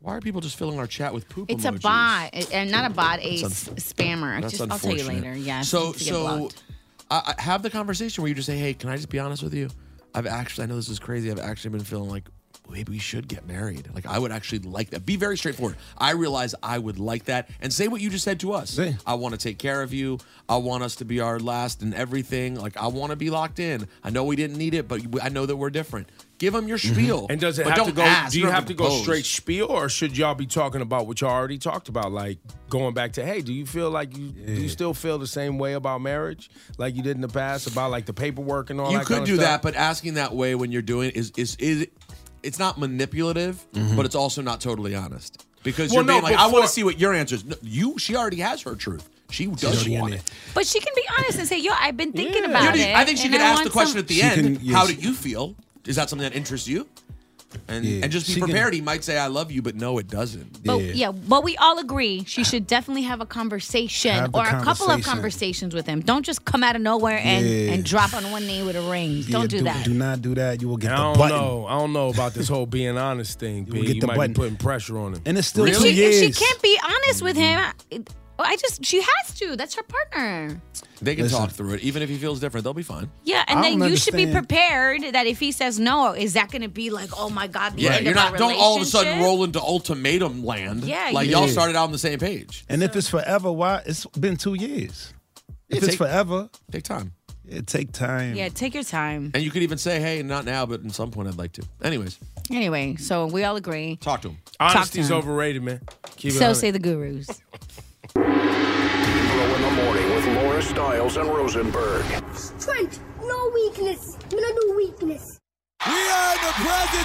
Speaker 4: Why are people just filling our chat with poop?
Speaker 2: It's a
Speaker 4: emojis?
Speaker 2: bot, it- and not a bot, a
Speaker 4: That's
Speaker 2: s- spammer.
Speaker 4: That's
Speaker 2: Just, I'll tell you
Speaker 4: unfortunate.
Speaker 2: later. Yeah. she
Speaker 4: So
Speaker 2: needs to get
Speaker 4: so,
Speaker 2: blocked.
Speaker 4: I, I have the conversation where you just say, "Hey, can I just be honest with you? I've actually, I know this is crazy. I've actually been feeling like maybe we should get married. Like I would actually like that. Be very straightforward. I realize I would like that, and say what you just said to us. I want to take care of you. I want us to be our last and everything. Like I want to be locked in. I know we didn't need it, but I know that we're different. Give them your spiel.
Speaker 1: Mm-hmm. And does it
Speaker 4: but
Speaker 1: have
Speaker 4: don't
Speaker 1: to go?
Speaker 4: ask.
Speaker 1: do you
Speaker 4: don't
Speaker 1: have to go
Speaker 4: propose.
Speaker 1: straight spiel, or should y'all be talking about what y'all already talked about, like going back to, hey, do you feel like you do you still feel the same way about marriage, like you did in the past, about like the paperwork and all
Speaker 4: you
Speaker 1: that?
Speaker 4: could
Speaker 1: kind
Speaker 4: do
Speaker 1: of
Speaker 4: that, but asking that way when you're doing it is is is it's not manipulative, but it's also not totally honest because
Speaker 1: Well,
Speaker 4: you're
Speaker 1: no,
Speaker 4: being like, I want
Speaker 1: before-
Speaker 4: to see what your answer is. No, you, she already has her truth. She does want it.
Speaker 2: But she can be honest and say, "Yo, I've been thinking
Speaker 4: You
Speaker 2: about
Speaker 4: know,
Speaker 2: it."
Speaker 4: I think she
Speaker 2: and
Speaker 4: could ask
Speaker 2: want
Speaker 4: the question
Speaker 2: some-
Speaker 4: at the
Speaker 13: She
Speaker 4: end.
Speaker 13: can- yeah,
Speaker 4: How
Speaker 13: she-
Speaker 4: do you feel? Is that something that interests you? And
Speaker 13: Yeah,
Speaker 4: and just be
Speaker 13: she can-
Speaker 4: prepared. he might say, "I love you," but no, it doesn't.
Speaker 2: But yeah. but we all agree she should definitely have a conversation
Speaker 4: Have a
Speaker 2: or a couple of
Speaker 4: conversation.
Speaker 2: conversations with him. Don't just come out of nowhere and,
Speaker 3: Yeah.
Speaker 2: and drop on one knee with a ring.
Speaker 3: Yeah,
Speaker 2: don't do, that.
Speaker 3: Do not do that. You will get
Speaker 1: I
Speaker 3: the
Speaker 1: don't
Speaker 3: button.
Speaker 1: know. I don't know about this whole being honest thing. B.
Speaker 3: will
Speaker 1: You,
Speaker 3: get the
Speaker 1: might
Speaker 3: button.
Speaker 1: be putting pressure on him.
Speaker 3: And it's still
Speaker 2: If
Speaker 3: two
Speaker 2: she, if she
Speaker 3: years.
Speaker 2: can't be honest with him, it- I just she has to. That's her partner.
Speaker 4: They can talk through it, even if he feels different. They'll be fine.
Speaker 2: Yeah, and then you should be
Speaker 4: prepared.
Speaker 2: prepared that if he says no, is that going to be like, oh my god, the
Speaker 4: Yeah,
Speaker 2: end
Speaker 4: you're
Speaker 2: of
Speaker 4: not.
Speaker 2: our
Speaker 4: Don't all of a sudden
Speaker 2: relationship?
Speaker 4: roll into ultimatum land.
Speaker 2: Yeah,
Speaker 4: like
Speaker 3: you-
Speaker 4: y'all
Speaker 3: Yeah.
Speaker 4: started out on the same page.
Speaker 3: And if it's forever, why? It's been two years. If
Speaker 4: Yeah,
Speaker 3: it's
Speaker 4: take-
Speaker 3: forever,
Speaker 4: take time.
Speaker 3: It take time.
Speaker 2: Yeah, take your time.
Speaker 4: And you could even say, "Hey, not now, but at some point, I'd like to." Anyways,
Speaker 2: Anyway, so we all agree.
Speaker 4: talk to him.
Speaker 2: Talk to
Speaker 1: Honesty's
Speaker 2: him.
Speaker 1: overrated, man. Keep it
Speaker 2: So
Speaker 1: honest.
Speaker 2: say the gurus.
Speaker 31: Ebro in the morning with Laura Stiles and Rosenberg.
Speaker 9: Strength, no weakness. We don't do weakness.
Speaker 29: We are the present.